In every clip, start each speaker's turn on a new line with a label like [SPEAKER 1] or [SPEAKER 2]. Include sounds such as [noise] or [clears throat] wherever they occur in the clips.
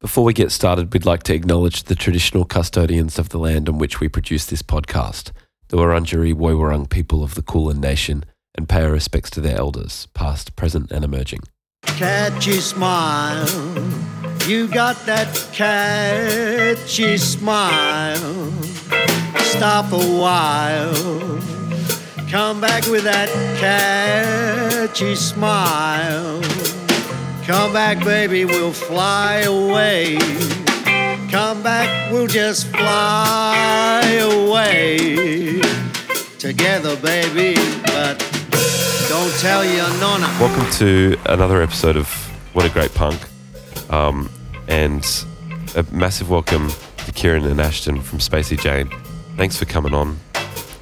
[SPEAKER 1] Before we get started, we'd like to acknowledge the traditional custodians of the land on which we produce this podcast, the Wurundjeri Woiwurrung people of the Kulin Nation, and pay our respects to their elders, past, present, and emerging.
[SPEAKER 2] Catchy smile, you got that catchy smile. Stop a while, come back with that catchy smile. Come back, baby, we'll fly away. Come back, we'll just fly away. Together, baby, but don't tell your nonna.
[SPEAKER 1] Welcome to another episode of What a Great Punk, um, and a massive welcome to Kieran and Ashton from Spacey Jane. Thanks for coming on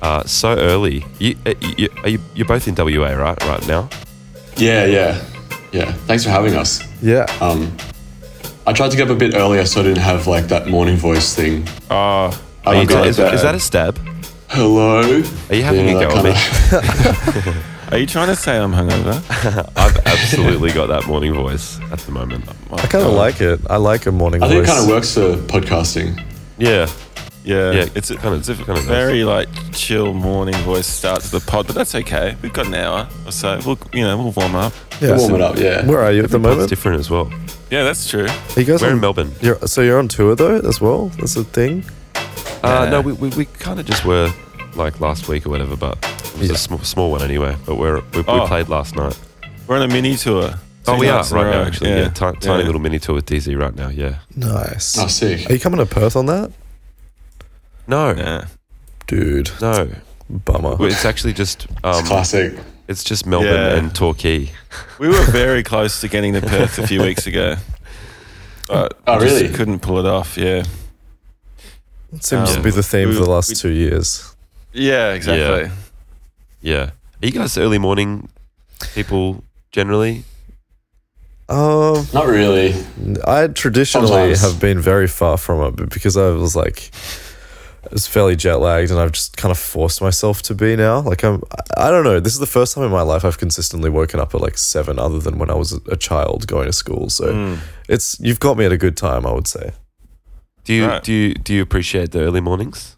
[SPEAKER 1] uh, so early. You, uh, you, are you, you're both in WA, right? Right now.
[SPEAKER 3] Yeah, yeah, yeah. Thanks for having us.
[SPEAKER 4] Yeah.
[SPEAKER 3] Um, I tried to get up a bit earlier so I didn't have like that morning voice thing.
[SPEAKER 1] Uh,
[SPEAKER 3] I
[SPEAKER 1] are you
[SPEAKER 3] don't go
[SPEAKER 1] ta-
[SPEAKER 3] to
[SPEAKER 1] is, is
[SPEAKER 3] bed.
[SPEAKER 1] that a stab?
[SPEAKER 3] Hello.
[SPEAKER 1] Are you having a
[SPEAKER 3] that
[SPEAKER 1] go at me?
[SPEAKER 3] kinda-
[SPEAKER 5] Are you trying to say I'm hungover?
[SPEAKER 1] I've absolutely got that morning voice at the moment.
[SPEAKER 4] I
[SPEAKER 1] Uh,
[SPEAKER 4] kind of like it. I like a
[SPEAKER 3] [laughs]
[SPEAKER 4] morning
[SPEAKER 3] I think it
[SPEAKER 4] voice.
[SPEAKER 3] kind of works for podcasting.
[SPEAKER 1] Yeah,
[SPEAKER 5] Yeah.
[SPEAKER 1] yeah.
[SPEAKER 5] it's a
[SPEAKER 1] kind of different.
[SPEAKER 5] very like chill morning voice start to the pod, but that's okay. We've got an hour or so. We'll you know we'll warm up.
[SPEAKER 4] Yeah.
[SPEAKER 3] Warm it up, yeah.
[SPEAKER 4] Where are you at the moment?
[SPEAKER 1] different as well.
[SPEAKER 5] Yeah, that's true.
[SPEAKER 4] Are you guys
[SPEAKER 1] We're
[SPEAKER 4] on-
[SPEAKER 1] in Melbourne.
[SPEAKER 4] You're, so you're on tour though as well. That's a thing.
[SPEAKER 1] Uh,
[SPEAKER 5] Yeah.
[SPEAKER 1] no, we, we, we kind of just were like last week or whatever, but it was
[SPEAKER 4] Yeah.
[SPEAKER 1] a small, small one anyway. But we're, we, we
[SPEAKER 5] Oh.
[SPEAKER 1] played last night.
[SPEAKER 5] We're on a mini tour.
[SPEAKER 1] oh,
[SPEAKER 5] Two
[SPEAKER 1] we are
[SPEAKER 5] nights
[SPEAKER 1] right
[SPEAKER 5] in a
[SPEAKER 1] now,
[SPEAKER 5] row.
[SPEAKER 1] actually. Yeah, ti- tiny
[SPEAKER 5] Yeah.
[SPEAKER 1] little mini tour with DZ right now. Yeah.
[SPEAKER 4] Nice.
[SPEAKER 3] Oh, sick.
[SPEAKER 4] Are you coming to Perth on that,
[SPEAKER 1] No,
[SPEAKER 5] Yeah.
[SPEAKER 4] dude?
[SPEAKER 1] no.
[SPEAKER 4] Bummer.
[SPEAKER 1] Well, It's actually just um,
[SPEAKER 3] It's classic.
[SPEAKER 1] it's just Melbourne
[SPEAKER 5] Yeah.
[SPEAKER 1] and Torquay.
[SPEAKER 5] We were very close to getting to Perth a few
[SPEAKER 1] [laughs]
[SPEAKER 5] weeks ago. But
[SPEAKER 3] Oh,
[SPEAKER 5] we just
[SPEAKER 3] really?
[SPEAKER 5] couldn't pull it off. Yeah.
[SPEAKER 4] It seems to
[SPEAKER 5] um,
[SPEAKER 4] be the theme for the
[SPEAKER 5] we-
[SPEAKER 4] last
[SPEAKER 5] we-
[SPEAKER 4] two years.
[SPEAKER 5] Yeah, exactly.
[SPEAKER 1] Yeah. Yeah. Are you guys early morning people generally?
[SPEAKER 4] Um,
[SPEAKER 3] Not really.
[SPEAKER 4] I traditionally
[SPEAKER 3] Sometimes.
[SPEAKER 4] have been very far from it, but because I was like, I was fairly jet lagged, and I've just kind of forced myself to be now. Like I'm, I I don't know. This is the first time in my life I've consistently woken up at like seven, other than when I was a child going to school. So it's you've got me at a good time, I would say.
[SPEAKER 1] Do you
[SPEAKER 5] Right.
[SPEAKER 1] do you do you appreciate the early mornings?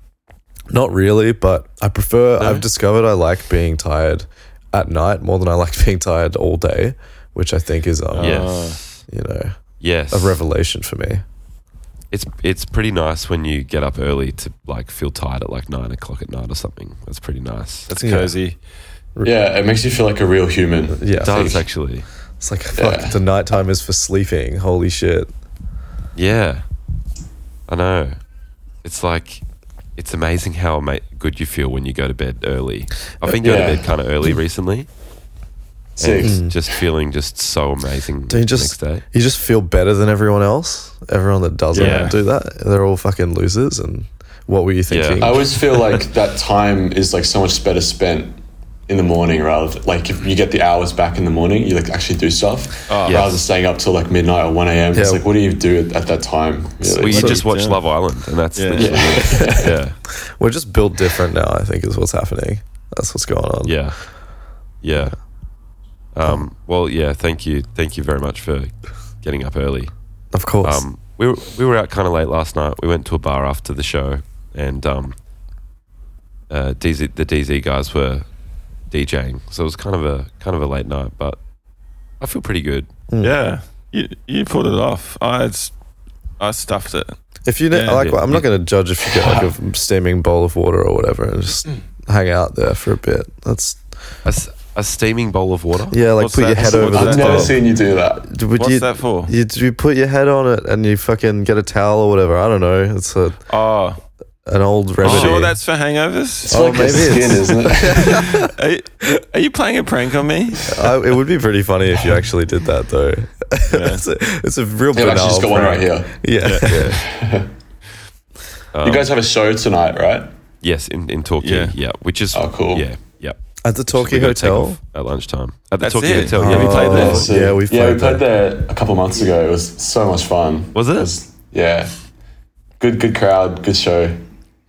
[SPEAKER 4] Not really, but I prefer. I've discovered I like being tired at night more than I like [laughs] being tired all day, which I think is um,
[SPEAKER 1] yes.
[SPEAKER 4] you know,
[SPEAKER 1] Uh, Yes.
[SPEAKER 4] a revelation for me.
[SPEAKER 1] it's it's pretty nice when you get up early to like feel tired at like nine o'clock at night or something. That's pretty nice.
[SPEAKER 5] That's
[SPEAKER 4] Yeah.
[SPEAKER 5] cozy.
[SPEAKER 3] Yeah, it makes you feel like a real human.
[SPEAKER 4] Yeah,
[SPEAKER 1] It does actually.
[SPEAKER 4] it's like fuck.
[SPEAKER 3] Yeah.
[SPEAKER 4] The nighttime is for sleeping. Holy shit!
[SPEAKER 1] Yeah, I know. It's like it's amazing how ama- good you feel when you go to bed early. I've been going
[SPEAKER 3] Yeah.
[SPEAKER 1] to bed kind of early recently,
[SPEAKER 3] Sick.
[SPEAKER 4] Mm.
[SPEAKER 1] and just feeling just so amazing the
[SPEAKER 4] Don't you just
[SPEAKER 1] next day.
[SPEAKER 4] you just feel better than everyone else? Everyone that doesn't
[SPEAKER 5] Yeah.
[SPEAKER 4] do that, they're all fucking losers. And what were you
[SPEAKER 1] Yeah.
[SPEAKER 4] thinking?
[SPEAKER 3] I always feel like that time is like so much better spent in the morning rather than, like if you get the hours back in the morning, you like actually do stuff rather
[SPEAKER 1] yes.
[SPEAKER 3] than staying up till like midnight or one a.m. It's
[SPEAKER 4] Yeah.
[SPEAKER 3] like what do you do at, at that time? really?
[SPEAKER 1] Well, you
[SPEAKER 3] So-
[SPEAKER 1] just watch
[SPEAKER 5] Yeah.
[SPEAKER 1] Love Island, and that's
[SPEAKER 5] Yeah.
[SPEAKER 1] literally it. [laughs] yeah,
[SPEAKER 4] We're just built different now. I think is what's happening. That's what's going
[SPEAKER 1] [laughs]
[SPEAKER 4] on.
[SPEAKER 1] yeah, yeah. Um, well, yeah. Thank you, thank you very much for getting up early.
[SPEAKER 4] of course.
[SPEAKER 1] Um, we were, we were out kind of late last night. We went to a bar after the show, and um, uh, DZ, the DZ guys were DJing, so it was kind of a kind of a late night. But I feel pretty good.
[SPEAKER 5] Yeah. You you pulled it off. I s- I stuffed it.
[SPEAKER 4] If you know,
[SPEAKER 5] Yeah,
[SPEAKER 4] like,
[SPEAKER 1] yeah,
[SPEAKER 4] I'm not going to judge if you get like
[SPEAKER 5] [laughs]
[SPEAKER 4] a steaming bowl of water or whatever and just hang out there for a bit. That's
[SPEAKER 1] A, s- a steaming bowl of water.
[SPEAKER 4] yeah, like
[SPEAKER 5] What's
[SPEAKER 4] put
[SPEAKER 5] that-
[SPEAKER 4] your head
[SPEAKER 5] what's
[SPEAKER 4] over Oh.
[SPEAKER 5] that
[SPEAKER 4] the
[SPEAKER 3] I've
[SPEAKER 5] That's
[SPEAKER 3] never
[SPEAKER 4] top.
[SPEAKER 5] dope.
[SPEAKER 3] seen you do that.
[SPEAKER 4] Would
[SPEAKER 5] What's
[SPEAKER 4] you,
[SPEAKER 5] that for?
[SPEAKER 4] You, you put your head on it and you fucking get a towel or whatever. I don't know. It's a
[SPEAKER 1] Ah.
[SPEAKER 5] Oh,
[SPEAKER 4] an old remedy.
[SPEAKER 5] sure that's for hangovers?
[SPEAKER 3] It's
[SPEAKER 4] Oh,
[SPEAKER 3] like
[SPEAKER 4] maybe
[SPEAKER 3] a skin,
[SPEAKER 4] it's-
[SPEAKER 3] isn't it?
[SPEAKER 5] Are you, are you playing a prank on me?
[SPEAKER 4] I, it would be pretty funny if you actually did that though. [laughs] it's, a, it's a real
[SPEAKER 3] Yeah, I've
[SPEAKER 4] banal.
[SPEAKER 3] actually just got one right
[SPEAKER 4] prank.
[SPEAKER 3] here.
[SPEAKER 4] Yeah.
[SPEAKER 3] you guys have a show tonight, right?
[SPEAKER 1] Yes, in in Torquay. Yeah.
[SPEAKER 5] Yeah.
[SPEAKER 1] which is
[SPEAKER 3] Oh, cool.
[SPEAKER 1] Yeah, yeah.
[SPEAKER 4] at the Torquay
[SPEAKER 1] We gotta take
[SPEAKER 4] Hotel.
[SPEAKER 1] off at lunchtime. At the
[SPEAKER 5] That's
[SPEAKER 1] Torquay
[SPEAKER 5] it.
[SPEAKER 1] Hotel. Yeah, we played
[SPEAKER 4] Oh,
[SPEAKER 1] there.
[SPEAKER 3] so-
[SPEAKER 4] yeah, we've
[SPEAKER 3] yeah, we
[SPEAKER 4] played
[SPEAKER 3] played there a couple months ago. It was so much fun.
[SPEAKER 1] Was it?
[SPEAKER 3] yeah, good good crowd, good show.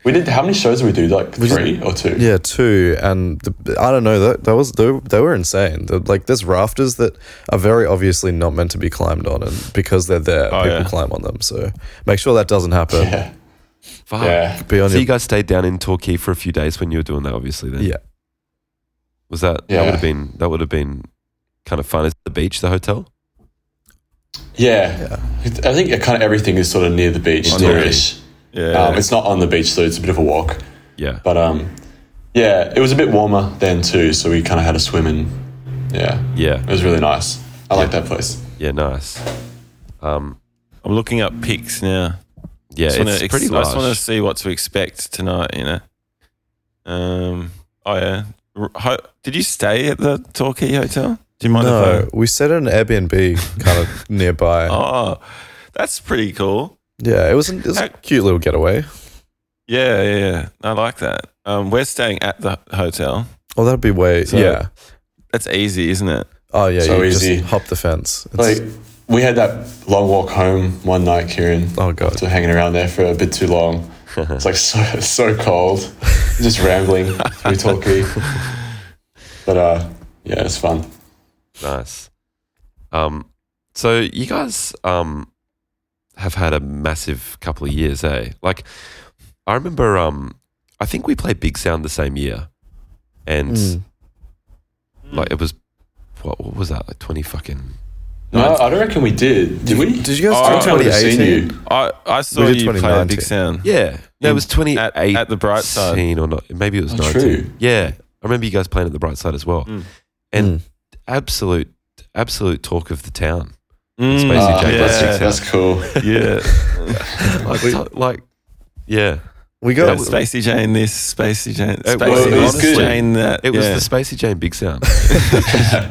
[SPEAKER 3] We We did how many shows did we do? Like
[SPEAKER 4] just-
[SPEAKER 3] three or two?
[SPEAKER 4] Yeah, two, and the, I don't know that that was they, were- they were insane. They're, like there's rafters that are very obviously not meant to be climbed on, and because they're there,
[SPEAKER 5] Oh,
[SPEAKER 4] people
[SPEAKER 5] yeah.
[SPEAKER 4] climb on them. So make sure that doesn't happen.
[SPEAKER 3] Yeah.
[SPEAKER 4] Oh.
[SPEAKER 1] Fuck.
[SPEAKER 3] Yeah.
[SPEAKER 4] Be on
[SPEAKER 1] So
[SPEAKER 4] your-
[SPEAKER 1] you guys stayed down in Torquay for a few days when you were doing that, obviously. Then
[SPEAKER 4] yeah.
[SPEAKER 1] was that that
[SPEAKER 3] Yeah.
[SPEAKER 1] would have been that would have been kind of fun. Is the beach the hotel?
[SPEAKER 3] Yeah. I think kind of everything is sort of near the beach,
[SPEAKER 5] On the
[SPEAKER 3] nearish.
[SPEAKER 5] Yeah.
[SPEAKER 3] Um, it's not on the beach, so it's a bit of a walk.
[SPEAKER 1] Yeah.
[SPEAKER 3] But um, yeah, it was a bit warmer then too, so we kind of had a swim and yeah,
[SPEAKER 1] yeah.
[SPEAKER 3] it was really nice. I like that place.
[SPEAKER 1] Yeah. Nice. Um.
[SPEAKER 5] I'm looking up pics now.
[SPEAKER 1] Yeah. It's
[SPEAKER 5] Just wanna ex-
[SPEAKER 1] pretty
[SPEAKER 5] I just want
[SPEAKER 1] large.
[SPEAKER 5] to see what to expect tonight. You know. Um. Oh yeah. R- ho- Did you stay at the Torquay Hotel? Do you mind if I?
[SPEAKER 4] No, we set an Airbnb kind of nearby.
[SPEAKER 5] Oh, that's pretty cool.
[SPEAKER 4] Yeah, it was, an, it was a cute little getaway.
[SPEAKER 5] Yeah, yeah, yeah. I like that. Um, we're staying at the hotel.
[SPEAKER 4] Oh, that'd be way.
[SPEAKER 5] So-
[SPEAKER 4] yeah.
[SPEAKER 5] That's easy, isn't it?
[SPEAKER 4] Oh yeah.
[SPEAKER 3] So
[SPEAKER 4] you
[SPEAKER 3] easy.
[SPEAKER 4] just hop the fence. It's,
[SPEAKER 3] Like we had that long walk home one night, Kieran.
[SPEAKER 4] oh god.
[SPEAKER 3] After hanging around there for a bit too long, it's like so [laughs] so cold, just rambling through [laughs] Torquay. But uh, yeah, it's fun.
[SPEAKER 1] [laughs] Nice. Um, so you guys um, have had a massive couple of years, eh? Like, I remember. Um, I think we played Big Sound the same year, and
[SPEAKER 4] Mm.
[SPEAKER 1] like it was what, what was that? Like twenty fucking.
[SPEAKER 3] No, I don't reckon we did. Did we?
[SPEAKER 4] Did you guys
[SPEAKER 5] Oh,
[SPEAKER 3] I
[SPEAKER 4] do
[SPEAKER 3] reckon I would have seen
[SPEAKER 4] 2018?
[SPEAKER 3] you.
[SPEAKER 5] I, I saw
[SPEAKER 4] We did
[SPEAKER 5] you play a
[SPEAKER 4] 2019.
[SPEAKER 5] big sound.
[SPEAKER 1] Yeah, no, it
[SPEAKER 5] In-
[SPEAKER 1] was twenty
[SPEAKER 5] at- at the Bright Side.
[SPEAKER 1] or not? Maybe it was
[SPEAKER 3] Oh,
[SPEAKER 1] nineteen.
[SPEAKER 3] true.
[SPEAKER 1] Yeah, I remember you guys playing at the Bright Side as well.
[SPEAKER 5] Mm.
[SPEAKER 1] And absolute, absolute talk of the
[SPEAKER 3] [laughs]
[SPEAKER 1] town.
[SPEAKER 5] Mm,
[SPEAKER 1] Spacey
[SPEAKER 3] Ah,
[SPEAKER 1] Jake,
[SPEAKER 3] that's,
[SPEAKER 5] yeah,
[SPEAKER 3] that's cool.
[SPEAKER 1] [laughs]
[SPEAKER 5] yeah.
[SPEAKER 1] Like,
[SPEAKER 4] We-
[SPEAKER 1] to- like yeah,
[SPEAKER 4] We
[SPEAKER 5] yeah,
[SPEAKER 4] got
[SPEAKER 5] Spacey Jane this, Spacey Jane,
[SPEAKER 1] It
[SPEAKER 5] Spacey
[SPEAKER 1] was-
[SPEAKER 3] it was good.
[SPEAKER 5] Jane that.
[SPEAKER 1] it
[SPEAKER 5] yeah.
[SPEAKER 1] was the Spacey Jane Big
[SPEAKER 5] [laughs]
[SPEAKER 1] Sound.
[SPEAKER 3] [laughs]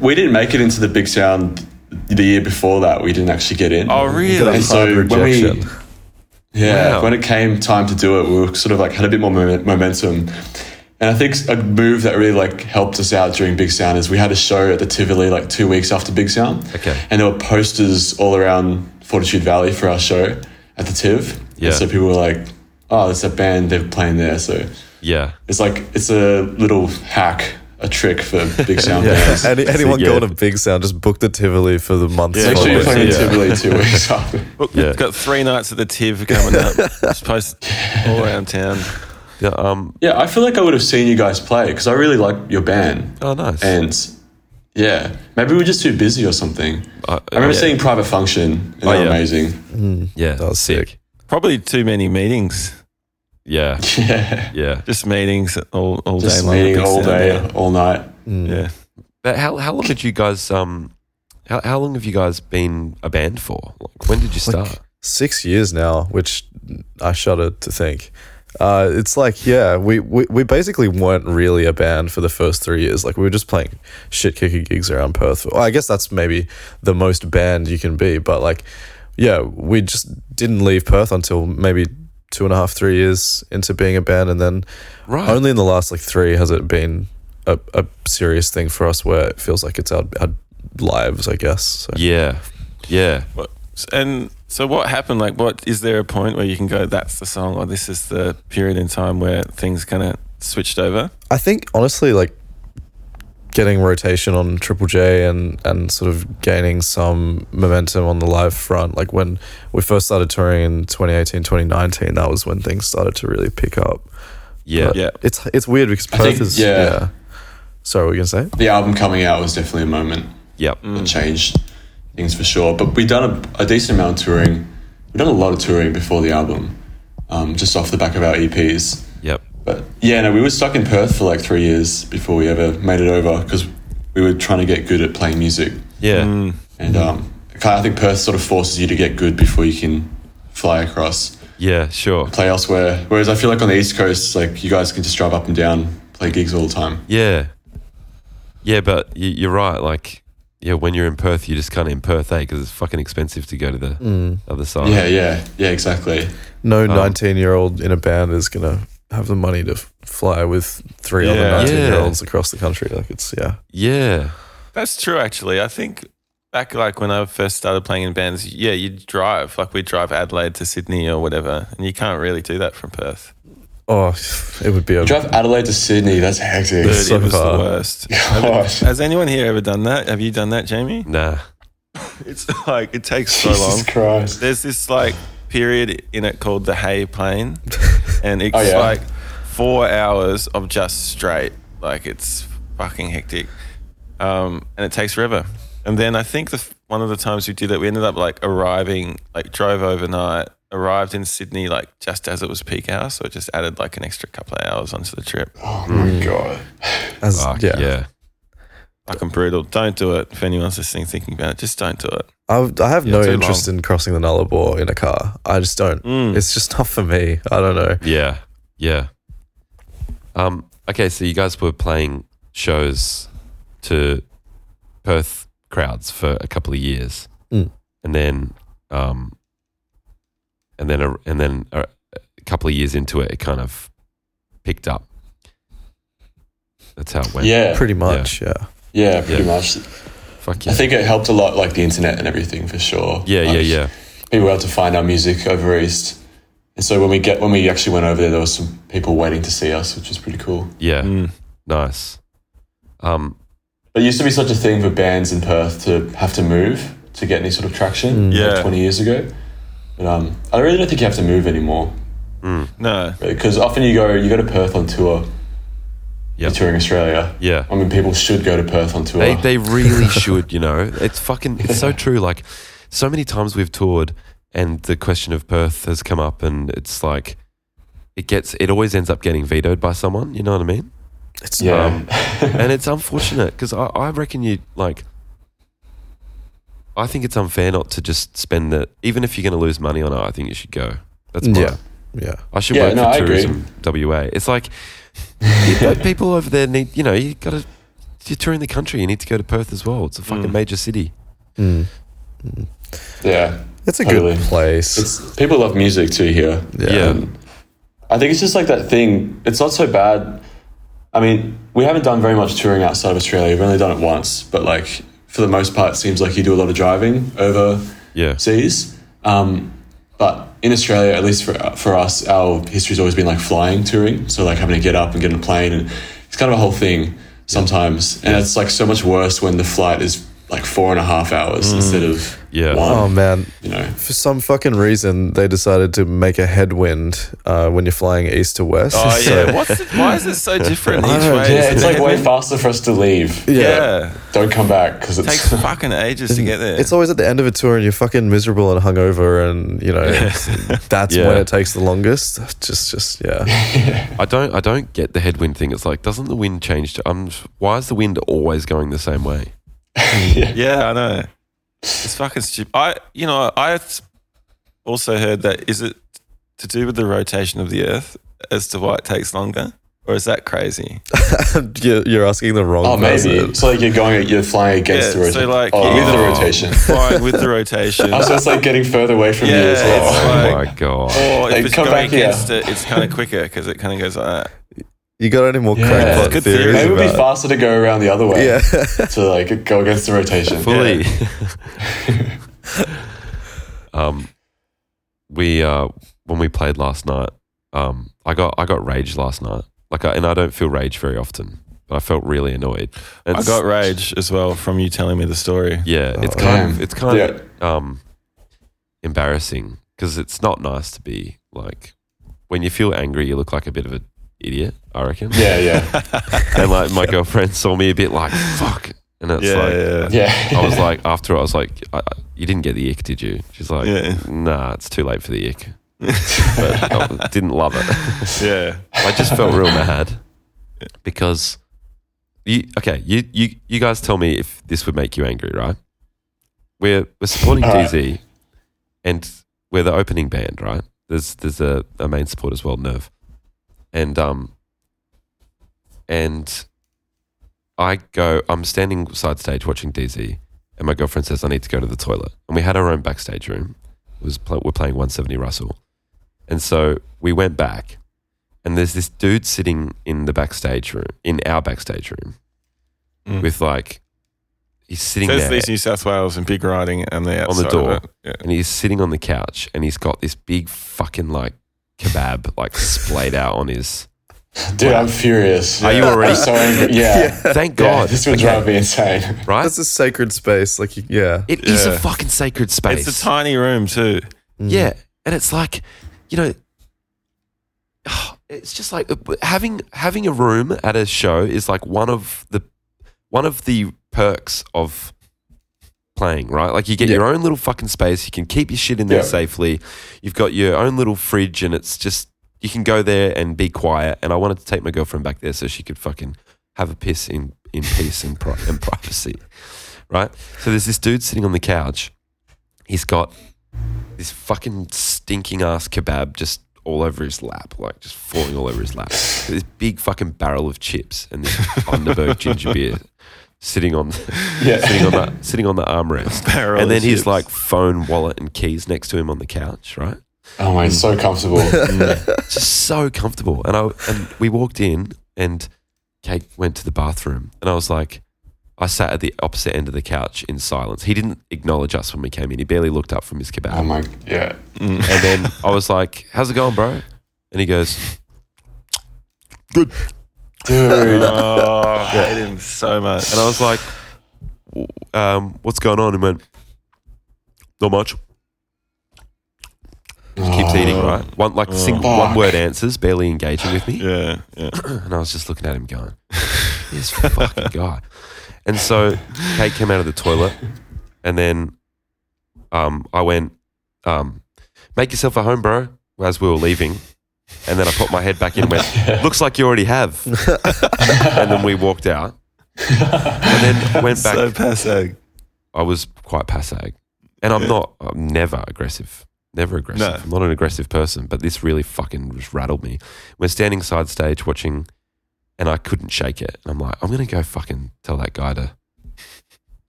[SPEAKER 3] We didn't make it into the big sound the year before that. We didn't actually get in.
[SPEAKER 5] Oh, really?
[SPEAKER 3] And so
[SPEAKER 4] Hard
[SPEAKER 3] when we,
[SPEAKER 4] rejection.
[SPEAKER 3] yeah,
[SPEAKER 1] Wow.
[SPEAKER 3] when it came time to do it, we were sort of like had a bit more momen- momentum. And I think a move that really like helped us out during Big Sound is we had a show at the Tivoli like two weeks after Big Sound.
[SPEAKER 1] Okay.
[SPEAKER 3] And there were posters all around Fortitude Valley for our show at the Tiv.
[SPEAKER 1] Yeah.
[SPEAKER 3] And so people were like, "Oh, there's a band they're playing there." So
[SPEAKER 1] yeah.
[SPEAKER 3] it's like it's a little hack, a trick for Big Sound
[SPEAKER 4] Yeah.
[SPEAKER 3] bands. [laughs]
[SPEAKER 4] [laughs] Any, anyone
[SPEAKER 1] Yeah.
[SPEAKER 4] going to Big Sound, just book the Tivoli for the month.
[SPEAKER 5] Yeah,
[SPEAKER 3] Make sure you're
[SPEAKER 4] following.
[SPEAKER 5] Totally,
[SPEAKER 3] playing
[SPEAKER 5] yeah.
[SPEAKER 3] Tivoli two weeks [laughs] after.
[SPEAKER 5] Look,
[SPEAKER 1] Yeah.
[SPEAKER 5] we've got three nights at the Tiv coming
[SPEAKER 1] [laughs]
[SPEAKER 5] up. Just post all around town.
[SPEAKER 1] Yeah. Um.
[SPEAKER 3] Yeah, I feel like I would have seen you guys play because I really like your band.
[SPEAKER 1] Oh, nice.
[SPEAKER 3] And yeah, maybe we were just too busy or something.
[SPEAKER 1] Uh,
[SPEAKER 3] I remember
[SPEAKER 1] yeah.
[SPEAKER 3] seeing Private Function and
[SPEAKER 1] Oh,
[SPEAKER 3] they were
[SPEAKER 1] yeah. [laughs]
[SPEAKER 3] amazing.
[SPEAKER 1] Yeah, that
[SPEAKER 4] was sick.
[SPEAKER 5] Probably too many meetings.
[SPEAKER 1] Yeah,
[SPEAKER 3] Yeah.
[SPEAKER 1] yeah.
[SPEAKER 5] Just meetings all, all
[SPEAKER 3] Just
[SPEAKER 5] day long. at
[SPEAKER 3] meeting
[SPEAKER 5] Big
[SPEAKER 3] all
[SPEAKER 5] Sound,
[SPEAKER 3] day, all night.
[SPEAKER 5] Yeah. yeah.
[SPEAKER 1] Mm. But how how long did you guys um how how long have you guys been a band for? Like when did you start?
[SPEAKER 4] six years now, which I shudder to think. Uh, it's like, yeah, we, we, we basically weren't really a band for the first three years. Like, we were just playing shit kicker gigs around Perth. Well, I guess that's maybe the most band you can be. But, like, yeah, we just didn't leave Perth until maybe two and a half, three years into being a band. And then
[SPEAKER 1] Right.
[SPEAKER 4] only in the last, like, three has it been a, a serious thing for us where it feels like it's our, our lives, I guess. So.
[SPEAKER 1] yeah. Yeah.
[SPEAKER 5] What, and so what happened? Like, what is there a point where you can go, that's the song, or this is the period in time where things kind of switched over?
[SPEAKER 4] I think honestly, like getting rotation on Triple J and and sort of gaining some momentum on the live front. Like when we first started touring in 2018, 2019, that was when things started to really pick up.
[SPEAKER 1] Yeah.
[SPEAKER 4] But
[SPEAKER 5] Yeah.
[SPEAKER 4] it's it's weird because Perth
[SPEAKER 3] think-
[SPEAKER 4] is
[SPEAKER 3] yeah.
[SPEAKER 4] yeah. Sorry, what were you gonna say?
[SPEAKER 3] The album coming out was definitely a moment
[SPEAKER 1] Yep.
[SPEAKER 3] that changed things for sure. But we've done a, a decent amount of touring. We've done a lot of touring before the album, um, just off the back of our EPs.
[SPEAKER 1] Yep.
[SPEAKER 3] But yeah, no, we were stuck in Perth for like three years before we ever made it over because we were trying to get good at playing music.
[SPEAKER 1] Yeah.
[SPEAKER 5] Mm.
[SPEAKER 3] And um, kinda- I think Perth sort of forces you to get good before you can fly across,
[SPEAKER 1] Yeah, sure.
[SPEAKER 3] play elsewhere. Whereas I feel like on the East Coast, like you guys can just drive up and down, play gigs all the time.
[SPEAKER 1] Yeah. Yeah, but you, you're right. Like, yeah, when you're in Perth, you're just kind of in Perth, eh? Because it's fucking expensive to go to the
[SPEAKER 5] Mm.
[SPEAKER 1] other side.
[SPEAKER 3] Yeah, yeah, yeah, exactly.
[SPEAKER 4] No 19 year old in a band is gonna have the money to f- fly with three other
[SPEAKER 5] Yeah.
[SPEAKER 4] 19 year
[SPEAKER 1] Yeah.
[SPEAKER 4] olds across the country. Like it's yeah.
[SPEAKER 1] Yeah.
[SPEAKER 5] That's true, actually. I think back like when I first started playing in bands, yeah, you'd drive. Like we'd drive Adelaide to Sydney or whatever. And you can't really do that from Perth.
[SPEAKER 4] Oh, it would be a
[SPEAKER 3] Drive Adelaide to Sydney. That's hectic.
[SPEAKER 5] Dude,
[SPEAKER 4] so
[SPEAKER 5] it was
[SPEAKER 4] far.
[SPEAKER 5] the worst. [laughs]
[SPEAKER 3] Gosh.
[SPEAKER 5] Has anyone here ever done that? Have you done that, Jamie?
[SPEAKER 1] Nah.
[SPEAKER 5] It's like it takes [laughs] so
[SPEAKER 3] [laughs]
[SPEAKER 5] long. Mm.
[SPEAKER 3] Jesus Christ.
[SPEAKER 5] There's this like period in it called the
[SPEAKER 3] [laughs]
[SPEAKER 5] hay plane, and it's
[SPEAKER 3] Oh, yeah.
[SPEAKER 5] like four hours of just straight. Like it's fucking hectic, um, and it takes forever. And then I think the f- one of the times we did it, we ended up like arriving, like drove overnight, arrived in Sydney like just as it was peak hour, so it just added like an extra couple of hours onto the trip.
[SPEAKER 3] Oh my god.
[SPEAKER 4] as,
[SPEAKER 1] Fuck,
[SPEAKER 4] yeah.
[SPEAKER 1] yeah.
[SPEAKER 5] Fucking brutal. Don't do it. If anyone's listening, thinking about it, just don't do it.
[SPEAKER 4] I've, I have
[SPEAKER 5] Yeah,
[SPEAKER 4] no
[SPEAKER 5] too
[SPEAKER 4] interest in crossing the Nullarbor in a car. I just don't.
[SPEAKER 5] Mm.
[SPEAKER 4] It's just not for me. I don't know.
[SPEAKER 1] Yeah. Yeah. Um, okay, so you guys were playing shows to Perth crowds for a couple of years.
[SPEAKER 4] Mm.
[SPEAKER 1] And then um, and then a, and then a, a couple of years into it it kind of picked up. That's how it went.
[SPEAKER 3] Yeah.
[SPEAKER 4] Pretty much, yeah.
[SPEAKER 3] yeah, pretty
[SPEAKER 1] Yeah.
[SPEAKER 3] much.
[SPEAKER 1] Fuck yeah.
[SPEAKER 3] I think it helped a lot, like the internet and everything, for sure.
[SPEAKER 1] yeah, yeah,
[SPEAKER 3] Like,
[SPEAKER 1] yeah.
[SPEAKER 3] People were able to find our music over east, and so when we get when we actually went over there, there was some people waiting to see us, which was pretty cool.
[SPEAKER 1] Yeah.
[SPEAKER 5] Mm.
[SPEAKER 1] Nice. Um,
[SPEAKER 3] It used to be such a thing for bands in Perth to have to move to get any sort of
[SPEAKER 1] Mm.
[SPEAKER 3] traction. like,
[SPEAKER 5] Yeah.
[SPEAKER 3] twenty years ago. But um, I really don't think you have to move anymore
[SPEAKER 5] No,
[SPEAKER 3] because often you go you go to Perth on tour.
[SPEAKER 1] Yep.
[SPEAKER 3] You're touring Australia.
[SPEAKER 1] yeah.
[SPEAKER 3] I mean, people should go to Perth on tour.
[SPEAKER 1] They, they really should, you know. It's fucking, it's so true. Like, so many times we've toured and the question of Perth has come up and it's like, it gets, it always ends up getting vetoed by someone, you know what I mean?
[SPEAKER 4] It's
[SPEAKER 3] yeah.
[SPEAKER 1] And it's unfortunate because I, I reckon you, like, I think it's unfair not to just spend the, even if you're going to lose money on it, I think you should go. That's my,
[SPEAKER 4] yeah. Yeah.
[SPEAKER 1] I should
[SPEAKER 3] Yeah,
[SPEAKER 1] work
[SPEAKER 3] no, I
[SPEAKER 1] for
[SPEAKER 3] agree.
[SPEAKER 1] tourism WA. It's like you know, people over there need, you know, you got to. You're touring the country. You need to go to Perth as well. It's a fucking
[SPEAKER 5] Mm.
[SPEAKER 1] major city.
[SPEAKER 4] Mm.
[SPEAKER 3] [laughs] yeah.
[SPEAKER 4] It's a
[SPEAKER 3] Totally.
[SPEAKER 4] good place.
[SPEAKER 3] It's people love music too here. Um,
[SPEAKER 4] yeah.
[SPEAKER 1] Yeah.
[SPEAKER 3] I think it's just like that thing. It's not so bad. I mean, we haven't done very much touring outside of Australia. We've only done it once, but like for the most part, it seems like you do a lot of driving overseas.
[SPEAKER 1] Yeah,
[SPEAKER 3] Um, but in Australia, at least for for us, our history's always been like flying touring. So like having to get up and get in a plane, and it's kind of a whole thing sometimes. And it's like so much worse when the flight is like four and a half
[SPEAKER 5] Mm.
[SPEAKER 3] hours instead of
[SPEAKER 1] Yeah.
[SPEAKER 3] one.
[SPEAKER 4] Oh, man.
[SPEAKER 3] you know,
[SPEAKER 4] For some fucking reason, they decided to make a headwind uh, when you're flying east to west.
[SPEAKER 5] Oh
[SPEAKER 4] [laughs] So-
[SPEAKER 5] yeah, what's it, why is
[SPEAKER 3] [laughs]
[SPEAKER 5] it so different each
[SPEAKER 4] I don't know,
[SPEAKER 5] way?
[SPEAKER 3] yeah,
[SPEAKER 5] Is
[SPEAKER 3] it's
[SPEAKER 5] it-
[SPEAKER 3] like
[SPEAKER 5] [laughs]
[SPEAKER 3] way faster for us to leave.
[SPEAKER 5] yeah,
[SPEAKER 3] Don't come back because [laughs]
[SPEAKER 5] takes
[SPEAKER 3] it's
[SPEAKER 5] fucking ages to get there. [laughs]
[SPEAKER 4] It's always at the end of a tour and you're fucking miserable and hungover, and you know [laughs] that's
[SPEAKER 1] Yeah.
[SPEAKER 4] when it takes the longest. Just, just yeah,
[SPEAKER 1] I don't. I don't get the headwind thing. It's like, doesn't the wind change? To, um, why is the wind always going the same way?
[SPEAKER 3] Oh,
[SPEAKER 5] yeah, I know. It's fucking stupid. I, you know, I th- also heard that is it to do with the rotation of the Earth as to why it takes longer, or is that crazy?
[SPEAKER 4] [laughs] you're, you're asking the wrong.
[SPEAKER 3] oh maybe
[SPEAKER 4] person.
[SPEAKER 3] so like you're going you're flying against the
[SPEAKER 5] Yeah,
[SPEAKER 3] rotation
[SPEAKER 5] so like
[SPEAKER 3] oh,
[SPEAKER 5] you
[SPEAKER 3] with the
[SPEAKER 5] either- [laughs]
[SPEAKER 3] rotation
[SPEAKER 5] Flying with the
[SPEAKER 3] [laughs]
[SPEAKER 5] rotation.
[SPEAKER 3] oh, so it's like getting further away from you
[SPEAKER 5] Yeah,
[SPEAKER 3] as well
[SPEAKER 5] it's
[SPEAKER 1] Oh
[SPEAKER 5] Like-
[SPEAKER 1] my god!
[SPEAKER 5] Or
[SPEAKER 3] Hey,
[SPEAKER 5] if it's
[SPEAKER 3] come
[SPEAKER 5] going
[SPEAKER 3] back here.
[SPEAKER 5] against it, it's kind of quicker because it kind of goes "Ah." like that.
[SPEAKER 4] You got any more
[SPEAKER 3] Yeah.
[SPEAKER 4] crackpot
[SPEAKER 3] It's
[SPEAKER 5] good
[SPEAKER 4] theories?
[SPEAKER 5] theory.
[SPEAKER 3] maybe it would be
[SPEAKER 4] about-
[SPEAKER 3] faster to go around the other way
[SPEAKER 4] Yeah, [laughs]
[SPEAKER 3] to like go against the rotation
[SPEAKER 1] Fully. [laughs] um, we uh, when we played last night, um, I got I got rage last night. Like, I, and I don't feel rage very often, but I felt really annoyed. And
[SPEAKER 5] I
[SPEAKER 1] it's-
[SPEAKER 5] got rage as well from you telling me the story.
[SPEAKER 1] Yeah, it's
[SPEAKER 4] Oh,
[SPEAKER 1] kind of
[SPEAKER 3] damn.
[SPEAKER 1] it's kind of um, embarrassing because it's not nice to be like when you feel angry, you look like a bit of an idiot. I reckon.
[SPEAKER 3] yeah yeah
[SPEAKER 1] [laughs] and like my girlfriend saw me a bit like fuck, and it's
[SPEAKER 5] Yeah,
[SPEAKER 1] like
[SPEAKER 5] yeah,
[SPEAKER 3] yeah
[SPEAKER 1] I was
[SPEAKER 3] [laughs]
[SPEAKER 1] like after I was like I, I- you didn't get the ick, did you? She's like,
[SPEAKER 5] Yeah.
[SPEAKER 1] nah, it's too late for the ick. [laughs] but I didn't love it.
[SPEAKER 5] yeah.
[SPEAKER 1] I just felt real mad because you okay, you you you guys tell me if this would make you angry, right? We're we're supporting
[SPEAKER 3] All right.
[SPEAKER 1] DZ and we're the opening band, right? There's there's a, a main support as well, Nerve. And um and I go I'm standing side stage watching DZ and my girlfriend says I need to go to the toilet. And we had our own backstage room. It was pl- we're playing 170 Russell. And so we went back and there's this dude sitting in the backstage room, in our backstage room,
[SPEAKER 5] Mm.
[SPEAKER 1] with like he's sitting
[SPEAKER 5] There's
[SPEAKER 1] there
[SPEAKER 5] these New South Wales and big riding and the
[SPEAKER 1] on the
[SPEAKER 5] outside of
[SPEAKER 1] door,
[SPEAKER 5] it. Yeah.
[SPEAKER 1] and he's sitting on the couch, and he's got this big fucking like kebab like splayed out on his.
[SPEAKER 3] Dude, I'm furious.
[SPEAKER 1] Are you already-
[SPEAKER 3] I'm [laughs]
[SPEAKER 1] [laughs]
[SPEAKER 3] so angry. Yeah.
[SPEAKER 1] Thank
[SPEAKER 5] [laughs]
[SPEAKER 3] Yeah,
[SPEAKER 1] God,
[SPEAKER 3] this would
[SPEAKER 1] okay,
[SPEAKER 3] drive me insane. [laughs]
[SPEAKER 1] right?
[SPEAKER 4] That's a sacred space. Like, you- yeah.
[SPEAKER 1] It is
[SPEAKER 5] Yeah.
[SPEAKER 1] a fucking sacred space.
[SPEAKER 5] It's a tiny room too. [laughs]
[SPEAKER 4] Mm.
[SPEAKER 1] Yeah, and it's like, you know, oh, it's just like uh, having having a room at a show is like one of the one of the perks of playing, right? Like you get your own little fucking space, you can keep your shit in there
[SPEAKER 3] Yeah.
[SPEAKER 1] safely. You've got your own little fridge and it's just you can go there and be quiet. And I wanted to take my girlfriend back there so she could fucking have a piss in in peace and pri- and privacy. Right? So there's this dude sitting on the couch. He's got this fucking stinking ass kebab just all over his lap, like just falling all over his lap. This big fucking barrel of chips and this
[SPEAKER 5] [laughs]
[SPEAKER 1] Underberg ginger beer sitting on sitting on the sitting on the armrest.
[SPEAKER 5] Barrel
[SPEAKER 1] and then
[SPEAKER 5] of
[SPEAKER 1] his
[SPEAKER 5] chips.
[SPEAKER 1] like phone, wallet, and keys next to him on the couch, right?
[SPEAKER 3] [laughs] Oh
[SPEAKER 1] Mm.
[SPEAKER 3] my, it's so comfortable.
[SPEAKER 1] Just so comfortable. And I and we walked in and Kate went to the bathroom and I was like I sat at the opposite end of the couch in silence. He didn't acknowledge us when we came in. He barely looked up from his kebab.
[SPEAKER 3] Oh my, yeah.
[SPEAKER 1] And then I was like, "How's it going, bro?" And he goes, [laughs]
[SPEAKER 3] Dude,
[SPEAKER 5] Oh, I hate him so much.
[SPEAKER 1] and I was like, "W- um, "What's going on?" And went, "Not much." Just keeps eating, right? One like single
[SPEAKER 3] Oh. Fuck.
[SPEAKER 1] one word answers, barely engaging with me.
[SPEAKER 5] yeah, yeah.
[SPEAKER 1] And I was just looking at him going, "This fucking guy." And so Kate came out of the toilet, and then um, I went, um, "Make yourself a home, bro." As we were leaving, and then I put my head back in and went, "Looks like you already have." and then we walked out, and then went back.
[SPEAKER 5] [laughs] So passe.
[SPEAKER 1] I was quite passag, and I'm not. I'm never aggressive. Never aggressive.
[SPEAKER 5] No.
[SPEAKER 1] I'm not an aggressive person, but this really fucking just rattled me. We're standing side stage watching, and I couldn't shake it. And I'm like, I'm gonna go fucking tell that guy to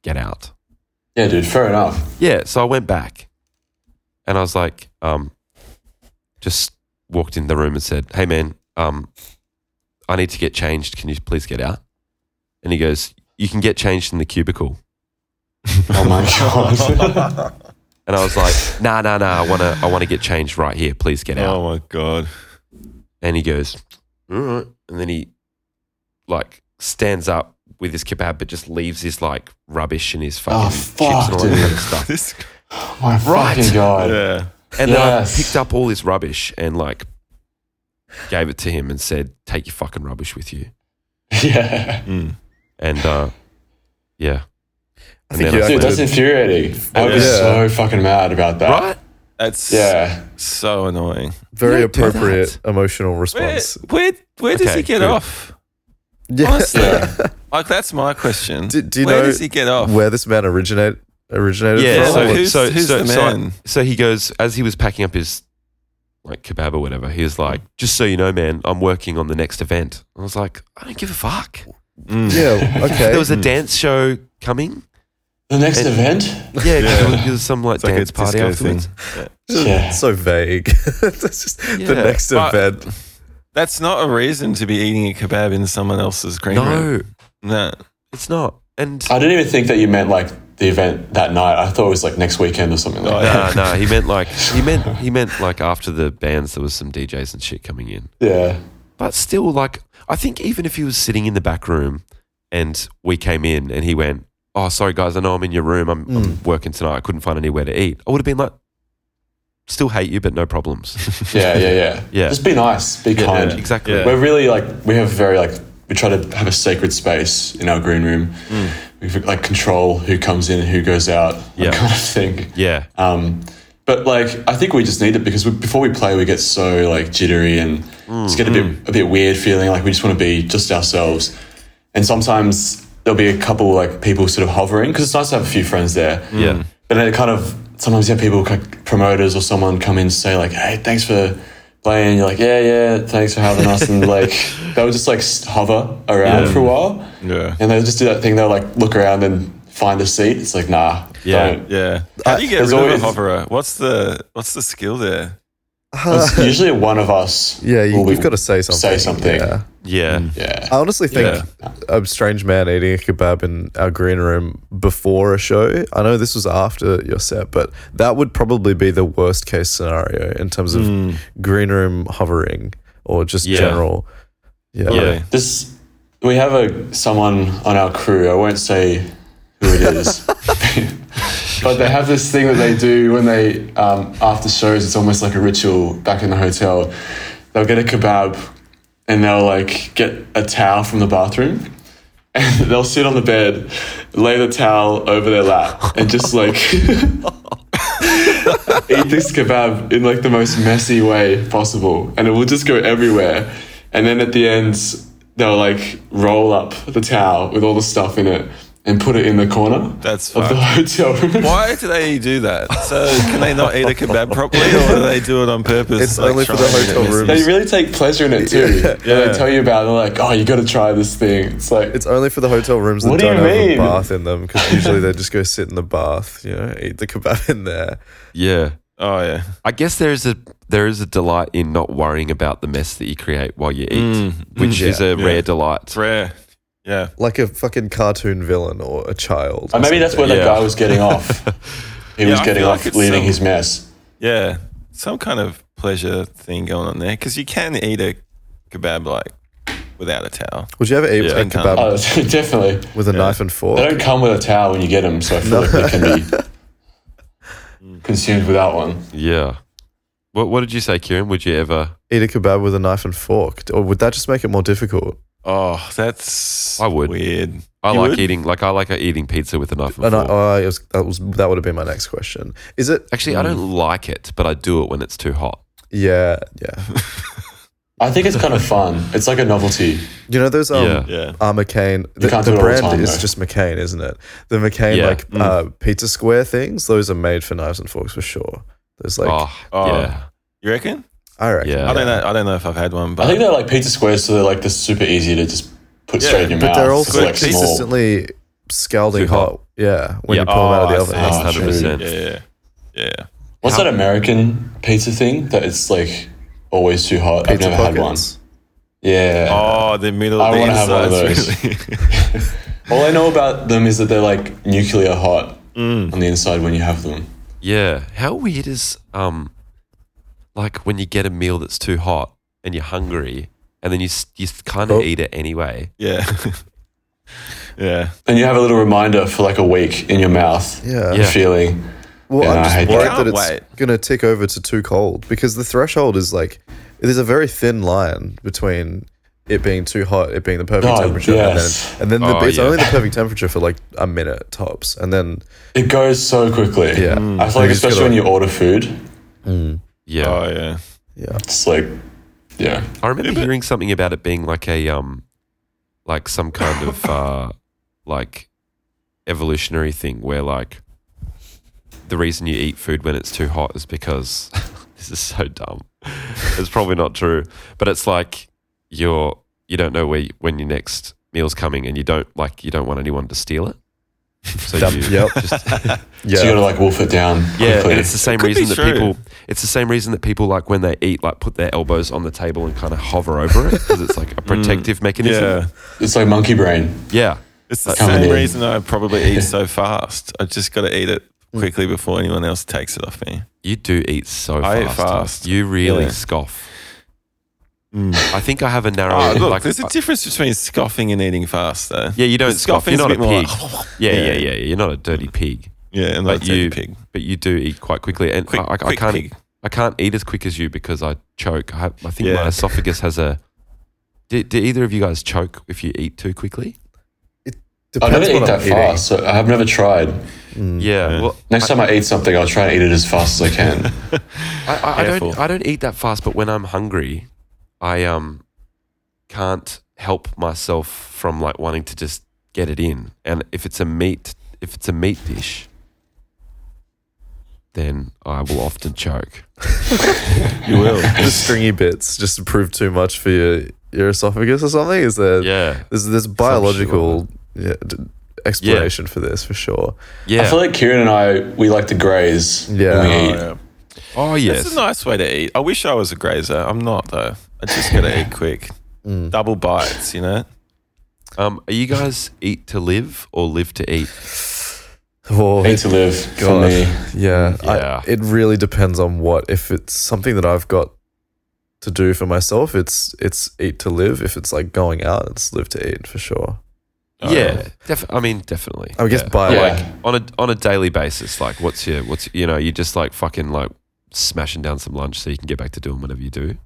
[SPEAKER 1] get out.
[SPEAKER 3] yeah, dude. Fair enough.
[SPEAKER 1] Yeah. So I went back, and I was like, um, just walked in the room and said, "Hey man, um, I need to get changed. Can you please get out?" And he goes, "You can get changed in the cubicle."
[SPEAKER 3] Oh
[SPEAKER 1] [laughs]
[SPEAKER 3] my god. [laughs]
[SPEAKER 1] And I was like, nah, nah, nah, I wanna I wanna get changed right here. Please get out.
[SPEAKER 5] Oh my god.
[SPEAKER 1] And he goes, all right. And then he like stands up with his kebab but just leaves his like rubbish and his fucking
[SPEAKER 3] Oh,
[SPEAKER 1] chips
[SPEAKER 3] fuck,
[SPEAKER 1] and all that kind
[SPEAKER 3] dude.
[SPEAKER 1] of
[SPEAKER 3] [laughs]
[SPEAKER 1] stuff.
[SPEAKER 5] [laughs] This.
[SPEAKER 3] my
[SPEAKER 1] Right.
[SPEAKER 3] fucking god.
[SPEAKER 5] Yeah.
[SPEAKER 1] And then I
[SPEAKER 3] Yes.
[SPEAKER 1] picked up all his rubbish and like gave it to him and said, Take your fucking rubbish with you.
[SPEAKER 3] [laughs] Yeah.
[SPEAKER 1] Mm. And uh yeah.
[SPEAKER 4] I
[SPEAKER 1] then
[SPEAKER 4] think you
[SPEAKER 1] I
[SPEAKER 3] Dude,
[SPEAKER 1] did.
[SPEAKER 4] acted,
[SPEAKER 3] that's infuriating. I was
[SPEAKER 5] Yeah.
[SPEAKER 3] so fucking mad about that.
[SPEAKER 1] Right?
[SPEAKER 5] That's
[SPEAKER 3] Yeah.
[SPEAKER 5] so annoying.
[SPEAKER 4] very
[SPEAKER 1] Don't do that.
[SPEAKER 4] appropriate emotional
[SPEAKER 5] Where
[SPEAKER 4] response.
[SPEAKER 5] where, where does
[SPEAKER 1] Okay,
[SPEAKER 5] he get
[SPEAKER 1] good.
[SPEAKER 5] off?
[SPEAKER 4] Yeah.
[SPEAKER 5] Honestly,
[SPEAKER 3] Yeah.
[SPEAKER 5] like that's my question.
[SPEAKER 4] [laughs] Do- do you
[SPEAKER 5] where
[SPEAKER 4] know
[SPEAKER 5] does he get off?
[SPEAKER 4] Where this man originate originated
[SPEAKER 1] Yeah.
[SPEAKER 5] Yeah,
[SPEAKER 4] from?
[SPEAKER 1] So,
[SPEAKER 5] like, who's-
[SPEAKER 1] so,
[SPEAKER 5] who's
[SPEAKER 1] so,
[SPEAKER 5] the
[SPEAKER 1] so I-
[SPEAKER 5] man?
[SPEAKER 1] so he goes as he was packing up his like kebab or whatever. He was like, "Just so you know, man, I'm working on the next event." I was like, "I don't give a fuck." Mm.
[SPEAKER 4] yeah. Okay.
[SPEAKER 1] [laughs] There was a dance show coming.
[SPEAKER 3] The next
[SPEAKER 1] It-
[SPEAKER 3] event?
[SPEAKER 1] Yeah, 'cause there was- there was some like
[SPEAKER 5] It's like a
[SPEAKER 1] dance party
[SPEAKER 5] disco
[SPEAKER 1] afterwards.
[SPEAKER 5] thing.
[SPEAKER 3] Yeah.
[SPEAKER 4] so vague. [laughs] That's just the
[SPEAKER 1] Yeah.
[SPEAKER 4] next
[SPEAKER 5] But-
[SPEAKER 4] event.
[SPEAKER 5] That's not a reason to be eating a kebab in someone else's green room.
[SPEAKER 1] No,
[SPEAKER 5] No.
[SPEAKER 1] it's not. And
[SPEAKER 3] I didn't even think that you meant like the event that night. I thought it was like next weekend or something
[SPEAKER 5] Oh,
[SPEAKER 3] like that.
[SPEAKER 1] no, no, he meant like he meant he meant like after the bands there was some DJs and shit coming in.
[SPEAKER 3] Yeah.
[SPEAKER 1] But still, like, I think even if he was sitting in the back room and we came in and he went, Oh, sorry, guys, I know I'm in your room. I'm, I'm working tonight. I couldn't find anywhere to eat. I would have been like, Still hate you, but no problems.
[SPEAKER 3] [laughs] Yeah. Yeah. Yeah.
[SPEAKER 1] Yeah.
[SPEAKER 3] Just be nice. Be kind.
[SPEAKER 1] exactly.
[SPEAKER 5] Yeah.
[SPEAKER 3] We're really like we have very like we try to have a sacred space in our green room. We like control who comes in and who goes out, that
[SPEAKER 1] Mm. Yeah.
[SPEAKER 3] kind of thing.
[SPEAKER 1] Yeah.
[SPEAKER 3] Um, but like, I think we just need it because we, before we play, we get so like jittery and just get a bit a bit weird feeling. Like we just want to be just ourselves. And sometimes there'll be a couple like people sort of hovering because it's nice to have a few friends there.
[SPEAKER 1] Yeah.
[SPEAKER 3] But then it kind of sometimes you have people like promoters or someone come in and say like, "Hey, thanks for playing." You're like, "Yeah, yeah, thanks for having us." And like they would just like s- hover around for a while,
[SPEAKER 5] Yeah.
[SPEAKER 3] and they just do that thing. They'll like look around and find a seat. It's like, nah,
[SPEAKER 1] Yeah. Uh,
[SPEAKER 3] don't.
[SPEAKER 5] Yeah. How do you get
[SPEAKER 3] There's
[SPEAKER 5] rid of a
[SPEAKER 3] always-
[SPEAKER 5] hoverer? What's the what's the skill there?
[SPEAKER 3] It's
[SPEAKER 4] [laughs]
[SPEAKER 3] usually one of us.
[SPEAKER 4] Yeah, you,
[SPEAKER 3] will be-
[SPEAKER 4] you've Uh got to say something.
[SPEAKER 3] Say something.
[SPEAKER 4] Yeah.
[SPEAKER 1] Yeah.
[SPEAKER 5] Mm.
[SPEAKER 3] Yeah.
[SPEAKER 4] I honestly think
[SPEAKER 3] Yeah.
[SPEAKER 4] a strange man eating a kebab in our green room before a show. I know this was after your set, but that would probably be the worst case scenario in terms of
[SPEAKER 5] Hmm.
[SPEAKER 4] green room hovering or just
[SPEAKER 1] Yeah.
[SPEAKER 4] general. Yeah.
[SPEAKER 1] Yeah.
[SPEAKER 3] This we have a someone on our crew. I won't say who it
[SPEAKER 4] [laughs]
[SPEAKER 3] is, but they have this thing that they do when they um, after shows. It's almost like a ritual back in the hotel. They'll get a kebab and they'll like get a towel from the bathroom. [laughs] And they'll sit on the bed, lay the towel over their lap, and just like [laughs] eat this kebab in like the most messy way possible, and it will just go everywhere. And then at the end, they'll like roll up the towel with all the stuff in it and put it in the corner
[SPEAKER 5] That's
[SPEAKER 3] of the
[SPEAKER 5] fucked.
[SPEAKER 3] hotel room.
[SPEAKER 5] Why do they do that? So can they not eat a kebab properly, or do they do it on purpose?
[SPEAKER 4] It's only for the
[SPEAKER 5] trying to
[SPEAKER 4] hotel
[SPEAKER 5] get
[SPEAKER 4] room.
[SPEAKER 5] messy?
[SPEAKER 3] [laughs] They really take pleasure in it too. Yeah,
[SPEAKER 5] Yeah.
[SPEAKER 3] they tell you about. it. They're like, "Oh, you got to try this thing." It's like
[SPEAKER 4] It's only for the hotel rooms that
[SPEAKER 3] What do you
[SPEAKER 4] don't have a
[SPEAKER 3] mean?
[SPEAKER 4] bath in them because usually
[SPEAKER 3] [laughs]
[SPEAKER 4] they just go sit in the bath, you know, eat the kebab in there.
[SPEAKER 1] Yeah.
[SPEAKER 5] Oh yeah.
[SPEAKER 1] I guess there is a there is a delight in not worrying about the mess that you create while you eat, which is a rare delight.
[SPEAKER 5] It's rare. Yeah.
[SPEAKER 4] Like a fucking cartoon villain or a child.
[SPEAKER 3] Uh,
[SPEAKER 4] or
[SPEAKER 3] maybe that's where
[SPEAKER 1] Yeah.
[SPEAKER 3] that guy was getting
[SPEAKER 5] [laughs]
[SPEAKER 3] off. He was
[SPEAKER 5] I
[SPEAKER 3] getting
[SPEAKER 5] feel
[SPEAKER 3] off
[SPEAKER 5] like it's
[SPEAKER 3] leading
[SPEAKER 5] some-
[SPEAKER 3] his mess.
[SPEAKER 5] Yeah, some kind of pleasure thing going on there because you can eat a kebab like without a towel.
[SPEAKER 4] Would you ever eat
[SPEAKER 5] Yeah,
[SPEAKER 4] a
[SPEAKER 5] I can't.
[SPEAKER 4] kebab
[SPEAKER 3] Oh, [laughs] definitely.
[SPEAKER 4] with a knife and fork?
[SPEAKER 3] They don't come with a towel when you get them, so I feel like they
[SPEAKER 5] [laughs]
[SPEAKER 3] can be consumed without one.
[SPEAKER 1] Yeah. What What did you say, Kieran? Would you ever?
[SPEAKER 4] eat a kebab with a knife and fork, or would that just make it more difficult?
[SPEAKER 5] Oh, that's
[SPEAKER 1] I would.
[SPEAKER 5] weird.
[SPEAKER 1] I
[SPEAKER 5] You
[SPEAKER 1] like
[SPEAKER 5] would?
[SPEAKER 1] eating like I like eating pizza with a knife and
[SPEAKER 4] And I,
[SPEAKER 1] fork.
[SPEAKER 4] oh, it was, that was that would have been my next question. Is it?
[SPEAKER 1] Actually, I don't like it, but I do it when it's too hot.
[SPEAKER 4] Yeah, yeah.
[SPEAKER 3] I think it's kind of
[SPEAKER 4] [laughs]
[SPEAKER 3] fun. It's like a novelty.
[SPEAKER 4] You know those um,
[SPEAKER 1] Yeah.
[SPEAKER 5] Yeah.
[SPEAKER 4] uh, McCain. The,
[SPEAKER 3] can't
[SPEAKER 4] the
[SPEAKER 3] do it all the
[SPEAKER 4] brand
[SPEAKER 3] time,
[SPEAKER 4] is
[SPEAKER 3] though.
[SPEAKER 4] just McCain, isn't it? The McCain
[SPEAKER 1] Yeah.
[SPEAKER 4] like uh, pizza square things. Those are made for knives and forks for sure. Those like
[SPEAKER 1] oh,
[SPEAKER 5] oh,
[SPEAKER 1] yeah.
[SPEAKER 5] You reckon?
[SPEAKER 4] I reckon.
[SPEAKER 1] yeah.
[SPEAKER 5] I don't know. I don't know if I've had one,
[SPEAKER 3] I
[SPEAKER 5] but
[SPEAKER 3] think they're like pizza squares, so they're like they're super easy to just put straight in your
[SPEAKER 4] But
[SPEAKER 3] mouth.
[SPEAKER 4] they're all
[SPEAKER 3] it's like
[SPEAKER 5] quick
[SPEAKER 3] small.
[SPEAKER 4] consistently scalding
[SPEAKER 1] Too hot.
[SPEAKER 4] hot. Yeah, when
[SPEAKER 1] Yeah.
[SPEAKER 4] you pull them out
[SPEAKER 5] Oh, I
[SPEAKER 4] of the
[SPEAKER 5] see.
[SPEAKER 4] oven.
[SPEAKER 3] Oh,
[SPEAKER 1] hundred percent.
[SPEAKER 5] yeah, yeah, yeah.
[SPEAKER 3] What's that American pizza thing that it's like always too hot?
[SPEAKER 4] Pizza
[SPEAKER 3] I've never
[SPEAKER 4] pockets.
[SPEAKER 3] had one. Yeah.
[SPEAKER 5] Oh, the middle.
[SPEAKER 3] I
[SPEAKER 5] the
[SPEAKER 3] wanna have one of
[SPEAKER 5] inside's
[SPEAKER 3] those.
[SPEAKER 5] really- [laughs]
[SPEAKER 4] Oh.
[SPEAKER 3] All I know about them is that they're like nuclear hot
[SPEAKER 4] Mm.
[SPEAKER 3] on the inside when you have them.
[SPEAKER 1] Yeah. How weird is um, like when you get a meal that's too hot and you're hungry, and then you s- you kind of
[SPEAKER 4] Oh.
[SPEAKER 1] eat it anyway.
[SPEAKER 5] yeah. yeah.
[SPEAKER 3] And you have a little reminder for like a week in your mouth.
[SPEAKER 4] Yeah.
[SPEAKER 3] The feeling.
[SPEAKER 4] Well,
[SPEAKER 3] Yeah,
[SPEAKER 4] I'm
[SPEAKER 3] I
[SPEAKER 4] just
[SPEAKER 3] hate that.
[SPEAKER 4] worried
[SPEAKER 5] Can't
[SPEAKER 4] that it's
[SPEAKER 5] wait.
[SPEAKER 4] going to tick over to too cold because the threshold is like there's a very thin line between it being too hot, it being the perfect
[SPEAKER 3] Oh,
[SPEAKER 4] temperature,
[SPEAKER 3] yes.
[SPEAKER 4] and then and then
[SPEAKER 1] Oh,
[SPEAKER 4] the, it's
[SPEAKER 1] yeah.
[SPEAKER 4] only the perfect temperature for like a minute tops, and then
[SPEAKER 3] It goes so quickly.
[SPEAKER 4] Yeah. Mm.
[SPEAKER 3] I feel like
[SPEAKER 4] You just
[SPEAKER 3] especially
[SPEAKER 4] gotta-
[SPEAKER 3] when you order food, Mm.
[SPEAKER 1] Yeah.
[SPEAKER 5] Oh yeah.
[SPEAKER 4] yeah,
[SPEAKER 3] it's like yeah.
[SPEAKER 1] I remember hearing something about it being like a um, like some kind of uh, like evolutionary thing where like the reason you eat food when it's too hot is because [laughs] this is so dumb. it's probably not true, but it's like you're you don't know where you, when your next meal's coming, and you don't like you don't want anyone to steal it. So
[SPEAKER 4] Dumb.
[SPEAKER 1] you
[SPEAKER 4] Yep.
[SPEAKER 3] [laughs]
[SPEAKER 1] just
[SPEAKER 4] yeah.
[SPEAKER 3] So you gotta like wolf it down
[SPEAKER 1] yeah,
[SPEAKER 3] quickly.
[SPEAKER 1] and it's the same
[SPEAKER 5] could be
[SPEAKER 1] reason that
[SPEAKER 5] true.
[SPEAKER 1] people. It's the same reason that people like when they eat, like put their elbows on the table and kind of hover over it because it's
[SPEAKER 5] [laughs] Mm.
[SPEAKER 1] like a protective mechanism. Uh,
[SPEAKER 5] Yeah.
[SPEAKER 1] Yeah,
[SPEAKER 3] It's like monkey brain.
[SPEAKER 5] It's the
[SPEAKER 3] Come
[SPEAKER 5] same
[SPEAKER 3] on.
[SPEAKER 5] reason I probably
[SPEAKER 1] [laughs]
[SPEAKER 5] eat so fast. I just got to eat it
[SPEAKER 1] Mm.
[SPEAKER 5] quickly before anyone else takes it off me.
[SPEAKER 1] you do eat so
[SPEAKER 5] I eat
[SPEAKER 1] fast.
[SPEAKER 5] fast.
[SPEAKER 1] You really
[SPEAKER 5] Yeah.
[SPEAKER 1] scoff. I think I have a narrow.
[SPEAKER 5] Oh, look,
[SPEAKER 1] Mm. like,
[SPEAKER 5] there's a difference between scoffing and eating fast, though.
[SPEAKER 1] yeah, you don't scoff. You're
[SPEAKER 5] Scoffing's
[SPEAKER 1] not a
[SPEAKER 5] a bit more
[SPEAKER 1] pig.
[SPEAKER 5] like- [laughs]
[SPEAKER 1] yeah, yeah,
[SPEAKER 5] Yeah. Mm.
[SPEAKER 1] yeah, yeah. You're not a dirty pig.
[SPEAKER 5] Yeah, and
[SPEAKER 1] But
[SPEAKER 5] like
[SPEAKER 1] you,
[SPEAKER 5] you, pig.
[SPEAKER 1] but you do eat quite quickly, and
[SPEAKER 5] Quick-
[SPEAKER 1] I, I,
[SPEAKER 5] quick
[SPEAKER 1] I can't.
[SPEAKER 5] pig.
[SPEAKER 1] I can't eat as quick as you because I choke. I, have, I think
[SPEAKER 5] Yeah.
[SPEAKER 1] my esophagus has a. Do, do either of you guys choke if you eat too quickly?
[SPEAKER 3] I've
[SPEAKER 4] Depends
[SPEAKER 3] never eaten
[SPEAKER 4] what I'm
[SPEAKER 3] that
[SPEAKER 4] eating.
[SPEAKER 3] fast, so I've never tried.
[SPEAKER 5] Mm,
[SPEAKER 1] Yeah. Well,
[SPEAKER 3] Next time I eat something, I'll try and eat it as fast as I
[SPEAKER 4] [laughs]
[SPEAKER 3] can.
[SPEAKER 1] I, I, I don't
[SPEAKER 5] Careful.
[SPEAKER 1] I don't eat that fast, but when I'm hungry, I um can't help myself from like wanting to just get it in. And if it's a meat if it's a meat dish, then I will often choke.
[SPEAKER 5] You will.
[SPEAKER 4] The stringy bits [laughs] just to prove too much for your your esophagus or something. Is there?
[SPEAKER 1] Yeah.
[SPEAKER 4] There's there's biological yeah, d- explanation for this for sure.
[SPEAKER 1] Yeah.
[SPEAKER 3] I feel like Kieran and I we like to graze
[SPEAKER 4] Yeah.
[SPEAKER 3] when we eat.
[SPEAKER 5] yeah.
[SPEAKER 1] Oh
[SPEAKER 5] It's
[SPEAKER 1] yes,
[SPEAKER 5] a nice way to eat. I wish I was a grazer. I'm not though. I
[SPEAKER 1] [laughs]
[SPEAKER 5] just gotta eat quick.
[SPEAKER 3] Mm.
[SPEAKER 5] Double bites, you know.
[SPEAKER 1] um, are you guys eat to live or live to eat?
[SPEAKER 4] Oh,
[SPEAKER 3] Need to live for
[SPEAKER 4] God.
[SPEAKER 3] me.
[SPEAKER 4] Yeah, I-
[SPEAKER 1] Yeah.
[SPEAKER 4] it really depends on what. If it's something that I've got to do for myself, it's it's eat to live. If it's like going out, it's live to eat for sure.
[SPEAKER 1] yeah, Uh, def- I mean definitely.
[SPEAKER 4] I guess
[SPEAKER 1] Yeah.
[SPEAKER 4] by
[SPEAKER 3] Yeah.
[SPEAKER 4] like
[SPEAKER 1] on a on a daily basis, like what's your what's you know you just like fucking like smashing down some lunch so you can get back to doing whatever you do.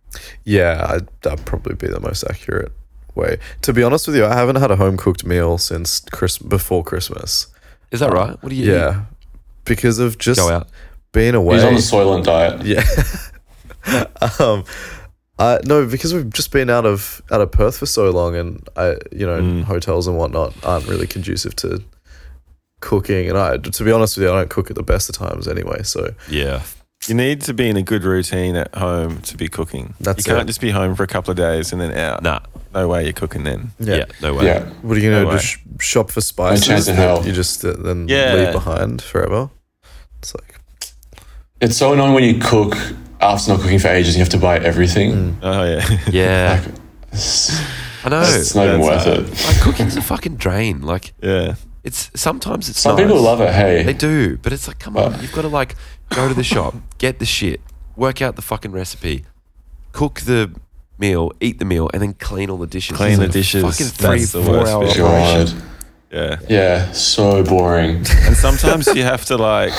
[SPEAKER 4] yeah, I, that'd probably be the most accurate way. To be honest with you, I haven't had a home cooked meal since Chris before Christmas.
[SPEAKER 1] Is that right? What do you
[SPEAKER 4] Yeah,
[SPEAKER 1] eat?
[SPEAKER 4] because of just
[SPEAKER 1] go out?
[SPEAKER 4] being away.
[SPEAKER 3] He's on the Soylent diet.
[SPEAKER 4] Yeah. um, I no, because we've just been out of out of Perth for so long, and I, you know, hotels and whatnot aren't really conducive to cooking. And I, to be honest with you, I don't cook at the best of times anyway. So
[SPEAKER 1] Yeah,
[SPEAKER 5] You need to be in a good routine at home to be cooking.
[SPEAKER 4] That's
[SPEAKER 5] you can't
[SPEAKER 4] it.
[SPEAKER 5] just be home for a couple of days and then out.
[SPEAKER 1] nah,
[SPEAKER 5] No way you're cooking then.
[SPEAKER 1] yeah, no way.
[SPEAKER 3] Yeah.
[SPEAKER 4] what are you gonna
[SPEAKER 5] No
[SPEAKER 4] do? Sh- shop for spices?
[SPEAKER 3] chance in
[SPEAKER 4] that
[SPEAKER 3] hell.
[SPEAKER 4] You just uh, then
[SPEAKER 5] Yeah.
[SPEAKER 4] leave behind forever. It's like
[SPEAKER 3] It's so annoying when you cook after not cooking for ages and you have to buy
[SPEAKER 4] Hmm.
[SPEAKER 3] everything.
[SPEAKER 5] Oh yeah. [laughs]
[SPEAKER 1] Yeah,
[SPEAKER 3] It's,
[SPEAKER 1] I know.
[SPEAKER 3] it's not even worth
[SPEAKER 5] That's
[SPEAKER 3] it.
[SPEAKER 1] Like cooking's a fucking drain. Like
[SPEAKER 5] yeah.
[SPEAKER 1] it's sometimes it's
[SPEAKER 3] Some
[SPEAKER 1] nice.
[SPEAKER 3] people love it, hey.
[SPEAKER 1] They do, but it's like, come on, you've got to like go to the shop, get the shit, work out the fucking recipe, cook the meal, eat the meal, and then clean all the dishes.
[SPEAKER 5] Clean
[SPEAKER 1] It's
[SPEAKER 5] the
[SPEAKER 1] a
[SPEAKER 5] dishes.
[SPEAKER 1] Fucking
[SPEAKER 5] That's
[SPEAKER 1] three,
[SPEAKER 5] the
[SPEAKER 1] four
[SPEAKER 5] worst
[SPEAKER 1] hour
[SPEAKER 5] bit.
[SPEAKER 1] operation.
[SPEAKER 3] God.
[SPEAKER 5] Yeah.
[SPEAKER 3] Yeah, so boring. [laughs]
[SPEAKER 5] And sometimes you have to like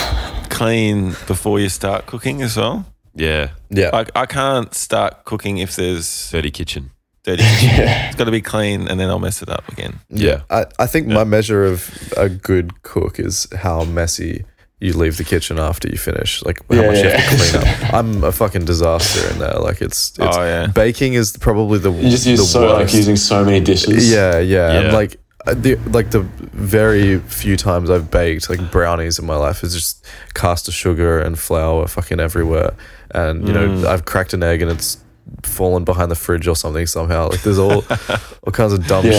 [SPEAKER 5] clean before you start cooking as well.
[SPEAKER 1] Yeah,
[SPEAKER 4] yeah,
[SPEAKER 5] Like I can't start cooking if there's
[SPEAKER 1] dirty kitchen.
[SPEAKER 5] dirty.
[SPEAKER 3] yeah.
[SPEAKER 5] It's got to be clean, and then I'll mess it up again.
[SPEAKER 1] Yeah.
[SPEAKER 4] I, I think my measure of a good cook is how messy you leave the kitchen after you finish. Like how
[SPEAKER 3] Yeah,
[SPEAKER 4] much you have to
[SPEAKER 3] yeah.
[SPEAKER 4] clean up. I'm a fucking disaster in there. Like it's, it's
[SPEAKER 5] Oh, yeah.
[SPEAKER 4] baking is probably the
[SPEAKER 3] You just use
[SPEAKER 4] the
[SPEAKER 3] so like
[SPEAKER 4] worst.
[SPEAKER 3] using so many dishes.
[SPEAKER 4] yeah, yeah. And,
[SPEAKER 1] Yeah.
[SPEAKER 4] like uh, the like the very few times I've baked like brownies in my life is just caster sugar and flour fucking everywhere. And you
[SPEAKER 3] Mm.
[SPEAKER 4] know, I've cracked an egg and it's fallen behind the fridge or something somehow. Like
[SPEAKER 3] [laughs]
[SPEAKER 4] there's all all kinds of dumb
[SPEAKER 3] Yeah.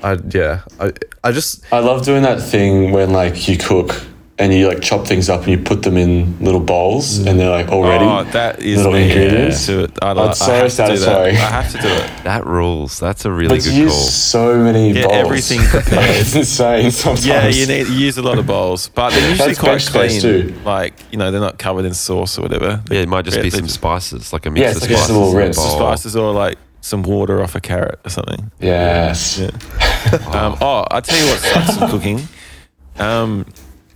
[SPEAKER 4] shit. I yeah. I I just
[SPEAKER 3] I love doing that thing when like you cook and you like chop things up and you put them in little bowls and they're like already.
[SPEAKER 5] Mm. Oh, that is
[SPEAKER 3] Little
[SPEAKER 5] me.
[SPEAKER 3] ingredients.
[SPEAKER 5] Yeah. Do it. I,
[SPEAKER 3] That's
[SPEAKER 5] I
[SPEAKER 3] so
[SPEAKER 5] have to do that.
[SPEAKER 3] satisfying.
[SPEAKER 5] I have to do it.
[SPEAKER 1] That rules. That's a really
[SPEAKER 3] but you
[SPEAKER 1] good
[SPEAKER 3] use
[SPEAKER 1] call.
[SPEAKER 3] so many
[SPEAKER 5] Get
[SPEAKER 3] bowls.
[SPEAKER 5] everything
[SPEAKER 3] like,
[SPEAKER 5] prepared.
[SPEAKER 3] [laughs] it's insane sometimes.
[SPEAKER 5] Yeah, you need you use a lot of bowls, but they're usually
[SPEAKER 3] That's
[SPEAKER 5] quite
[SPEAKER 3] bench space
[SPEAKER 5] clean.
[SPEAKER 3] too.
[SPEAKER 5] Like you know, they're not covered in sauce or whatever.
[SPEAKER 1] Yeah, it might just be
[SPEAKER 5] They-
[SPEAKER 1] some
[SPEAKER 5] they-
[SPEAKER 1] spices, like a mix
[SPEAKER 3] Yeah,
[SPEAKER 1] of
[SPEAKER 3] it's like
[SPEAKER 1] spices.
[SPEAKER 3] just a little
[SPEAKER 1] in a
[SPEAKER 3] rinse.
[SPEAKER 1] bowl.
[SPEAKER 5] spices or like some water off a carrot or something.
[SPEAKER 3] Yes.
[SPEAKER 5] Um, oh, I tell you what sucks in cooking, um,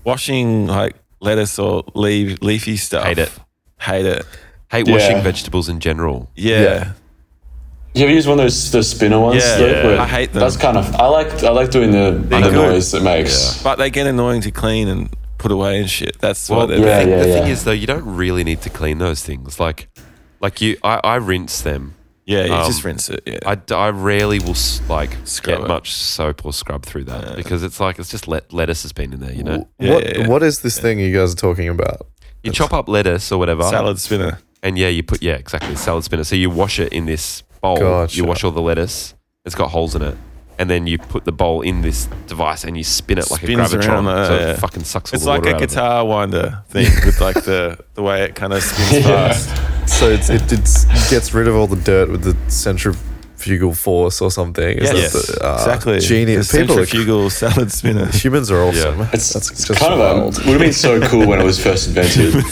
[SPEAKER 5] washing like lettuce or leaf leafy stuff.
[SPEAKER 1] Hate it.
[SPEAKER 5] Hate it.
[SPEAKER 1] Hate
[SPEAKER 3] Yeah.
[SPEAKER 1] washing vegetables in general.
[SPEAKER 5] Yeah.
[SPEAKER 4] Yeah.
[SPEAKER 3] You ever use one of those the spinner ones?
[SPEAKER 5] Yeah,
[SPEAKER 3] Luke,
[SPEAKER 5] yeah.
[SPEAKER 3] where-
[SPEAKER 5] I hate them.
[SPEAKER 3] That's kind of. I like I like doing the, the
[SPEAKER 5] good.
[SPEAKER 3] noise it makes.
[SPEAKER 5] But they get annoying to clean and put away and shit. That's why
[SPEAKER 1] Well,
[SPEAKER 5] they're
[SPEAKER 1] the,
[SPEAKER 3] yeah,
[SPEAKER 1] thing, the thing
[SPEAKER 3] yeah.
[SPEAKER 1] is though, you don't really need to clean those things. Like, like you, I, I rinse them.
[SPEAKER 5] yeah, you
[SPEAKER 1] Um,
[SPEAKER 5] just rinse it. Yeah.
[SPEAKER 1] I, d- I rarely will s- like
[SPEAKER 5] Scrub
[SPEAKER 1] get
[SPEAKER 5] it.
[SPEAKER 1] much soap or scrub through that because it's like it's just let- lettuce has been in there. You know,
[SPEAKER 5] Yeah,
[SPEAKER 4] what
[SPEAKER 5] yeah, yeah.
[SPEAKER 4] what is this thing you guys are talking about?
[SPEAKER 1] you chop up lettuce or whatever,
[SPEAKER 5] Salad spinner.
[SPEAKER 1] and yeah, you put yeah exactly salad spinner. So you wash it in this bowl.
[SPEAKER 4] Gotcha.
[SPEAKER 1] You wash all the lettuce. It's got holes in it. And then you put the bowl in this device and you spin it like
[SPEAKER 5] Spins
[SPEAKER 1] a
[SPEAKER 5] around,
[SPEAKER 1] gravitron,
[SPEAKER 5] uh,
[SPEAKER 1] so
[SPEAKER 5] yeah.
[SPEAKER 1] it fucking sucks all
[SPEAKER 5] It's
[SPEAKER 1] the
[SPEAKER 5] like
[SPEAKER 1] water
[SPEAKER 5] a
[SPEAKER 1] out of it.
[SPEAKER 5] guitar winder thing
[SPEAKER 4] [laughs]
[SPEAKER 5] with like the the way it kind of spins
[SPEAKER 3] Yeah.
[SPEAKER 5] fast.
[SPEAKER 4] So it's, it it's, gets rid of all the dirt with the centrifugal force or something. Is
[SPEAKER 5] Yes,
[SPEAKER 4] that the- ah,
[SPEAKER 5] exactly.
[SPEAKER 4] Genius.
[SPEAKER 5] The
[SPEAKER 4] People are cr-
[SPEAKER 5] centrifugal salad spinner.
[SPEAKER 4] [laughs] humans are awesome.
[SPEAKER 1] Yeah.
[SPEAKER 3] It's,
[SPEAKER 4] That's
[SPEAKER 3] it's
[SPEAKER 4] just
[SPEAKER 3] kind of um, [laughs]
[SPEAKER 4] wild.
[SPEAKER 3] would have been so cool when it was
[SPEAKER 5] [laughs]
[SPEAKER 3] first invented.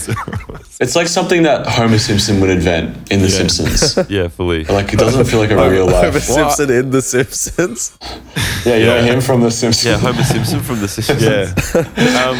[SPEAKER 3] it's like something that Homer Simpson would invent in The
[SPEAKER 5] [laughs]
[SPEAKER 3] Simpsons.
[SPEAKER 1] Yeah, fully.
[SPEAKER 3] Like it doesn't feel like a real
[SPEAKER 4] Homer
[SPEAKER 3] life.
[SPEAKER 4] Simpson in The Simpsons. [laughs]
[SPEAKER 3] Yeah, you know
[SPEAKER 5] Yeah.
[SPEAKER 3] him from The Simpsons.
[SPEAKER 1] Yeah, Homer Simpson from
[SPEAKER 5] [laughs]
[SPEAKER 1] The Simpsons.
[SPEAKER 5] Yeah. [laughs] Um,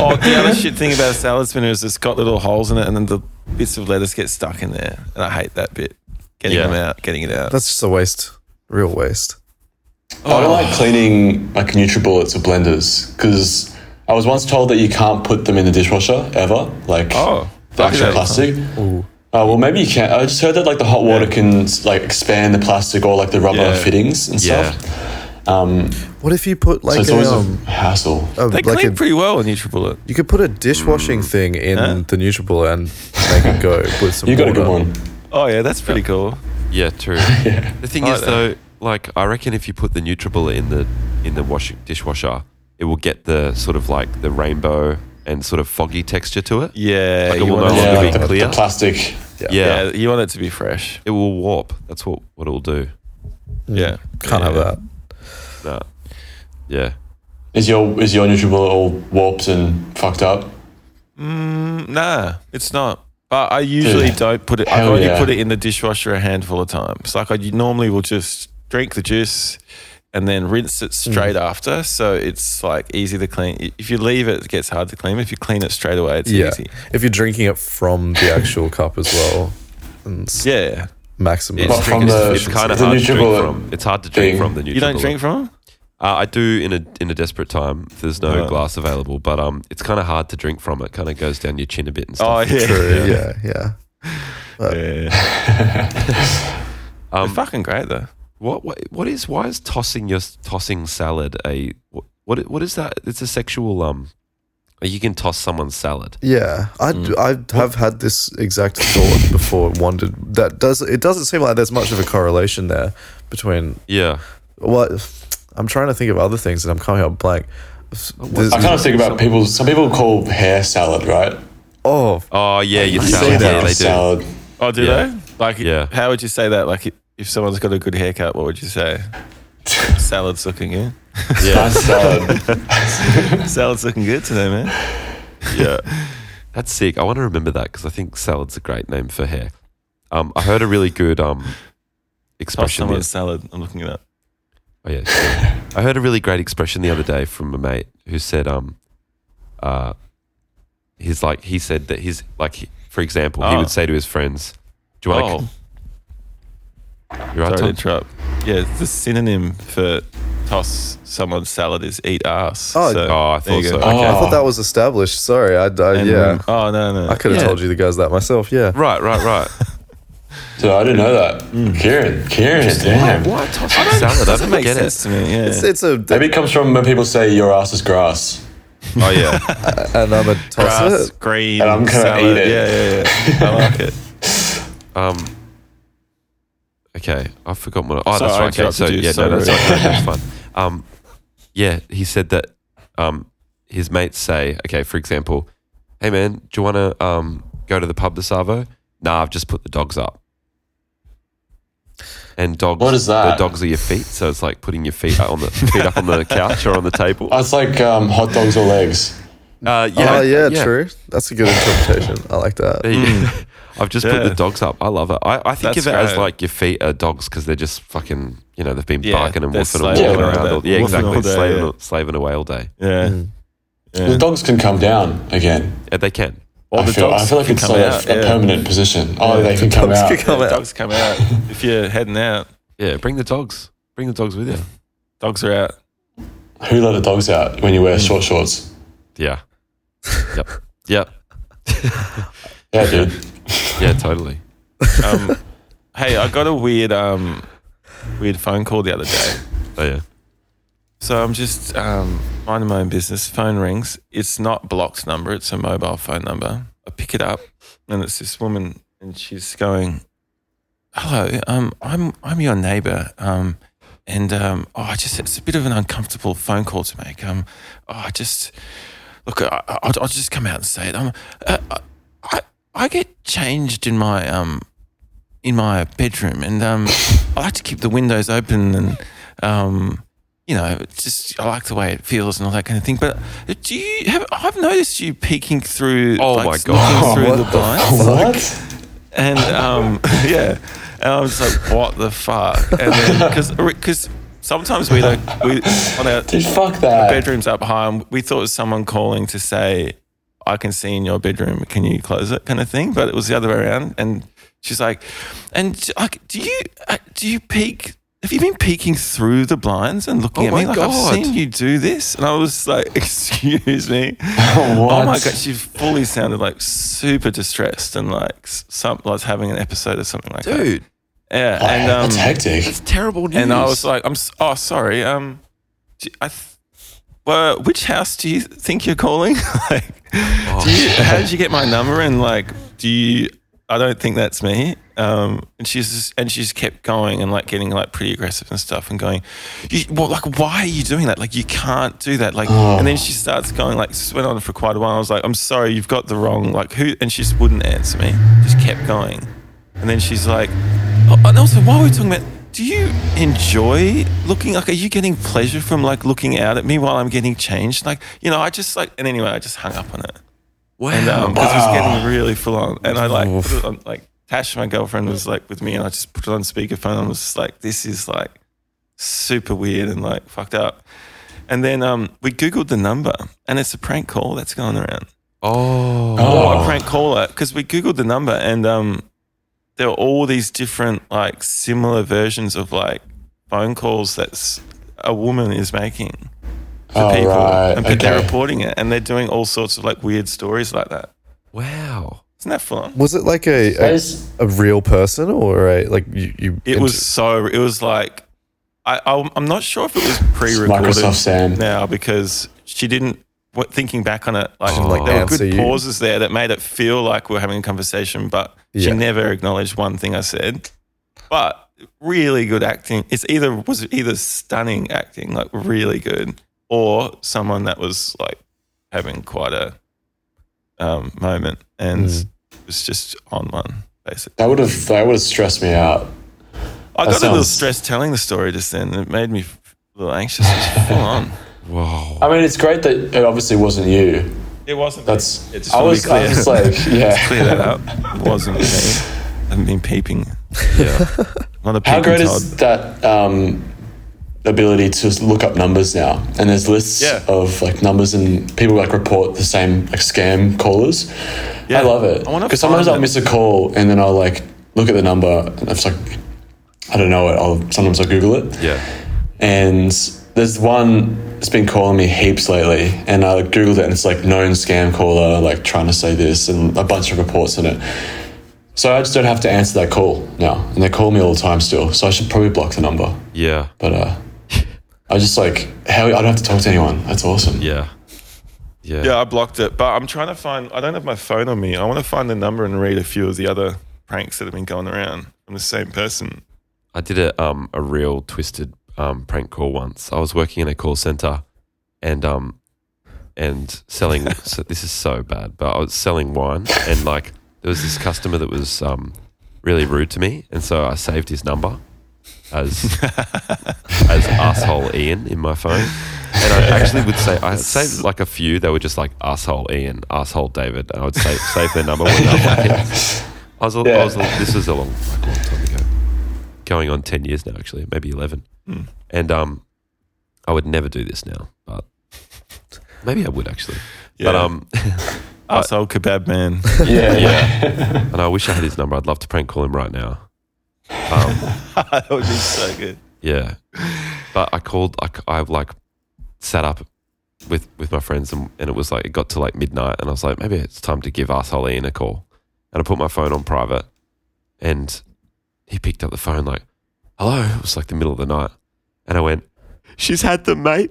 [SPEAKER 5] oh, the other shit thing about a salad spinner is it's got little holes in it, and then the bits of lettuce get stuck in there, and I hate that bit. Getting
[SPEAKER 1] Yeah.
[SPEAKER 5] them out, getting it out.
[SPEAKER 4] That's just a waste. Real waste.
[SPEAKER 3] [laughs] I don't like cleaning like NutriBullets or blenders because I was once told that you can't put them in the dishwasher ever, like
[SPEAKER 5] Oh,
[SPEAKER 3] the
[SPEAKER 5] I do
[SPEAKER 3] actual
[SPEAKER 5] that all the
[SPEAKER 3] plastic. Oh well, maybe you can. I just heard that like the hot water can like expand the plastic or like the rubber
[SPEAKER 5] Yeah.
[SPEAKER 3] fittings and
[SPEAKER 1] Yeah.
[SPEAKER 3] stuff. Um,
[SPEAKER 4] What if you put
[SPEAKER 3] so
[SPEAKER 4] like
[SPEAKER 3] it's
[SPEAKER 4] a,
[SPEAKER 3] always
[SPEAKER 4] um,
[SPEAKER 3] a hassle.
[SPEAKER 4] a-
[SPEAKER 5] They
[SPEAKER 4] like
[SPEAKER 5] clean
[SPEAKER 4] a,
[SPEAKER 5] pretty well in NutriBullet.
[SPEAKER 4] you could put a dishwashing thing in the NutriBullet and make it go with some
[SPEAKER 3] You got a good
[SPEAKER 4] water.
[SPEAKER 3] one.
[SPEAKER 5] Oh yeah, that's pretty cool.
[SPEAKER 1] Yeah,
[SPEAKER 3] [laughs]
[SPEAKER 1] true. The thing
[SPEAKER 3] Oh,
[SPEAKER 5] Alright
[SPEAKER 1] is, though, like I reckon if you put the NutriBullet in the in the wash dishwasher, it will get the sort of like the rainbow and sort of foggy texture to it.
[SPEAKER 5] Yeah,
[SPEAKER 1] Like it
[SPEAKER 5] you
[SPEAKER 1] will no
[SPEAKER 5] want it
[SPEAKER 1] longer be
[SPEAKER 5] to be-
[SPEAKER 3] the,
[SPEAKER 1] Oh, clear.
[SPEAKER 3] the plastic.
[SPEAKER 1] Yeah.
[SPEAKER 5] yeah, you want it to be fresh.
[SPEAKER 1] It will warp. That's what, what it will do.
[SPEAKER 5] Yeah,
[SPEAKER 4] Mm. Can't have
[SPEAKER 5] Yeah.
[SPEAKER 4] that.
[SPEAKER 1] Nah. Yeah.
[SPEAKER 3] Is your is your NutriBullet all warped and fucked up?
[SPEAKER 5] Nah, it's not. But I usually
[SPEAKER 3] Dude,
[SPEAKER 5] don't put it. I
[SPEAKER 3] hell
[SPEAKER 5] only
[SPEAKER 3] yeah.
[SPEAKER 5] put it in the dishwasher a handful of times. Like I normally will just drink the juice and then rinse it straight after. So it's like easy to clean. If you leave it, it gets hard to clean. If you clean it straight away, it's
[SPEAKER 4] Yeah.
[SPEAKER 5] easy.
[SPEAKER 4] If you're drinking it from the actual cup as well, and s-
[SPEAKER 5] Yeah.
[SPEAKER 4] maximum.
[SPEAKER 1] It's, [laughs]
[SPEAKER 3] But from
[SPEAKER 1] drinking-
[SPEAKER 3] the-
[SPEAKER 1] it's kind of
[SPEAKER 3] the
[SPEAKER 1] hard to drink
[SPEAKER 3] NutriBullet
[SPEAKER 1] from. It's hard to drink
[SPEAKER 3] thing.
[SPEAKER 1] from the new.
[SPEAKER 5] You don't drink from 'em?
[SPEAKER 1] Uh, I do in a in a desperate time. If there's no
[SPEAKER 3] Uh.
[SPEAKER 5] Oh.
[SPEAKER 1] glass available, but um, it's kind of hard to drink from. It kind of goes down your chin a bit and
[SPEAKER 5] Oh,
[SPEAKER 1] stuff.
[SPEAKER 5] yeah.
[SPEAKER 4] True. Yeah. Yeah.
[SPEAKER 5] Yeah. They're
[SPEAKER 1] Um,
[SPEAKER 5] fucking great though.
[SPEAKER 1] what what what is why is tossing your tossing salad a what- what what is that? It's a sexual um. You can toss someone's salad.
[SPEAKER 4] Yeah, I, d- I have had this exact thought before. and Wondered that does it doesn't seem like there's much of a correlation there between
[SPEAKER 1] Yeah.
[SPEAKER 4] what I'm trying to think of other things and I'm coming up blank. S-
[SPEAKER 3] I
[SPEAKER 4] there's-
[SPEAKER 3] kind of think about people. Some people call hair salad, right?
[SPEAKER 4] Oh,
[SPEAKER 1] Oh yeah, your
[SPEAKER 4] see
[SPEAKER 1] salad.
[SPEAKER 4] that.
[SPEAKER 1] Yeah, they do.
[SPEAKER 3] salad. [laughs]
[SPEAKER 5] Oh, do
[SPEAKER 1] Yeah.
[SPEAKER 5] they? Like,
[SPEAKER 1] Yeah.
[SPEAKER 5] how would you say that? Like, if someone's got a good haircut, what would you say? Salad's looking good.
[SPEAKER 1] Yeah,
[SPEAKER 3] Nice salad.
[SPEAKER 5] Salad's looking good today, man. [laughs]
[SPEAKER 1] yeah. That's sick. I want to remember that because I think salad's a great name for hair. Um, I heard a really good um
[SPEAKER 5] Toss
[SPEAKER 1] expression. the-
[SPEAKER 5] someone's salad. I'm looking it up.
[SPEAKER 1] Oh yeah. sure. I heard a really great expression the other day from a mate who said, um, uh, he's like he said that he's like he, for example, he
[SPEAKER 5] Oh.
[SPEAKER 1] would say to his friends, "Do you want
[SPEAKER 5] Oh.
[SPEAKER 1] to? You're right,
[SPEAKER 5] Sorry to
[SPEAKER 1] Tom?
[SPEAKER 5] interrupt. Yeah, the synonym for toss someone's salad is eat ass.
[SPEAKER 4] Oh,
[SPEAKER 5] so,
[SPEAKER 1] Oh, I
[SPEAKER 5] there
[SPEAKER 1] thought
[SPEAKER 5] you
[SPEAKER 1] so.
[SPEAKER 5] go.
[SPEAKER 1] Okay.
[SPEAKER 4] I thought that was established. Sorry, I, I
[SPEAKER 5] And
[SPEAKER 4] yeah,
[SPEAKER 5] then- oh no no.
[SPEAKER 4] I could have
[SPEAKER 1] Yeah.
[SPEAKER 4] told you the guys that myself. Yeah,
[SPEAKER 1] Right, right, [laughs] right.
[SPEAKER 3] So I didn't know that.
[SPEAKER 5] Hmm.
[SPEAKER 3] Kieran, Kieran, damn.
[SPEAKER 1] Why toss a salad? I
[SPEAKER 5] doesn't
[SPEAKER 1] don't
[SPEAKER 5] make
[SPEAKER 1] get
[SPEAKER 5] sense
[SPEAKER 1] it.
[SPEAKER 5] to me. Yeah.
[SPEAKER 4] it's, it's a
[SPEAKER 3] Maybe it comes from when people say your ass is grass.
[SPEAKER 1] Oh yeah,
[SPEAKER 4] and I'm a tosser.
[SPEAKER 5] grass, green,
[SPEAKER 3] And I'm gonna
[SPEAKER 5] salad.
[SPEAKER 3] eat it.
[SPEAKER 5] Yeah, yeah, yeah. I like it.
[SPEAKER 1] Um. Okay, I forgot what. Oh,
[SPEAKER 5] Sorry,
[SPEAKER 1] that's
[SPEAKER 5] I
[SPEAKER 1] right. Okay,
[SPEAKER 5] interrupted
[SPEAKER 1] so
[SPEAKER 5] you.
[SPEAKER 1] yeah, no, that's
[SPEAKER 5] Sorry.
[SPEAKER 1] right. no, that's fine. Um, yeah, he said that. Um, his mates say, okay, for example, hey man, do you want to um go to the pub this arvo? Nah, I've just put the dogs up. And dogs.
[SPEAKER 3] What is that?
[SPEAKER 1] The dogs are your feet, so it's like putting your feet on the feet up on
[SPEAKER 5] [laughs]
[SPEAKER 1] the couch or on the table.
[SPEAKER 3] Oh, it's like um, hot dogs or legs.
[SPEAKER 1] Uh,
[SPEAKER 4] Oh yeah, true. That's a good interpretation. I like that.
[SPEAKER 1] There you go. [laughs] I've just put the
[SPEAKER 5] Hmm. Yeah.
[SPEAKER 1] dogs up. I love it. I, I think
[SPEAKER 5] That's
[SPEAKER 1] of it as
[SPEAKER 5] great.
[SPEAKER 1] like your feet are dogs because they're just fucking, you know, they've been
[SPEAKER 5] Yeah,
[SPEAKER 1] barking and
[SPEAKER 5] they're
[SPEAKER 1] woofing and
[SPEAKER 5] slaving
[SPEAKER 1] walking
[SPEAKER 3] all
[SPEAKER 1] around.
[SPEAKER 5] day.
[SPEAKER 1] All, yeah,
[SPEAKER 5] Woofing
[SPEAKER 1] exactly.
[SPEAKER 5] all day,
[SPEAKER 1] slaving,
[SPEAKER 5] yeah.
[SPEAKER 1] slaving away all day.
[SPEAKER 5] Yeah.
[SPEAKER 3] The dogs can come down again.
[SPEAKER 1] Yeah, they can.
[SPEAKER 5] Or
[SPEAKER 3] I
[SPEAKER 5] the
[SPEAKER 3] feel,
[SPEAKER 5] dogs
[SPEAKER 3] I feel like
[SPEAKER 5] can
[SPEAKER 3] it's
[SPEAKER 5] come
[SPEAKER 3] like
[SPEAKER 5] out,
[SPEAKER 3] a, a
[SPEAKER 5] yeah.
[SPEAKER 3] permanent position. Oh, they can come
[SPEAKER 4] Dogs
[SPEAKER 3] out.
[SPEAKER 4] could come
[SPEAKER 5] The
[SPEAKER 4] out.
[SPEAKER 5] dogs come out. if you're heading out,
[SPEAKER 1] Yeah, bring the dogs. Bring the dogs with you.
[SPEAKER 5] dogs are out.
[SPEAKER 3] Who let the dogs out when you wear
[SPEAKER 5] Hmm.
[SPEAKER 3] short shorts?
[SPEAKER 1] Yeah. Yep. Yep.
[SPEAKER 3] Yeah,
[SPEAKER 5] [laughs]
[SPEAKER 3] dude.
[SPEAKER 1] Yeah, totally.
[SPEAKER 5] Um, hey, I got a weird um, weird phone call the other day.
[SPEAKER 1] Oh, yeah.
[SPEAKER 5] So I'm just um, minding my own business. Phone rings. It's not blocked number. It's a mobile phone number. I pick it up, and it's this woman, and she's going, "Hello, um, I'm I'm your neighbour, um, and um, oh, I just it's a bit of an uncomfortable phone call to make. Um, oh, I just look, I, I- I'll, I'll just come out and say it. Um, uh, I, I I get changed in my um in my bedroom, and um, I like to keep the windows open and um." you know, it's just I like the way it feels and all that kind of thing. But do you have? I've noticed you peeking through.
[SPEAKER 1] Oh
[SPEAKER 5] like,
[SPEAKER 1] my God.
[SPEAKER 5] sneaking
[SPEAKER 1] Oh,
[SPEAKER 5] through the blinds,
[SPEAKER 3] What?
[SPEAKER 5] and um, [laughs] yeah, and I was like, what the fuck? And then because because sometimes we don't we on our
[SPEAKER 3] Dude, fuck that.
[SPEAKER 5] bedrooms up high, and we thought it was someone calling to say, I can see in your bedroom. Can you close it? Kind of thing. But it was the other way around. And she's like, and d- like, do you, uh, do you peek? Have you been peeking through the blinds and looking
[SPEAKER 1] Oh
[SPEAKER 5] at
[SPEAKER 1] my
[SPEAKER 5] me? Like,
[SPEAKER 1] God.
[SPEAKER 5] I've seen you do this. And I was like, [laughs] excuse me.
[SPEAKER 3] What?
[SPEAKER 5] Oh my God. She fully sounded like super distressed and like s- some, like having an episode or something like that.
[SPEAKER 1] Dude,
[SPEAKER 5] Yeah.
[SPEAKER 3] Oh,
[SPEAKER 5] and, um,
[SPEAKER 3] that's hectic.
[SPEAKER 1] it's terrible news.
[SPEAKER 5] and I was like, I'm s- oh sorry. Um, do- I th- well, which house do you think you're calling? [laughs] like, do you, how did you get my number? And like, do you? I don't think that's me. Um, and she's just, and she's kept going and like getting like pretty aggressive and stuff and going, you, well, like why are you doing that? Like you can't do that. Like and then she starts going like this went on for quite a while. I was like, I'm sorry, you've got the wrong like who? And she just wouldn't answer me. Just kept going, and then she's like, oh, and also while we're talking about, do you enjoy looking? Like, are you getting pleasure from like looking out at me while I'm getting changed? Like you know, I just like and anyway, I just hung up on it. And um, 'cause it was getting really full on. And I like, put it on, like Tash, my girlfriend, was like with me, and I just put it on speakerphone. And I was just like, this is like super weird and like fucked up. And then um, we googled the number, and it's a prank call that's going around.
[SPEAKER 1] Oh,
[SPEAKER 5] Oh,
[SPEAKER 3] Oh,
[SPEAKER 5] a prank caller! Because we googled the number, and um, there were all these different like similar versions of like phone calls that's a woman is making to
[SPEAKER 3] Oh,
[SPEAKER 5] people,
[SPEAKER 3] right.
[SPEAKER 5] and but they're
[SPEAKER 3] Okay.
[SPEAKER 5] reporting it, and they're doing all sorts of like weird stories like that.
[SPEAKER 1] wow.
[SPEAKER 5] Isn't that fun?
[SPEAKER 4] Was it like a
[SPEAKER 3] That
[SPEAKER 4] a,
[SPEAKER 3] is-
[SPEAKER 4] a real person or a like you? you
[SPEAKER 5] It was so. It was like I. I'm I'm not sure if it was pre-recorded
[SPEAKER 3] Microsoft Sam.
[SPEAKER 5] now because she didn't. What, thinking back on it, like,
[SPEAKER 1] She
[SPEAKER 3] Oh.
[SPEAKER 1] didn't, like,
[SPEAKER 5] there were
[SPEAKER 4] answer
[SPEAKER 5] good
[SPEAKER 4] you.
[SPEAKER 5] pauses there that made it feel like we are having a conversation, but she
[SPEAKER 4] Yeah.
[SPEAKER 5] never acknowledged one thing I said. But really good acting. It's either was either stunning acting, like really good, or someone that was like having quite a um, moment and was just on one basically.
[SPEAKER 3] Mm. That would have that would have stressed me out. That
[SPEAKER 5] I got a little
[SPEAKER 3] sounds-
[SPEAKER 5] stressed telling the story just then. It made me f- a little anxious. It was
[SPEAKER 3] [laughs]
[SPEAKER 5] full on.
[SPEAKER 1] Whoa.
[SPEAKER 3] I mean, it's great that it obviously wasn't you.
[SPEAKER 5] It wasn't.
[SPEAKER 3] That's
[SPEAKER 5] It just
[SPEAKER 3] I
[SPEAKER 5] wanna be
[SPEAKER 3] was I
[SPEAKER 5] clear.
[SPEAKER 3] was
[SPEAKER 5] [laughs]
[SPEAKER 3] like yeah.
[SPEAKER 5] clear that up. It [laughs] wasn't me. I've been peeping. [laughs]
[SPEAKER 1] Yeah.
[SPEAKER 5] Not a peeping
[SPEAKER 3] How great
[SPEAKER 5] Todd.
[SPEAKER 3] is that um, ability to just look up numbers now? And there's lists
[SPEAKER 5] Yeah.
[SPEAKER 3] of like numbers and people like report the same like scam callers.
[SPEAKER 5] Yeah.
[SPEAKER 3] I love it
[SPEAKER 5] I wanna
[SPEAKER 3] because sometimes
[SPEAKER 5] find
[SPEAKER 3] I'll
[SPEAKER 5] it.
[SPEAKER 3] miss a call and then I'll like look at the number and it's like I don't know it. I'll sometimes I'll Google it.
[SPEAKER 1] yeah.
[SPEAKER 3] and there's one that's been calling me heaps lately and i googled it and it's like known scam caller like trying to say this and a bunch of reports in it so i just don't have to answer that call now and they call me all the time still so i should probably block the number
[SPEAKER 1] Yeah.
[SPEAKER 3] but uh i just like how i don't have to talk to anyone that's
[SPEAKER 1] [laughs]
[SPEAKER 3] awesome
[SPEAKER 1] Yeah. Yeah.
[SPEAKER 5] Yeah, I blocked it. But I'm trying to find. I don't have my phone on me. I want to find the number and read a few of the other pranks that have been going around from the same person.
[SPEAKER 1] I did a um a real twisted um prank call once. I was working in a call center, and um and selling. so this is so bad, but I was selling wine, and like there was this customer that was um really rude to me, and so I saved his number as as asshole Ian in my phone. And I actually would say I saved like a few. They were just like asshole Ian, asshole David. And I would save, save their number. When they were like, I was, a- I was a- this was a long, like, long time ago, going on ten years now, actually, maybe eleven. And um, I would never do this now, but maybe I would actually. But
[SPEAKER 5] Yeah.
[SPEAKER 1] um,
[SPEAKER 5] Asshole kebab [laughs] man.
[SPEAKER 3] [laughs]
[SPEAKER 1] [laughs]
[SPEAKER 3] yeah,
[SPEAKER 1] and I wish I had his number. I'd love to prank call him right now. Um,
[SPEAKER 5] that would be so good.
[SPEAKER 1] Yeah, but I called. I, I like sat up with with my friends, and, and it was like it got to like midnight, and I was like, maybe it's time to give asshole Ian a call. And I put my phone on private, and he picked up the phone like, "Hello." It was like the middle of the night, and I went, "She's had them, mate."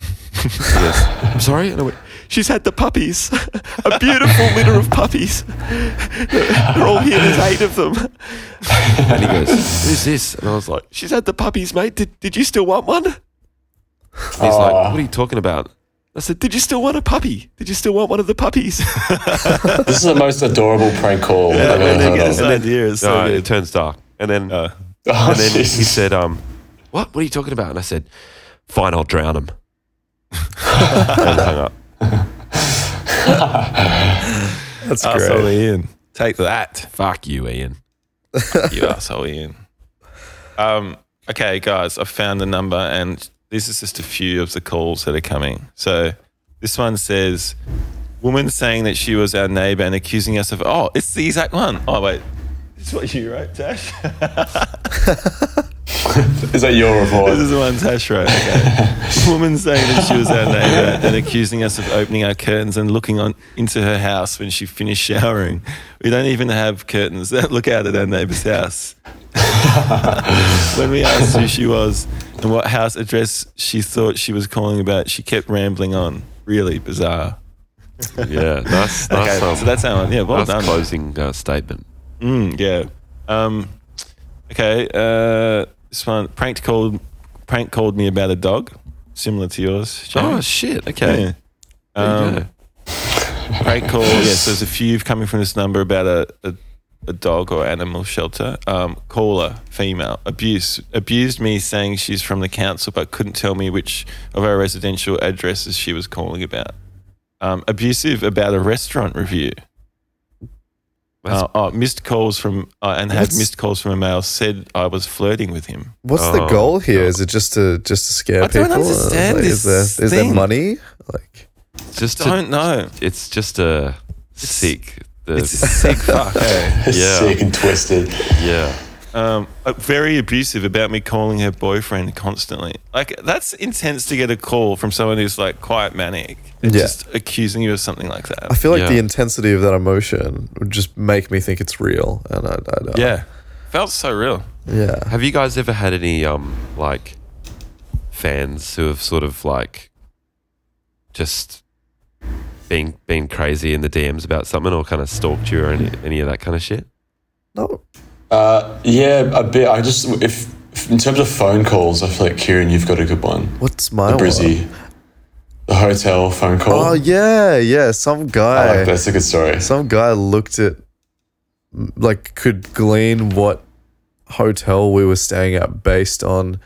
[SPEAKER 1] [laughs] And he goes, I'm sorry, and I went, "She's had the puppies, [laughs] a beautiful litter of puppies. They're all here. There's eight of them." And he goes, Who's this? And I was like, She's had the puppies, mate. Did, did you still want one? And he's like,
[SPEAKER 3] Aw.
[SPEAKER 1] What are you talking about? I said, Did you still want a puppy? Did you still want one of the puppies?
[SPEAKER 3] this is the most adorable prank call i've
[SPEAKER 5] and
[SPEAKER 3] ever
[SPEAKER 5] then
[SPEAKER 3] heard
[SPEAKER 5] get
[SPEAKER 3] of
[SPEAKER 5] this idea is [laughs] so
[SPEAKER 1] no, it
[SPEAKER 5] good.
[SPEAKER 1] turns dark. And then,
[SPEAKER 3] [laughs] Oh,
[SPEAKER 1] and then he
[SPEAKER 3] Jesus.
[SPEAKER 1] said, um, What? What are you talking about? And I said, Fine, I'll drown
[SPEAKER 5] [laughs]
[SPEAKER 1] him. and hung up.
[SPEAKER 4] [laughs] That's
[SPEAKER 5] Asshole
[SPEAKER 4] great.
[SPEAKER 5] Ian. Take that.
[SPEAKER 1] Fuck you, Ian.
[SPEAKER 5] you asshole, Ian. Um, okay, guys, I found the number, and this is just a few of the calls that are coming. So this one says, "Woman saying that she was our neighbour and accusing us of." Oh, it's the exact one. Oh wait, it's what you wrote, [laughs] Tash.
[SPEAKER 3] is that your
[SPEAKER 5] This
[SPEAKER 3] report
[SPEAKER 5] is the one Tash wrote. Okay. Woman saying that she was our neighbour and accusing us of opening our curtains and looking on into her house when she finished showering. We don't even have curtains that look out at our neighbour's house. when we asked who she was and what house address she thought she was calling about, she kept rambling on. Really bizarre.
[SPEAKER 1] Yeah, nice, nice,
[SPEAKER 5] Okay,
[SPEAKER 1] um,
[SPEAKER 5] [laughs] so that's our one. Yeah, well
[SPEAKER 1] nice
[SPEAKER 5] done.
[SPEAKER 1] closing uh, statement.
[SPEAKER 5] Mm, yeah. Um, okay, uh, this one pranked called prank called me about a dog, similar to yours.
[SPEAKER 1] Oh
[SPEAKER 5] Jamie.
[SPEAKER 1] shit! Okay.
[SPEAKER 5] Yeah.
[SPEAKER 1] There you
[SPEAKER 5] Um,
[SPEAKER 1] go.
[SPEAKER 5] Great call. yes, there's a few coming from this number about a, a, a dog or animal shelter. Um, caller, female, abuse. Abused me saying she's from the council but couldn't tell me which of our residential addresses she was calling about. Um, abusive about a restaurant review. Uh, oh, missed calls from uh, and had
[SPEAKER 4] That's-
[SPEAKER 5] missed calls from a male said I was flirting with him.
[SPEAKER 4] What's the
[SPEAKER 1] Oh,
[SPEAKER 4] goal here? Is it just to just to scare
[SPEAKER 5] I
[SPEAKER 4] people?
[SPEAKER 5] don't understand
[SPEAKER 4] Like,
[SPEAKER 5] this
[SPEAKER 4] is there is there
[SPEAKER 5] thing.
[SPEAKER 4] money? Like
[SPEAKER 1] Just to-
[SPEAKER 5] Don't know.
[SPEAKER 1] It's just a sick. The,
[SPEAKER 5] It's a sick [laughs] fuck. eh?
[SPEAKER 1] [laughs] Yeah.
[SPEAKER 3] [laughs] Sick and twisted.
[SPEAKER 1] [laughs] yeah.
[SPEAKER 5] um, uh, very abusive about me calling her boyfriend constantly. Like that's intense to get a call from someone who's like quite manic, and
[SPEAKER 4] Yeah.
[SPEAKER 5] just accusing you of something like that.
[SPEAKER 4] I feel like
[SPEAKER 1] Yeah.
[SPEAKER 4] the intensity of that emotion would just make me think it's real, and I, I don't.
[SPEAKER 5] yeah, felt so real.
[SPEAKER 4] yeah.
[SPEAKER 1] Have you guys ever had any um like fans who have sort of like just been been crazy in the DMs about something or kind of stalked you or any, any of that kind of shit?
[SPEAKER 4] No,
[SPEAKER 3] Uh, yeah, a bit. I just if in terms of phone calls, I feel like Kieran, you've got a good one.
[SPEAKER 4] what's my
[SPEAKER 3] The
[SPEAKER 4] one?
[SPEAKER 3] Brizzy, the hotel phone call.
[SPEAKER 4] Oh yeah, yeah. Some
[SPEAKER 3] I
[SPEAKER 4] guy,
[SPEAKER 3] like that. That's a good story.
[SPEAKER 4] some guy looked at, like, could glean what hotel we were staying at based on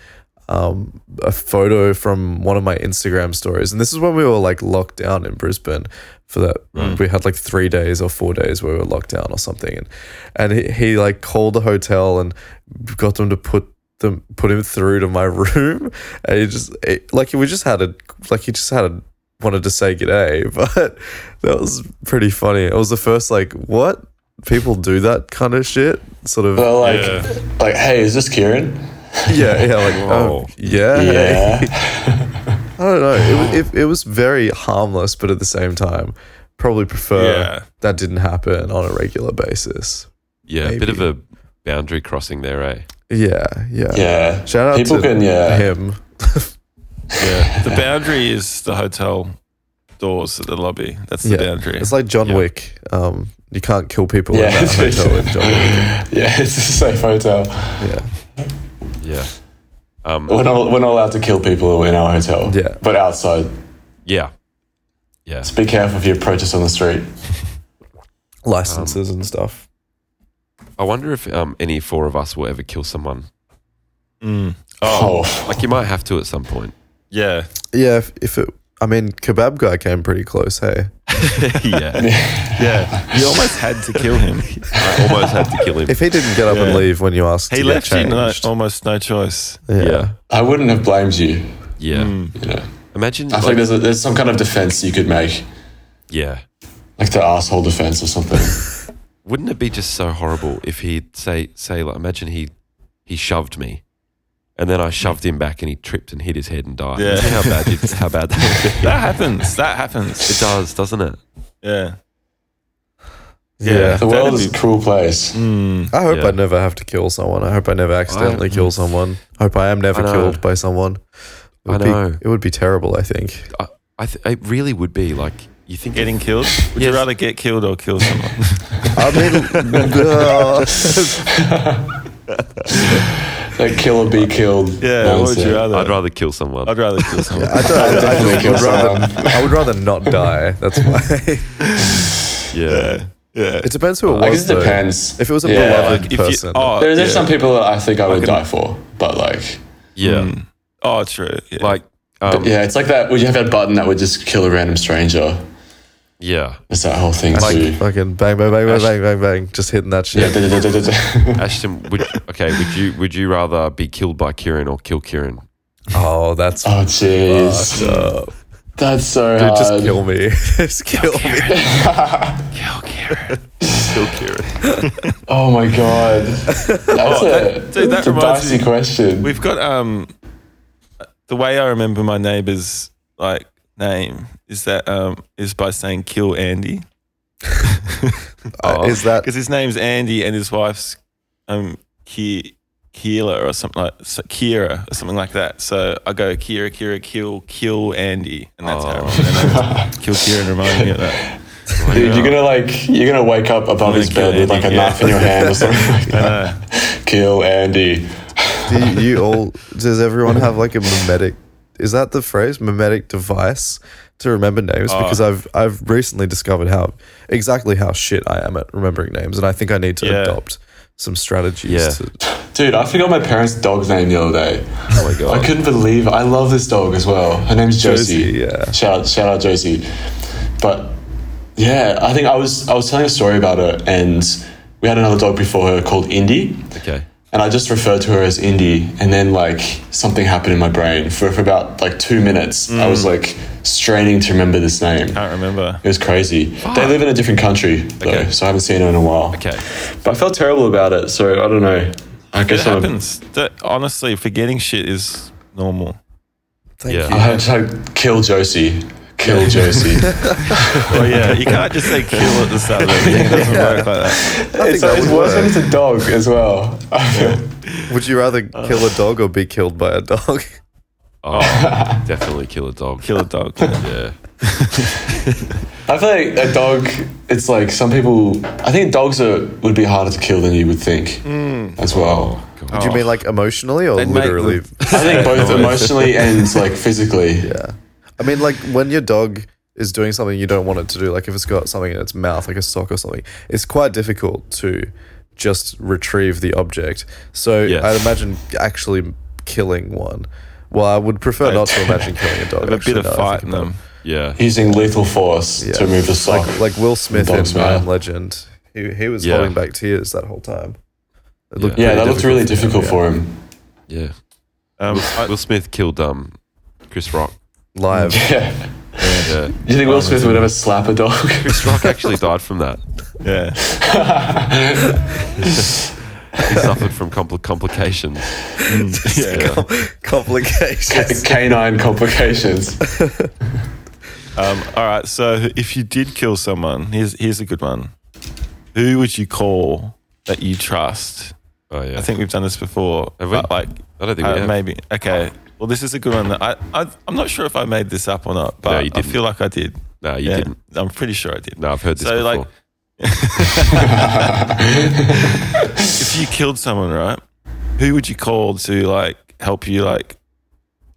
[SPEAKER 4] um, a photo from one of my Instagram stories. And this is when we were like locked down in Brisbane for that. We had like three days or four days where we were locked down or something. And, and he, he like called the hotel and got them to put them, put him through to my [laughs] room. And he just, it, like, we just had a, like, he just had a, wanted to say g'day, [laughs] but that was pretty funny. It was the first like, what? People do that kind of shit, sort of.
[SPEAKER 3] Well, like, like, hey, is this Kieran?
[SPEAKER 4] [laughs] Yeah, yeah, like,
[SPEAKER 1] Whoa.
[SPEAKER 4] oh, yeah. [laughs]
[SPEAKER 3] Yeah.
[SPEAKER 4] I don't know. It, wa- it, it was very harmless, but at the same time, probably prefer
[SPEAKER 5] Yeah.
[SPEAKER 4] that didn't happen on a regular basis.
[SPEAKER 1] Yeah, a bit of
[SPEAKER 4] Maybe.
[SPEAKER 1] a boundary crossing there, eh?
[SPEAKER 4] Yeah, yeah. [laughs]
[SPEAKER 3] yeah.
[SPEAKER 4] Shout out
[SPEAKER 3] People
[SPEAKER 4] to
[SPEAKER 3] can, yeah.
[SPEAKER 4] him.
[SPEAKER 5] Yeah, the boundary is the hotel doors at the lobby. That's the
[SPEAKER 4] Yeah.
[SPEAKER 5] boundary.
[SPEAKER 4] It's like John
[SPEAKER 1] Yeah.
[SPEAKER 4] Wick. Um, you can't kill people
[SPEAKER 3] Yeah. [laughs]
[SPEAKER 4] in that hotel in John Wick.
[SPEAKER 3] Yeah, it's a safe hotel.
[SPEAKER 4] Yeah.
[SPEAKER 1] Yeah. Um,
[SPEAKER 3] We're not, we're not allowed to kill people in our hotel.
[SPEAKER 4] Yeah.
[SPEAKER 3] But outside,
[SPEAKER 1] yeah. Yeah.
[SPEAKER 3] be careful if you approach us on the street.
[SPEAKER 4] Licenses and stuff.
[SPEAKER 1] I wonder if um, any four of us will ever kill someone.
[SPEAKER 3] Oh,
[SPEAKER 1] Like you might have to at some point.
[SPEAKER 5] Mm. yeah,
[SPEAKER 4] Yeah, if, if it, I mean, Kebab Guy came pretty close, hey?
[SPEAKER 5] yeah, yeah. You almost had to kill him.
[SPEAKER 1] [laughs] I almost had to kill him.
[SPEAKER 4] If he didn't get up and
[SPEAKER 5] Yeah.
[SPEAKER 4] leave when you asked,
[SPEAKER 5] [laughs] He
[SPEAKER 4] to
[SPEAKER 5] left you Oh,
[SPEAKER 4] get
[SPEAKER 5] no,
[SPEAKER 4] changed,
[SPEAKER 5] almost no choice. Mm.
[SPEAKER 4] yeah.
[SPEAKER 1] yeah.
[SPEAKER 3] I wouldn't have blamed you.
[SPEAKER 1] Yeah.
[SPEAKER 5] Hmm.
[SPEAKER 3] You know,
[SPEAKER 1] Imagine.
[SPEAKER 3] I feel
[SPEAKER 1] like-
[SPEAKER 3] like there's, a, there's some kind of defense you could make,
[SPEAKER 1] yeah.
[SPEAKER 3] like the asshole defense or something.
[SPEAKER 1] Wouldn't it be just so horrible if he'd say say like imagine he he shoved me, and then I shoved him back and he tripped and hit his head and died.
[SPEAKER 5] Yeah.
[SPEAKER 1] Imagine how
[SPEAKER 5] [laughs]
[SPEAKER 1] bad you- how bad that would be.
[SPEAKER 5] That happens. That happens.
[SPEAKER 1] It does, doesn't it?
[SPEAKER 5] Yeah.
[SPEAKER 4] yeah,
[SPEAKER 3] The world is a cruel
[SPEAKER 5] [laughs]
[SPEAKER 3] place.
[SPEAKER 5] Mm.
[SPEAKER 4] I hope
[SPEAKER 1] Yeah.
[SPEAKER 4] I never have to kill someone. I hope I never accidentally kill someone. I hope I am never
[SPEAKER 1] I know.
[SPEAKER 4] killed by someone. It
[SPEAKER 1] I
[SPEAKER 4] would
[SPEAKER 1] know.
[SPEAKER 4] Be, it would be terrible, I think.
[SPEAKER 1] I, I th- it really would be like you think
[SPEAKER 5] Getting killed? Would
[SPEAKER 1] Yes.
[SPEAKER 5] you rather get killed or kill someone?
[SPEAKER 4] I [laughs] mean, uh,
[SPEAKER 3] Like kill or be killed.
[SPEAKER 5] [laughs] Yeah, what would
[SPEAKER 3] nonsense.
[SPEAKER 5] you rather?
[SPEAKER 1] I'd rather kill someone.
[SPEAKER 5] I'd rather kill someone.
[SPEAKER 4] I, don't, I, I
[SPEAKER 3] Definitely
[SPEAKER 4] just
[SPEAKER 3] kill
[SPEAKER 4] would rather,
[SPEAKER 3] someone.
[SPEAKER 4] I would rather not die. That's why.
[SPEAKER 1] yeah.
[SPEAKER 5] yeah.
[SPEAKER 4] [laughs] it depends who it was.
[SPEAKER 3] I guess it
[SPEAKER 4] though.
[SPEAKER 3] depends.
[SPEAKER 4] If it was a
[SPEAKER 3] Yeah,
[SPEAKER 4] beloved
[SPEAKER 5] If you-
[SPEAKER 4] person,
[SPEAKER 5] oh,
[SPEAKER 3] There, there's
[SPEAKER 5] yeah.
[SPEAKER 3] some people that I think I would die for, but like,
[SPEAKER 1] Yeah.
[SPEAKER 5] Mm. Oh, true. Yeah.
[SPEAKER 1] Like um, yeah.
[SPEAKER 3] yeah, it's like that. Would you have that button that would just kill a random stranger? It's that whole thing too.
[SPEAKER 4] fucking bang, bang, bang, bang, bang, bang, bang, just hitting that
[SPEAKER 3] [laughs]
[SPEAKER 4] shit.
[SPEAKER 3] Yeah, da- da- da- da-
[SPEAKER 5] [laughs]
[SPEAKER 3] da- da.
[SPEAKER 1] Ashton, would okay, would you would you rather be killed by Kieran or kill Kieran?
[SPEAKER 4] Oh, that's
[SPEAKER 3] oh
[SPEAKER 5] uh,
[SPEAKER 3] jeez,
[SPEAKER 4] fucked up.
[SPEAKER 3] that's so
[SPEAKER 4] Dude,
[SPEAKER 3] hard.
[SPEAKER 4] just kill me. [laughs] just kill me.
[SPEAKER 1] Kill Kieran.
[SPEAKER 3] [laughs] Oh my
[SPEAKER 5] [laughs]
[SPEAKER 3] god, that's a,
[SPEAKER 5] dude, Oh, that
[SPEAKER 3] that's a
[SPEAKER 5] reminds
[SPEAKER 3] dicey
[SPEAKER 5] me-
[SPEAKER 3] question.
[SPEAKER 5] We've got um the way I remember my neighbor's like name is that um is by saying kill [laughs] Andy
[SPEAKER 1] Oh.
[SPEAKER 4] Is that
[SPEAKER 5] because his name's Andy and his wife's um Ki- Keela or something like so Kira or something like that. So I go Oh. [laughs] Kira Kira kill kill Andy and that's how I remember their names. kill Kira and reminding me of that.
[SPEAKER 3] Dude, you're gonna like you're gonna wake up above his
[SPEAKER 5] kill
[SPEAKER 3] bed with like
[SPEAKER 5] Andy,
[SPEAKER 3] a
[SPEAKER 5] yeah.
[SPEAKER 3] knife in your hand or something
[SPEAKER 5] [laughs]
[SPEAKER 3] like that. Kill Andy.
[SPEAKER 4] Do you all? E Does everyone have like a mimetic? Is that the phrase? Mimetic device to remember names?
[SPEAKER 1] Uh.
[SPEAKER 4] because I've I've recently discovered how exactly how shit I am at remembering names, and I think I need to
[SPEAKER 5] Yeah.
[SPEAKER 4] adopt some strategies.
[SPEAKER 1] Yeah.
[SPEAKER 4] To,
[SPEAKER 3] Dude, I forgot my parents' dog's name the other day.
[SPEAKER 1] Oh my
[SPEAKER 3] I
[SPEAKER 1] god.
[SPEAKER 3] couldn't believe I love this dog as well. Her name's Josie.
[SPEAKER 4] Josie, yeah.
[SPEAKER 3] Shout out shout out Josie. But yeah, I think I was I was telling a story about her and we had another dog before her called Indy.
[SPEAKER 1] Okay.
[SPEAKER 3] And I just referred to her as Indy and then like something happened in my brain. For for about like two minutes I
[SPEAKER 1] Mm.
[SPEAKER 3] was like straining to remember this name.
[SPEAKER 5] Can't remember.
[SPEAKER 3] It was crazy. They live in a different country though,
[SPEAKER 1] Okay.
[SPEAKER 3] so I haven't seen her in a while.
[SPEAKER 1] Okay.
[SPEAKER 3] But I felt terrible about it, so I don't know. I
[SPEAKER 5] It
[SPEAKER 3] guess I'm-
[SPEAKER 5] happens. That, honestly, forgetting shit is normal.
[SPEAKER 4] thank
[SPEAKER 1] Yeah.
[SPEAKER 4] you.
[SPEAKER 3] I had to kill Josie. Kill [laughs] Josie.
[SPEAKER 5] Well, Oh, yeah, [laughs] you can't just say kill at the [laughs] start of everything. It doesn't work like that.
[SPEAKER 4] think
[SPEAKER 3] it's
[SPEAKER 4] that
[SPEAKER 3] it's
[SPEAKER 4] would
[SPEAKER 3] worse when
[SPEAKER 4] work.
[SPEAKER 3] it's a dog as [laughs] well.
[SPEAKER 4] Would you rather kill a dog or be killed by a dog? [laughs]
[SPEAKER 5] [laughs]
[SPEAKER 1] Oh, definitely kill a dog.
[SPEAKER 5] Kill a dog. Yeah.
[SPEAKER 1] Yeah.
[SPEAKER 3] I feel like a dog. It's like some people. I think dogs are would be harder to kill than you would think as well.
[SPEAKER 4] Do
[SPEAKER 1] Oh.
[SPEAKER 4] you mean like emotionally or
[SPEAKER 5] make them-
[SPEAKER 4] literally?
[SPEAKER 3] I [laughs] think both emotionally and like physically.
[SPEAKER 4] Yeah. I mean, like when your dog is doing something you don't want it to do, like if it's got something in its mouth, like a sock or something, it's quite difficult to just retrieve the object. So
[SPEAKER 1] Yes.
[SPEAKER 4] I'd imagine actually killing one. Well, I would prefer not to
[SPEAKER 5] [laughs]
[SPEAKER 4] imagine killing a dog.
[SPEAKER 5] Have a
[SPEAKER 4] actually,
[SPEAKER 5] bit of
[SPEAKER 4] now that I
[SPEAKER 5] fight in
[SPEAKER 4] think about
[SPEAKER 5] them.
[SPEAKER 1] Yeah.
[SPEAKER 3] Using lethal force
[SPEAKER 4] it.
[SPEAKER 3] to remove the sock.
[SPEAKER 4] Like, like Will Smith
[SPEAKER 3] Dog
[SPEAKER 4] in I
[SPEAKER 3] smile.
[SPEAKER 4] Am Legend. He, he was
[SPEAKER 1] Yeah.
[SPEAKER 4] holding back tears that whole time. It looked
[SPEAKER 1] Yeah.
[SPEAKER 3] yeah,
[SPEAKER 4] pretty
[SPEAKER 3] that looked really
[SPEAKER 4] difficult
[SPEAKER 3] difficult
[SPEAKER 4] for
[SPEAKER 3] for him.
[SPEAKER 1] Yeah.
[SPEAKER 5] Um, I-
[SPEAKER 1] Will Smith killed um Chris Rock.
[SPEAKER 5] [laughs]
[SPEAKER 4] live.
[SPEAKER 3] Yeah.
[SPEAKER 1] Yeah.
[SPEAKER 3] Do you think Will Smith would ever slap a dog? [laughs]
[SPEAKER 1] Chris Rock actually died from that.
[SPEAKER 5] yeah. [laughs]
[SPEAKER 1] He suffered from compli complications.
[SPEAKER 5] Mm.
[SPEAKER 1] Yeah.
[SPEAKER 3] [laughs]
[SPEAKER 4] Complications.
[SPEAKER 3] Canine complications.
[SPEAKER 5] Um, all right. So if you did kill someone, here's here's a good one. Who would you call that you trust?
[SPEAKER 1] Oh yeah.
[SPEAKER 5] I think we've done this before.
[SPEAKER 1] Have we?
[SPEAKER 5] but, Like,
[SPEAKER 1] I don't think we
[SPEAKER 5] uh,
[SPEAKER 1] have.
[SPEAKER 5] Maybe. Okay. Well, this is a good one. That I, I I'm not sure if I made this up or not, but
[SPEAKER 1] you
[SPEAKER 5] I
[SPEAKER 1] didn't.
[SPEAKER 5] feel like I did.
[SPEAKER 1] No, you
[SPEAKER 5] Yeah,
[SPEAKER 1] didn't.
[SPEAKER 5] I'm pretty sure I did.
[SPEAKER 1] No, I've heard this
[SPEAKER 5] So,
[SPEAKER 1] before.
[SPEAKER 5] like- [laughs] if you killed someone, right? Who would you call to like help you like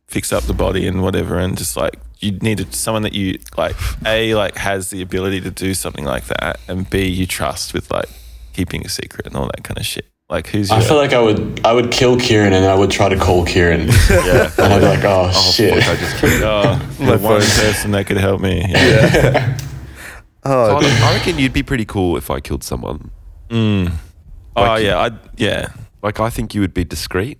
[SPEAKER 5] fix up the body and whatever, and just like you needed someone that you like a like has the ability to do something like that, and b you trust with like keeping a secret and all that kind of shit. Like who's your
[SPEAKER 3] I feel like I would I would kill Kieran and I would try to call Kieran. Yeah. And I'd be like, oh, shit.
[SPEAKER 1] Fuck, I just killed
[SPEAKER 3] [laughs]
[SPEAKER 1] it.
[SPEAKER 5] oh, the one
[SPEAKER 4] phone.
[SPEAKER 5] person that could help me? Yeah.
[SPEAKER 1] I reckon- I reckon you'd be pretty cool if I killed someone.
[SPEAKER 5] Oh yeah, I yeah.
[SPEAKER 1] Like I think you would be discreet.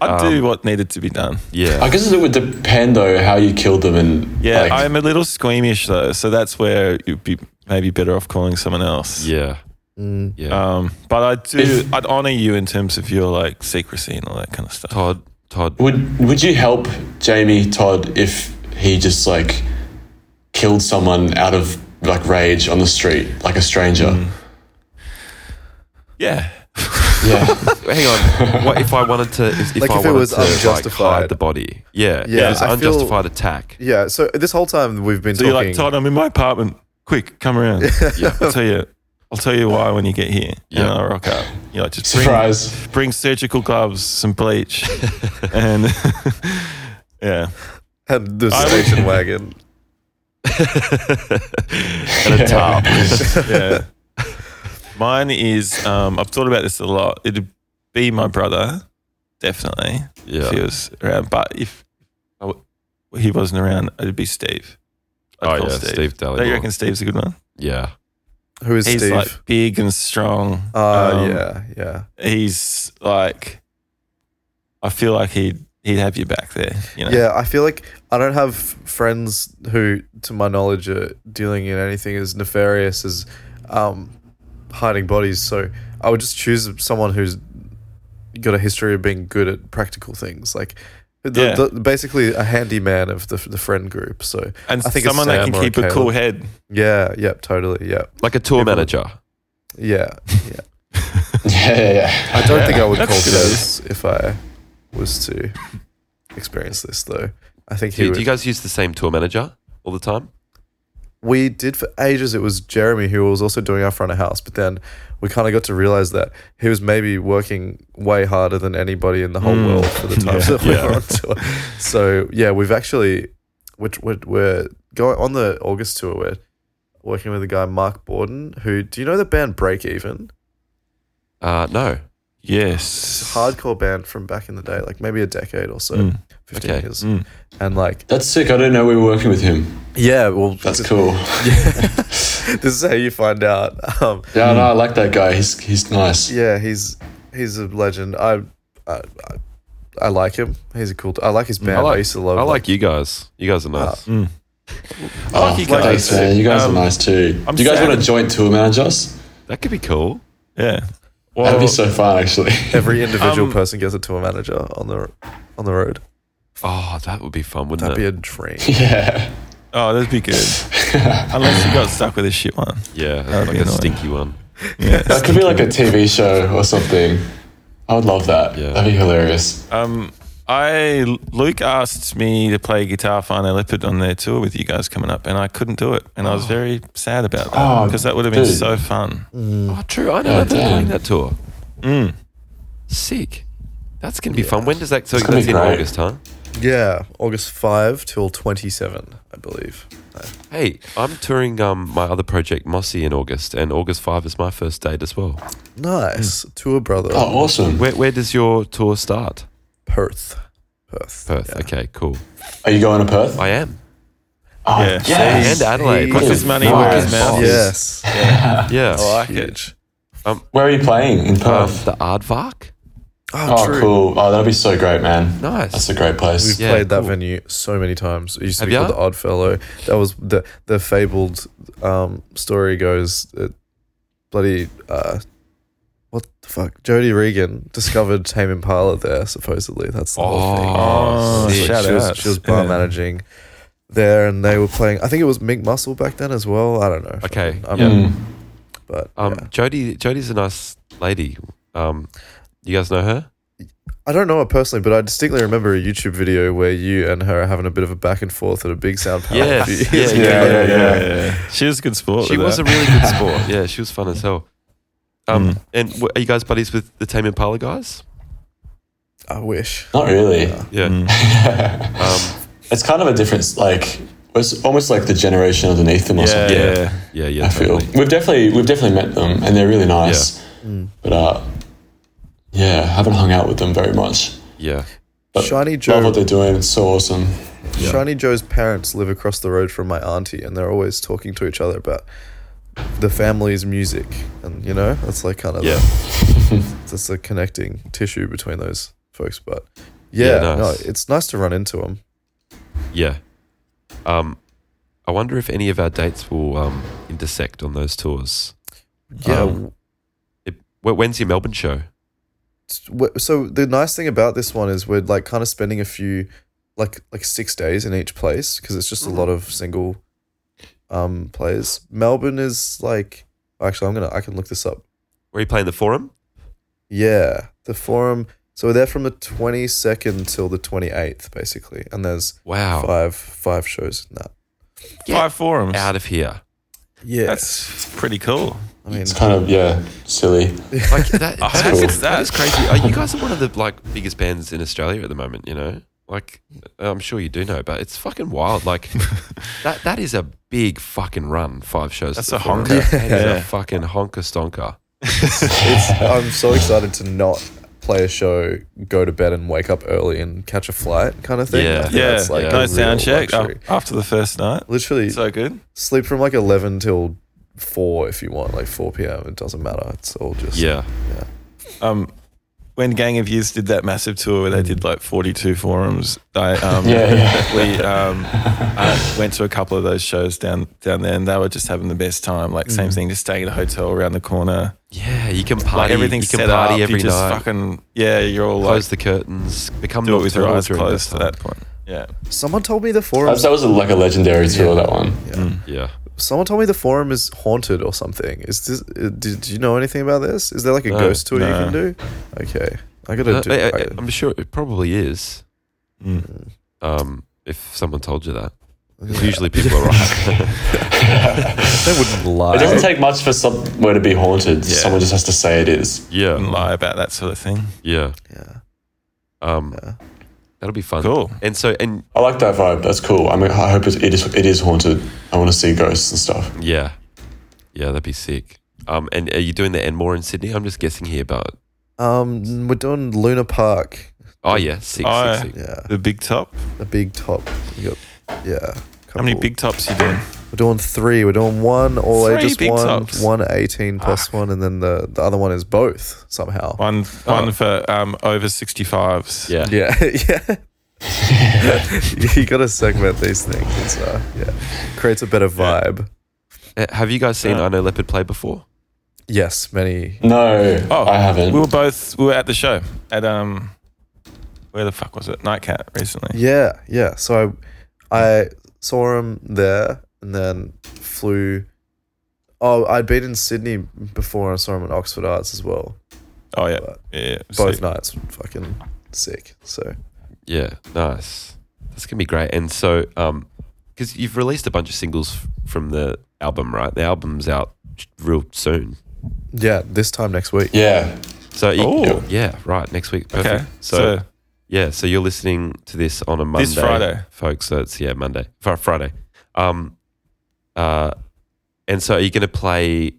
[SPEAKER 5] I'd
[SPEAKER 3] um,
[SPEAKER 5] do what needed to be done.
[SPEAKER 1] Yeah.
[SPEAKER 3] I guess it would depend though how you killed them and
[SPEAKER 5] Yeah,
[SPEAKER 3] like,
[SPEAKER 5] I'm a little squeamish though, so that's where you'd be maybe better off calling someone else.
[SPEAKER 1] yeah. Yeah.
[SPEAKER 5] Um, but I do.
[SPEAKER 3] If-
[SPEAKER 5] I'd honor you in terms of your like secrecy and all that kind of stuff.
[SPEAKER 1] Todd. Todd.
[SPEAKER 3] would would you help Jamie Todd if he just like killed someone out of like rage on the street like a stranger?
[SPEAKER 5] Yeah,
[SPEAKER 3] Yeah. [laughs]
[SPEAKER 1] Hang on. What if I wanted to? If, if
[SPEAKER 4] Like,
[SPEAKER 1] I
[SPEAKER 4] if it
[SPEAKER 1] wanted
[SPEAKER 4] was
[SPEAKER 1] to like, hide
[SPEAKER 4] unjustified.
[SPEAKER 1] the body? Yeah. It
[SPEAKER 4] Yeah,
[SPEAKER 1] was
[SPEAKER 4] I feel-
[SPEAKER 1] unjustified attack.
[SPEAKER 4] [laughs] Yeah, so this whole time we've been
[SPEAKER 5] so
[SPEAKER 4] talking.
[SPEAKER 5] you're like Todd. I'm in my apartment. Quick, come around. [laughs] I'll tell you. I'll tell you why when you get here. Yeah,
[SPEAKER 1] Yeah.
[SPEAKER 5] I'll rock up. You're like just bring,
[SPEAKER 3] Surprise.
[SPEAKER 5] bring surgical gloves, some bleach, and [laughs] yeah,
[SPEAKER 4] had the
[SPEAKER 5] I
[SPEAKER 4] station wagon.
[SPEAKER 1] [laughs] And a
[SPEAKER 3] [laughs]
[SPEAKER 1] tarp.
[SPEAKER 5] yeah. Mine is. Um, I've thought about this a lot. It'd be my brother, definitely.
[SPEAKER 1] Yeah.
[SPEAKER 5] if he was around. But if I w- he wasn't around, it'd be Steve.
[SPEAKER 1] Oh, yeah, Steve Dalrymple.
[SPEAKER 5] Don't you reckon Steve's a good one?
[SPEAKER 1] Yeah.
[SPEAKER 4] Who is
[SPEAKER 5] He's
[SPEAKER 4] Steve?
[SPEAKER 5] like big and strong.
[SPEAKER 4] uh,
[SPEAKER 5] Um,
[SPEAKER 4] yeah, yeah.
[SPEAKER 5] He's like, I feel like he'd he'd have your back there. You know?
[SPEAKER 4] Yeah, I feel like I don't have friends who, to my knowledge, are dealing in anything as nefarious as um, hiding bodies. So I would just choose someone who's got a history of being good at practical things, like the,
[SPEAKER 5] Yeah.
[SPEAKER 4] the, basically a handyman of the, the friend group. So
[SPEAKER 5] And
[SPEAKER 4] I think a
[SPEAKER 5] someone that
[SPEAKER 4] Sam
[SPEAKER 5] can
[SPEAKER 4] or
[SPEAKER 5] keep a cool
[SPEAKER 4] Caleb.
[SPEAKER 5] head.
[SPEAKER 4] Yeah, yeah, totally, yeah,
[SPEAKER 1] Like a tour manager.
[SPEAKER 4] yeah, yeah.
[SPEAKER 3] Yeah, yeah, yeah.
[SPEAKER 4] I don't think I would
[SPEAKER 5] [laughs]
[SPEAKER 4] call
[SPEAKER 5] That's good.
[SPEAKER 4] Des if I was to experience this, though. I think he
[SPEAKER 1] Do,
[SPEAKER 4] would.
[SPEAKER 1] do you guys use the same tour manager all the time?
[SPEAKER 4] we did for ages. It was Jeremy who was also doing our front of house, but then we kind of got to realize that he was maybe working way harder than anybody in the whole
[SPEAKER 3] Mm.
[SPEAKER 4] world
[SPEAKER 3] [laughs]
[SPEAKER 4] for the times that we were on tour. So yeah, we've actually we're, we're, we're going on the August tour. We're working with a guy Mark Borden, who do you know the band Break Even?
[SPEAKER 1] Uh, no.
[SPEAKER 5] Yes.
[SPEAKER 4] hardcore band from back in the day, like maybe a decade or so,
[SPEAKER 3] Mm.
[SPEAKER 4] fifteen
[SPEAKER 1] Okay.
[SPEAKER 4] years, and like
[SPEAKER 3] That's sick. I didn't know we were working with him.
[SPEAKER 4] yeah, well,
[SPEAKER 3] That's cool.
[SPEAKER 4] [laughs] this is how you find out. Um,
[SPEAKER 3] Yeah, no, I like that guy. He's he's nice.
[SPEAKER 4] yeah, he's he's a legend. I I, I, I like him. He's a cool. I like his band. I, used to love.
[SPEAKER 1] I like you guys. You guys are nice.
[SPEAKER 3] Oh,
[SPEAKER 5] Mm. you guys.
[SPEAKER 3] thanks, man. You guys
[SPEAKER 5] Um,
[SPEAKER 3] are nice too.
[SPEAKER 5] I'm
[SPEAKER 3] Do you guys
[SPEAKER 5] sad.
[SPEAKER 3] want to joint tour manage us?
[SPEAKER 1] That could be cool.
[SPEAKER 5] Yeah.
[SPEAKER 3] That'd
[SPEAKER 5] Well,
[SPEAKER 3] be so fun, actually.
[SPEAKER 4] every individual
[SPEAKER 5] Um,
[SPEAKER 4] person gets a tour manager on the on the road.
[SPEAKER 1] Oh, that would be fun, wouldn't
[SPEAKER 4] That'd be
[SPEAKER 1] it?
[SPEAKER 4] a dream.
[SPEAKER 3] [laughs] yeah.
[SPEAKER 5] oh, that'd
[SPEAKER 3] [laughs]
[SPEAKER 5] be good. Unless you got stuck with a shit one.
[SPEAKER 1] yeah,
[SPEAKER 5] that'd
[SPEAKER 1] like
[SPEAKER 5] be
[SPEAKER 1] a
[SPEAKER 5] annoying.
[SPEAKER 1] stinky one.
[SPEAKER 3] That could be like a TV show or something. I would love that.
[SPEAKER 1] Yeah.
[SPEAKER 3] That'd be hilarious.
[SPEAKER 5] Um, I Luke asked me to play guitar for Arno Leopard on their tour with you guys coming up, and I couldn't do it, and I was very sad about that
[SPEAKER 3] Oh,
[SPEAKER 5] because that would have been
[SPEAKER 3] dude.
[SPEAKER 5] so fun.
[SPEAKER 1] Oh, true. I know. I've been
[SPEAKER 3] Mm. damn.
[SPEAKER 1] playing that tour.
[SPEAKER 4] Mm.
[SPEAKER 1] Sick. That's gonna be fun. When does that? So
[SPEAKER 3] gonna
[SPEAKER 1] that's
[SPEAKER 3] be
[SPEAKER 1] in
[SPEAKER 3] great.
[SPEAKER 1] August, huh?
[SPEAKER 4] Yeah, August five till twenty seven, I believe.
[SPEAKER 1] Hey, I'm touring um, my other project, Mossy, in August, and August five is my first date as well.
[SPEAKER 4] Nice tour, brother.
[SPEAKER 3] Oh, awesome.
[SPEAKER 1] Where, where does your tour start?
[SPEAKER 4] Perth, Perth,
[SPEAKER 1] Perth. Okay, cool.
[SPEAKER 3] Are you going to Perth?
[SPEAKER 1] I am.
[SPEAKER 3] Oh,
[SPEAKER 5] Yeah.
[SPEAKER 1] And Adelaide.
[SPEAKER 5] Put his money where his
[SPEAKER 3] Nice.
[SPEAKER 5] mouth is.
[SPEAKER 4] Oh, Yes,
[SPEAKER 1] Yeah.
[SPEAKER 5] I like it.
[SPEAKER 4] huge.
[SPEAKER 3] Where are you playing in
[SPEAKER 1] Um,
[SPEAKER 3] Perth?
[SPEAKER 1] the Aardvark.
[SPEAKER 4] Oh,
[SPEAKER 3] oh,
[SPEAKER 4] true.
[SPEAKER 3] cool. Oh, that'd be so great, man.
[SPEAKER 1] Nice.
[SPEAKER 3] That's a great place.
[SPEAKER 4] We've
[SPEAKER 1] Yeah,
[SPEAKER 4] played that
[SPEAKER 1] cool.
[SPEAKER 4] venue so many times. It used to
[SPEAKER 1] Have
[SPEAKER 4] be called
[SPEAKER 1] ya?
[SPEAKER 4] the Odd Fellow. That was the the fabled um, story goes that bloody uh, what the fuck? Jody Regan discovered Tame Impala there. Supposedly, that's the whole thing.
[SPEAKER 1] Oh,
[SPEAKER 5] Oh,
[SPEAKER 1] sick.
[SPEAKER 5] shout
[SPEAKER 4] she
[SPEAKER 5] out.
[SPEAKER 4] was, she was bar
[SPEAKER 5] Yeah.
[SPEAKER 4] managing there, and they were playing. I think it was Mink Muscle back then as well. I don't know.
[SPEAKER 1] Okay,
[SPEAKER 4] I'm,
[SPEAKER 1] yeah.
[SPEAKER 3] Mm.
[SPEAKER 4] but
[SPEAKER 1] Um,
[SPEAKER 4] yeah.
[SPEAKER 1] Jody. Jody's a nice lady. Um, you guys know her?
[SPEAKER 4] I don't know her personally, but I distinctly remember a YouTube video where you and her are having a bit of a back and forth at a big sound power.
[SPEAKER 1] Yes.
[SPEAKER 4] a [laughs] few
[SPEAKER 1] Yeah,
[SPEAKER 4] years
[SPEAKER 1] yeah,
[SPEAKER 4] ago.
[SPEAKER 3] yeah, yeah.
[SPEAKER 5] She was a good sport.
[SPEAKER 1] She
[SPEAKER 5] with
[SPEAKER 1] was
[SPEAKER 5] that.
[SPEAKER 1] a really good sport. [laughs] Yeah, she was fun as hell. Um, and w- are you guys buddies with the Tame Impala guys?
[SPEAKER 4] I wish.
[SPEAKER 3] Not really.
[SPEAKER 1] Yeah.
[SPEAKER 5] Mm.
[SPEAKER 1] Um,
[SPEAKER 3] It's kind of a difference. Like it's almost like the generation underneath them or
[SPEAKER 5] yeah,
[SPEAKER 3] something.
[SPEAKER 5] yeah.
[SPEAKER 1] yeah. Yeah. Yeah.
[SPEAKER 3] I feel
[SPEAKER 1] totally.
[SPEAKER 3] we've definitely we've definitely met them and they're really nice. But uh, yeah, haven't hung out with them very much.
[SPEAKER 1] Yeah.
[SPEAKER 3] But
[SPEAKER 4] Shiny
[SPEAKER 3] Love
[SPEAKER 4] Joe.
[SPEAKER 3] what they're doing. It's so awesome.
[SPEAKER 4] Shiny Joe's parents live across the road from my auntie, and they're always talking to each other about the family's music, and you know that's like kind of
[SPEAKER 1] Yeah.
[SPEAKER 4] that's a connecting tissue between those folks. But
[SPEAKER 1] Yeah,
[SPEAKER 4] yeah,
[SPEAKER 1] nice.
[SPEAKER 4] no, it's nice to run into them.
[SPEAKER 1] Yeah. Um, I wonder if any of our dates will um, intersect on those tours.
[SPEAKER 4] Yeah.
[SPEAKER 1] Um, It, wh- when's your Melbourne show?
[SPEAKER 4] w- so the nice thing about this one is we're like kind of spending a few, like like six days in each place because it's just a lot of single, um, players. Melbourne is like actually I'm gonna I can look this up.
[SPEAKER 1] Where are you playing the Forum?
[SPEAKER 4] Yeah, the forum. So they're from the twenty second till the twenty eighth, basically, and there's
[SPEAKER 1] Wow.
[SPEAKER 4] five five shows in that.
[SPEAKER 5] Five forums.
[SPEAKER 1] Out of here.
[SPEAKER 4] Yeah,
[SPEAKER 5] That's pretty cool.
[SPEAKER 4] I mean,
[SPEAKER 3] [laughs] It's kind
[SPEAKER 4] [laughs]
[SPEAKER 3] of yeah, silly.
[SPEAKER 1] Like
[SPEAKER 5] [laughs]
[SPEAKER 1] that,
[SPEAKER 5] Oh,
[SPEAKER 1] that, is,
[SPEAKER 5] cool.
[SPEAKER 1] that is crazy. Uh, you guys are one of the like biggest bands in Australia at the moment. You know, like I'm sure you do know, but it's fucking wild.
[SPEAKER 5] [laughs]
[SPEAKER 1] Like that that is a big fucking run. Five shows.
[SPEAKER 5] That's
[SPEAKER 1] at
[SPEAKER 5] a
[SPEAKER 1] the Forum.
[SPEAKER 5] honker.
[SPEAKER 1] That is
[SPEAKER 5] Yeah.
[SPEAKER 1] a fucking honker stonker.
[SPEAKER 4] I'm so excited to not play a show, go to bed and wake up early and catch a flight, kind of thing.
[SPEAKER 1] Yeah.
[SPEAKER 4] I think
[SPEAKER 5] Yeah,
[SPEAKER 4] that's, like, a
[SPEAKER 5] no
[SPEAKER 4] real
[SPEAKER 5] sound check af-
[SPEAKER 4] luxury.
[SPEAKER 5] after the first night.
[SPEAKER 4] Literally,
[SPEAKER 5] So good.
[SPEAKER 4] sleep from like 11 till 4 if you want like 4 p.m it doesn't matter it's all just
[SPEAKER 1] Yeah,
[SPEAKER 5] Um, when Gang of Youths did that massive tour where they did like 42 forums,
[SPEAKER 1] [laughs]
[SPEAKER 5] I um,
[SPEAKER 3] Yeah, yeah.
[SPEAKER 5] we um, uh, went to a couple of those shows down down there, and they were just having the best time. Like same thing, just staying at a hotel around the corner.
[SPEAKER 1] yeah. You can Mm. party.
[SPEAKER 5] Like everything's
[SPEAKER 1] you can
[SPEAKER 5] set
[SPEAKER 1] party
[SPEAKER 5] up.
[SPEAKER 1] every
[SPEAKER 5] you just
[SPEAKER 1] night.
[SPEAKER 5] fucking yeah, you're all
[SPEAKER 1] close
[SPEAKER 5] like
[SPEAKER 1] the curtains. Become
[SPEAKER 5] do it with your
[SPEAKER 1] nocturnal
[SPEAKER 5] eyes
[SPEAKER 1] during that
[SPEAKER 5] closed at
[SPEAKER 1] time.
[SPEAKER 5] that point. Yeah,
[SPEAKER 4] someone told me the
[SPEAKER 3] That
[SPEAKER 4] forum
[SPEAKER 3] was- that was a, like a legendary tour. That one.
[SPEAKER 1] Yeah.
[SPEAKER 4] someone told me the forum is haunted or something is this uh, did, do you know anything about this is there like a ghost tour you
[SPEAKER 5] no.
[SPEAKER 4] can do okay i gotta
[SPEAKER 1] Uh,
[SPEAKER 4] do
[SPEAKER 1] I,
[SPEAKER 4] I-
[SPEAKER 5] Hmm.
[SPEAKER 1] am sure it probably is. Um, if someone told you that. 'Cause Usually people are
[SPEAKER 5] [laughs]
[SPEAKER 1] right.
[SPEAKER 4] They [laughs] wouldn't lie.
[SPEAKER 3] It doesn't take much for somewhere to be haunted.
[SPEAKER 5] Yeah.
[SPEAKER 3] Someone just has to say it is.
[SPEAKER 5] and
[SPEAKER 1] yeah.
[SPEAKER 5] lie about that sort of thing.
[SPEAKER 1] Yeah.
[SPEAKER 4] yeah.
[SPEAKER 1] Um, That'll be fun.
[SPEAKER 5] Cool.
[SPEAKER 1] And so, and
[SPEAKER 3] I like that vibe. That's cool. I mean, I hope it, it is. It is haunted. I want to see ghosts and [laughs] stuff.
[SPEAKER 1] yeah. Yeah, that'd be sick. Um, and are you doing the Enmore in Sydney? I'm just guessing here, but.
[SPEAKER 4] Um, we're doing Luna Park.
[SPEAKER 1] Oh, yeah. Sick,
[SPEAKER 5] Oh,
[SPEAKER 1] sick,
[SPEAKER 5] yeah.
[SPEAKER 1] sick.
[SPEAKER 4] Yeah,
[SPEAKER 5] The big top.
[SPEAKER 4] the big top. We got, yeah.
[SPEAKER 5] How many
[SPEAKER 4] couple.
[SPEAKER 5] big tops you doing?
[SPEAKER 4] We're doing three. We're doing one all
[SPEAKER 5] Three
[SPEAKER 4] ages
[SPEAKER 5] big
[SPEAKER 4] one,
[SPEAKER 5] tops. Ah.
[SPEAKER 4] one 18 plus one, and then the, the other one is both somehow.
[SPEAKER 5] One, one for um, over 65s.
[SPEAKER 1] Oh. Yeah.
[SPEAKER 4] [laughs] Yeah, yeah. [laughs] you got to segment these things. It's, uh, yeah, creates a better vibe.
[SPEAKER 1] Uh, Have you guys seen
[SPEAKER 5] Yeah.
[SPEAKER 1] I Know Leopard play before?
[SPEAKER 4] Yes, many.
[SPEAKER 3] No,
[SPEAKER 5] Oh,
[SPEAKER 3] I haven't.
[SPEAKER 5] We were both we were at the show at um, where the fuck was it? Nightcat recently.
[SPEAKER 4] Yeah, yeah. So I, I saw him there, and then flew. Oh, I'd been in Sydney before, and I saw him at Oxford Arts as well.
[SPEAKER 5] Oh yeah,
[SPEAKER 4] But
[SPEAKER 5] yeah. yeah.
[SPEAKER 4] Both
[SPEAKER 5] Sick.
[SPEAKER 4] nights, fucking sick. So
[SPEAKER 1] Yeah, nice. That's gonna be great. And so, um, because you've released a bunch of singles f- from the album, right? The album's out real soon.
[SPEAKER 4] yeah, this time next week.
[SPEAKER 3] yeah,
[SPEAKER 1] So, you,
[SPEAKER 5] Oh.
[SPEAKER 1] yeah, right, next week. Perfect.
[SPEAKER 5] Okay,
[SPEAKER 1] So,
[SPEAKER 5] so,
[SPEAKER 1] yeah, so you're listening to this on a Monday,
[SPEAKER 5] This Friday.
[SPEAKER 1] folks. So it's yeah, Monday, Fri- Friday. Um, uh, and so are you gonna play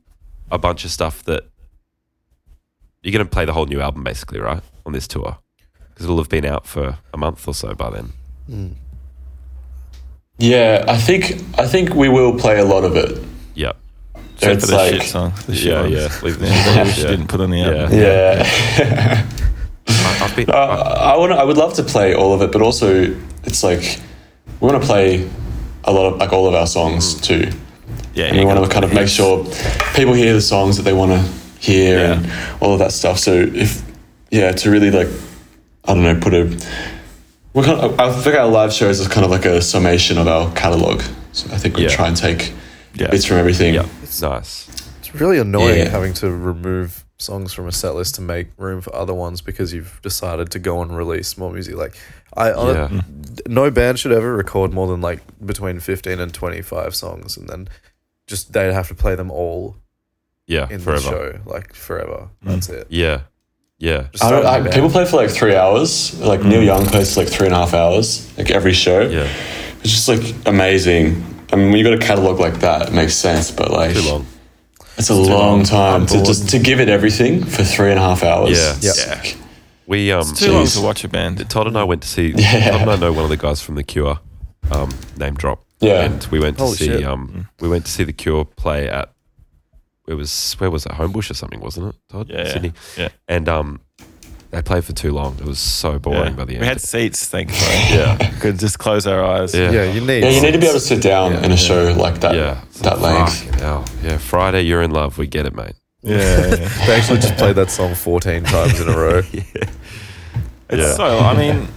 [SPEAKER 1] a bunch of stuff that you're gonna play the whole new album, basically, right, on this tour? Because it'll have been out for a month or so by then.
[SPEAKER 3] yeah. I think I think we will play a lot of it.
[SPEAKER 1] Yeah.
[SPEAKER 5] except for
[SPEAKER 3] it's
[SPEAKER 5] the
[SPEAKER 3] like-
[SPEAKER 5] shit song. The shit
[SPEAKER 1] Yeah,
[SPEAKER 5] ones. [laughs]
[SPEAKER 1] yeah. Leave the shit
[SPEAKER 5] yeah.
[SPEAKER 1] ones,
[SPEAKER 5] Which you
[SPEAKER 1] yeah.
[SPEAKER 5] didn't put on the
[SPEAKER 1] Yeah.
[SPEAKER 5] album.
[SPEAKER 3] Yeah.
[SPEAKER 1] I- I've been. I-
[SPEAKER 3] Uh, I want. I would love to play all of it, but also it's like we want to play a lot of like all of our songs too.
[SPEAKER 5] Yeah,
[SPEAKER 3] and we want to kind of make sure people hear the songs that they want to hear
[SPEAKER 5] Yeah.
[SPEAKER 3] and all of that stuff. So if yeah, to really like I don't know, put a we're kind of, I think our live shows is kind of like a summation of our catalog. So I think we
[SPEAKER 1] Yeah.
[SPEAKER 3] try and take
[SPEAKER 5] Yeah.
[SPEAKER 3] bits from everything.
[SPEAKER 1] yeah, nice.
[SPEAKER 4] It's really annoying
[SPEAKER 3] Yeah.
[SPEAKER 4] having to remove songs from a set list to make room for other ones because you've decided to go and release more music. Like, I on a-
[SPEAKER 1] Yeah.
[SPEAKER 4] no band should ever record more than like between fifteen and twenty five songs, and then just they'd have to play them all
[SPEAKER 1] Yeah,
[SPEAKER 4] in
[SPEAKER 1] forever. Mm.
[SPEAKER 4] the show like forever. That's it.
[SPEAKER 1] Yeah, yeah,
[SPEAKER 4] Just
[SPEAKER 3] I don't,
[SPEAKER 4] start a
[SPEAKER 3] I,
[SPEAKER 4] band.
[SPEAKER 3] people play for like three hours. Like Neil Young plays for like three and a half hours, like every show.
[SPEAKER 1] yeah.
[SPEAKER 3] It's just like amazing. I mean, when you got a catalog like that, it makes sense. But like,
[SPEAKER 1] Too long.
[SPEAKER 3] it's a long time to
[SPEAKER 4] bored.
[SPEAKER 3] just to give it everything for three and a half hours.
[SPEAKER 1] Yeah.
[SPEAKER 4] Yeah.
[SPEAKER 3] Sick.
[SPEAKER 1] We um,
[SPEAKER 5] It's too long
[SPEAKER 3] Jeez.
[SPEAKER 5] to watch a band.
[SPEAKER 1] Todd and I went to see. Todd and I know one of the guys from the Cure. Um, name drop.
[SPEAKER 3] Yeah.
[SPEAKER 1] and we went to
[SPEAKER 4] Holy
[SPEAKER 1] see.
[SPEAKER 4] shit.
[SPEAKER 1] Um, we went to see the Cure play at. It was where was it? Homebush or something, wasn't it? Todd,
[SPEAKER 5] Yeah,
[SPEAKER 1] Sydney.
[SPEAKER 5] yeah.
[SPEAKER 1] and um, they played for too long. It was so boring by the end.
[SPEAKER 5] We had seats, thankfully. yeah, [laughs] could just close our eyes.
[SPEAKER 1] Yeah.
[SPEAKER 4] yeah, you need.
[SPEAKER 3] Yeah, you need to be able to sit down in a show like that.
[SPEAKER 1] yeah,
[SPEAKER 3] That length.
[SPEAKER 1] Fucking hell. Yeah, Friday, you're in love. We get it, mate.
[SPEAKER 5] yeah. yeah.
[SPEAKER 4] [laughs] They actually just played that song fourteen times in a row.
[SPEAKER 5] [laughs] It's
[SPEAKER 1] Yeah.
[SPEAKER 5] so I mean,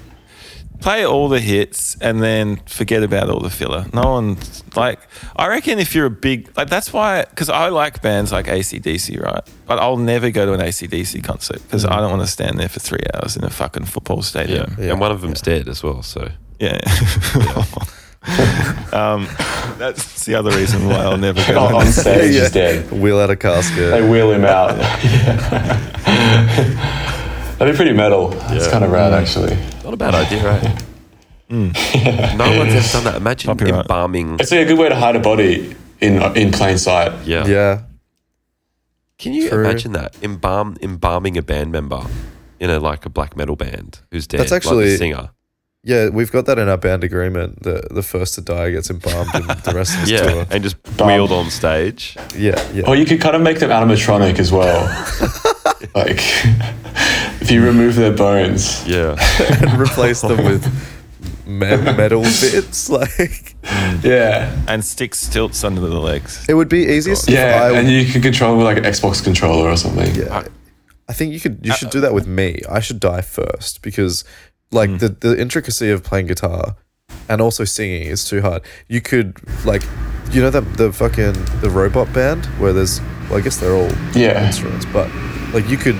[SPEAKER 5] play all the hits and then forget about all the filler. No one like I reckon if you're a big like that's why because I like bands like ACDC right, but I'll never go to an ACDC concert because I don't want to stand there for three hours in a fucking football
[SPEAKER 1] Yeah,
[SPEAKER 5] stadium.
[SPEAKER 1] and one of them's dead as well. So
[SPEAKER 5] Yeah. [laughs] um, that's the other reason why I'll never go.
[SPEAKER 3] [laughs] On stage,
[SPEAKER 4] Yeah.
[SPEAKER 3] he's dead.
[SPEAKER 4] Wheel out a
[SPEAKER 3] They
[SPEAKER 4] casket.
[SPEAKER 3] wheel
[SPEAKER 1] [laughs]
[SPEAKER 3] him out. That'd be pretty metal. It's kind of rad, actually.
[SPEAKER 1] Not a bad idea, right? [laughs] no one's ever done that. Imagine
[SPEAKER 5] Copyright.
[SPEAKER 1] embalming.
[SPEAKER 3] It's like a good way to hide a body in in plain sight.
[SPEAKER 1] Yeah.
[SPEAKER 4] Yeah,
[SPEAKER 1] Can you
[SPEAKER 4] True.
[SPEAKER 1] imagine that? Embalm, embalming a band member in a like a black metal band who's dead.
[SPEAKER 4] That's
[SPEAKER 1] like the
[SPEAKER 4] actually-
[SPEAKER 1] singer.
[SPEAKER 4] yeah. We've got that in our band agreement. The the first to die gets embalmed, and the rest of his
[SPEAKER 1] Yeah.
[SPEAKER 4] tour.
[SPEAKER 1] And just wheeled on stage.
[SPEAKER 4] Yeah, yeah.
[SPEAKER 3] Or you could kind of make them animatronic as
[SPEAKER 1] [laughs]
[SPEAKER 3] well. like, [laughs] if you remove their bones.
[SPEAKER 1] Yeah.
[SPEAKER 4] and replace them with me- metal bits. [laughs] Like
[SPEAKER 3] Yeah.
[SPEAKER 5] And stick stilts under the legs.
[SPEAKER 4] it would be easiest. if
[SPEAKER 3] Yeah,
[SPEAKER 4] I,
[SPEAKER 3] and you can control with like an Xbox controller or something.
[SPEAKER 4] yeah. I think you could. You should do that with me. I should die first because,
[SPEAKER 1] Hmm.
[SPEAKER 4] like, the the intricacy of playing guitar and also singing is too hard. You could like, you know, that the fucking the robot band where there's. Well, I guess they're all
[SPEAKER 3] Yeah.
[SPEAKER 4] instruments, but like you could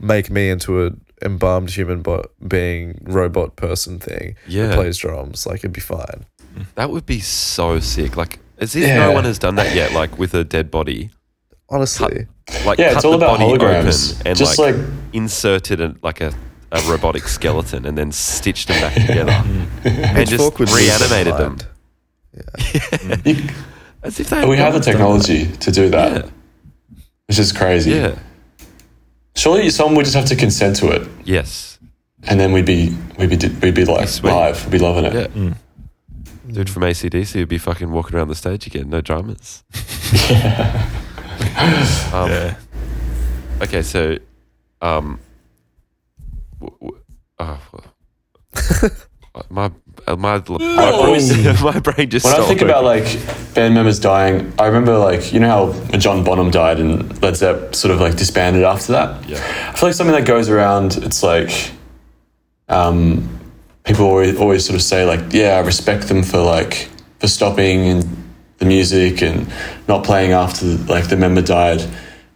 [SPEAKER 4] make me into a embalmed human bo- being robot person thing
[SPEAKER 1] Yeah.
[SPEAKER 4] that plays drums like it'd be fine
[SPEAKER 1] That would be so sick. Like, as if
[SPEAKER 3] Yeah.
[SPEAKER 1] no one has done that yet. Like with a dead body,
[SPEAKER 4] Honestly,
[SPEAKER 1] like
[SPEAKER 3] Yeah,
[SPEAKER 1] cut
[SPEAKER 3] it's all
[SPEAKER 1] the
[SPEAKER 3] about
[SPEAKER 1] body
[SPEAKER 3] holograms.
[SPEAKER 1] open and
[SPEAKER 3] Just
[SPEAKER 1] like,
[SPEAKER 3] like-
[SPEAKER 1] inserted a, like a, a robotic skeleton and then stitched them back together and just
[SPEAKER 4] Pitchfork would lose their
[SPEAKER 1] reanimated them.
[SPEAKER 4] mind.
[SPEAKER 1] As if they [laughs]
[SPEAKER 3] we have the
[SPEAKER 1] hadn't done
[SPEAKER 3] technology to do that,
[SPEAKER 1] that.
[SPEAKER 3] which is crazy.
[SPEAKER 1] Yeah. yeah.
[SPEAKER 3] Surely someone would just have to consent to it,
[SPEAKER 1] Yes.
[SPEAKER 3] and then we'd be we'd be we'd be like
[SPEAKER 1] Sweet.
[SPEAKER 3] live, we'd be loving it.
[SPEAKER 1] Yeah. Dude from ACDC would be fucking walking around the stage again. No dramas. um,
[SPEAKER 5] Yeah.
[SPEAKER 1] Okay, so, um, w- w- oh, well. my uh, my my
[SPEAKER 5] Oh.
[SPEAKER 1] brain, my brain just.
[SPEAKER 3] When I
[SPEAKER 1] stopped
[SPEAKER 3] think about like band members dying, I remember like you know how John Bonham died and Led Zepp sort of like disbanded after that.
[SPEAKER 1] Yeah.
[SPEAKER 3] I feel like something that goes around. It's like, um, people always, always sort of say like, yeah, I respect them for like for stopping and the music and not playing after like the member died.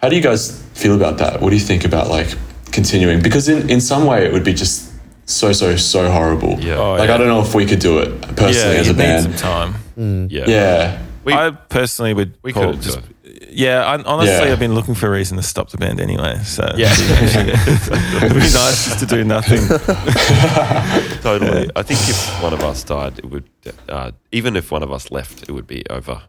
[SPEAKER 3] How do you guys feel about that? What do you think about like continuing? Because in in some way it would be just so so so horrible.
[SPEAKER 1] Yeah.
[SPEAKER 5] Oh,
[SPEAKER 3] like
[SPEAKER 5] yeah.
[SPEAKER 3] I don't know if we could do it personally
[SPEAKER 5] yeah,
[SPEAKER 3] as
[SPEAKER 5] you
[SPEAKER 3] a
[SPEAKER 5] need
[SPEAKER 3] band.
[SPEAKER 5] some time.
[SPEAKER 1] yeah.
[SPEAKER 3] Yeah.
[SPEAKER 1] We-
[SPEAKER 5] I personally would
[SPEAKER 1] We
[SPEAKER 5] call
[SPEAKER 1] could've
[SPEAKER 5] it just.
[SPEAKER 1] done
[SPEAKER 5] Yeah, I, honestly,
[SPEAKER 3] Yeah.
[SPEAKER 5] I've been looking for a reason to stop the band anyway. So
[SPEAKER 1] Yeah.
[SPEAKER 5] [laughs] it'd be nice just to do
[SPEAKER 1] [laughs]
[SPEAKER 5] nothing.
[SPEAKER 1] totally. I think if one of us died, it would. Uh, even if one of us left, it would be over.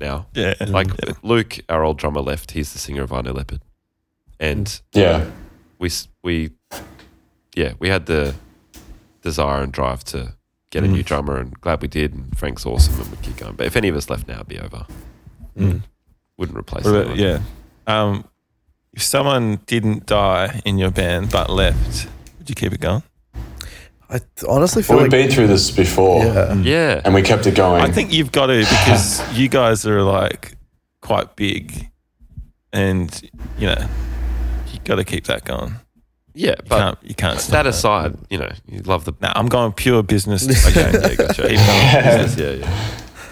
[SPEAKER 1] Now,
[SPEAKER 5] Yeah,
[SPEAKER 1] like Luke, our old drummer, left. He's the singer of I Know Leopard, and
[SPEAKER 3] Yeah.
[SPEAKER 1] we s- we yeah we had the desire and drive to get a new drummer and glad we did and frank's awesome and we keep going but if any of us left now it'd be over wouldn't replace
[SPEAKER 5] What
[SPEAKER 1] it.
[SPEAKER 5] about- yeah. Um, if someone didn't die in your band but left, would you keep it going?
[SPEAKER 4] I th- honestly feel
[SPEAKER 3] Well,
[SPEAKER 4] like
[SPEAKER 3] we've been through this before
[SPEAKER 1] Mm.
[SPEAKER 4] yeah,
[SPEAKER 1] yeah
[SPEAKER 3] and we kept it going.
[SPEAKER 5] I think you've got to because
[SPEAKER 1] [laughs]
[SPEAKER 5] you guys are like quite big, and you know you got to keep that going.
[SPEAKER 1] yeah
[SPEAKER 5] You
[SPEAKER 1] but
[SPEAKER 5] can't. You can't.
[SPEAKER 1] that
[SPEAKER 5] Stop.
[SPEAKER 1] aside you know you love the
[SPEAKER 5] No, I'm going pure business.
[SPEAKER 1] okay
[SPEAKER 5] okay.
[SPEAKER 1] yeah gotcha
[SPEAKER 5] Keep going.
[SPEAKER 1] [laughs] Business, yeah yeah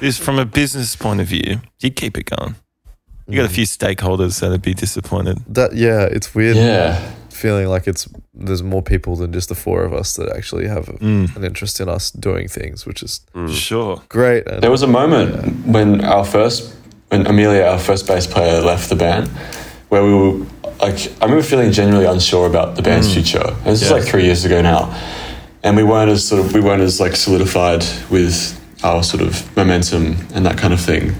[SPEAKER 5] This from a business point of view, you keep it going. You
[SPEAKER 1] Mm.
[SPEAKER 5] got a few stakeholders that'd be disappointed.
[SPEAKER 4] that yeah, it's weird
[SPEAKER 3] Yeah.
[SPEAKER 4] feeling like it's there's more people than just the four of us that actually have a,
[SPEAKER 5] Mm.
[SPEAKER 4] an interest in us doing things, which is
[SPEAKER 1] Mm.
[SPEAKER 5] Sure.
[SPEAKER 4] great. And
[SPEAKER 3] There was a moment when our first, when Amelia, our first bass player, left the band where we were like, I remember feeling genuinely unsure about the band's future. And this is
[SPEAKER 5] Yeah.
[SPEAKER 3] like three years ago now. And we weren't as sort of, we weren't as like solidified with our sort of momentum and that kind of thing.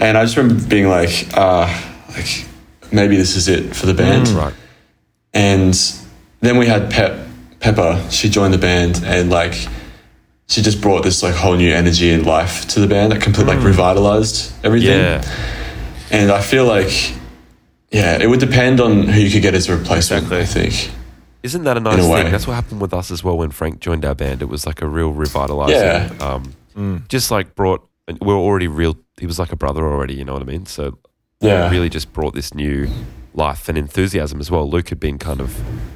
[SPEAKER 3] And I just remember being like, ah, like maybe this is it for the band.
[SPEAKER 1] right
[SPEAKER 3] and then we had Pep Pepper. She joined the band and like she just brought this like whole new energy and life to the band that completely like revitalized everything.
[SPEAKER 1] Hmm. yeah
[SPEAKER 3] And I feel like yeah, it would depend on who you could get as a replacement. I think.
[SPEAKER 1] isn't that a nice
[SPEAKER 3] a way.
[SPEAKER 1] thing that's what happened with us as well when frank joined our band it was like a real revitalizing
[SPEAKER 3] Yeah.
[SPEAKER 1] um just like brought and we were already real he was like a brother already you know what i mean so
[SPEAKER 3] Yeah.
[SPEAKER 1] really just brought this new life and enthusiasm as well. Luke had been kind of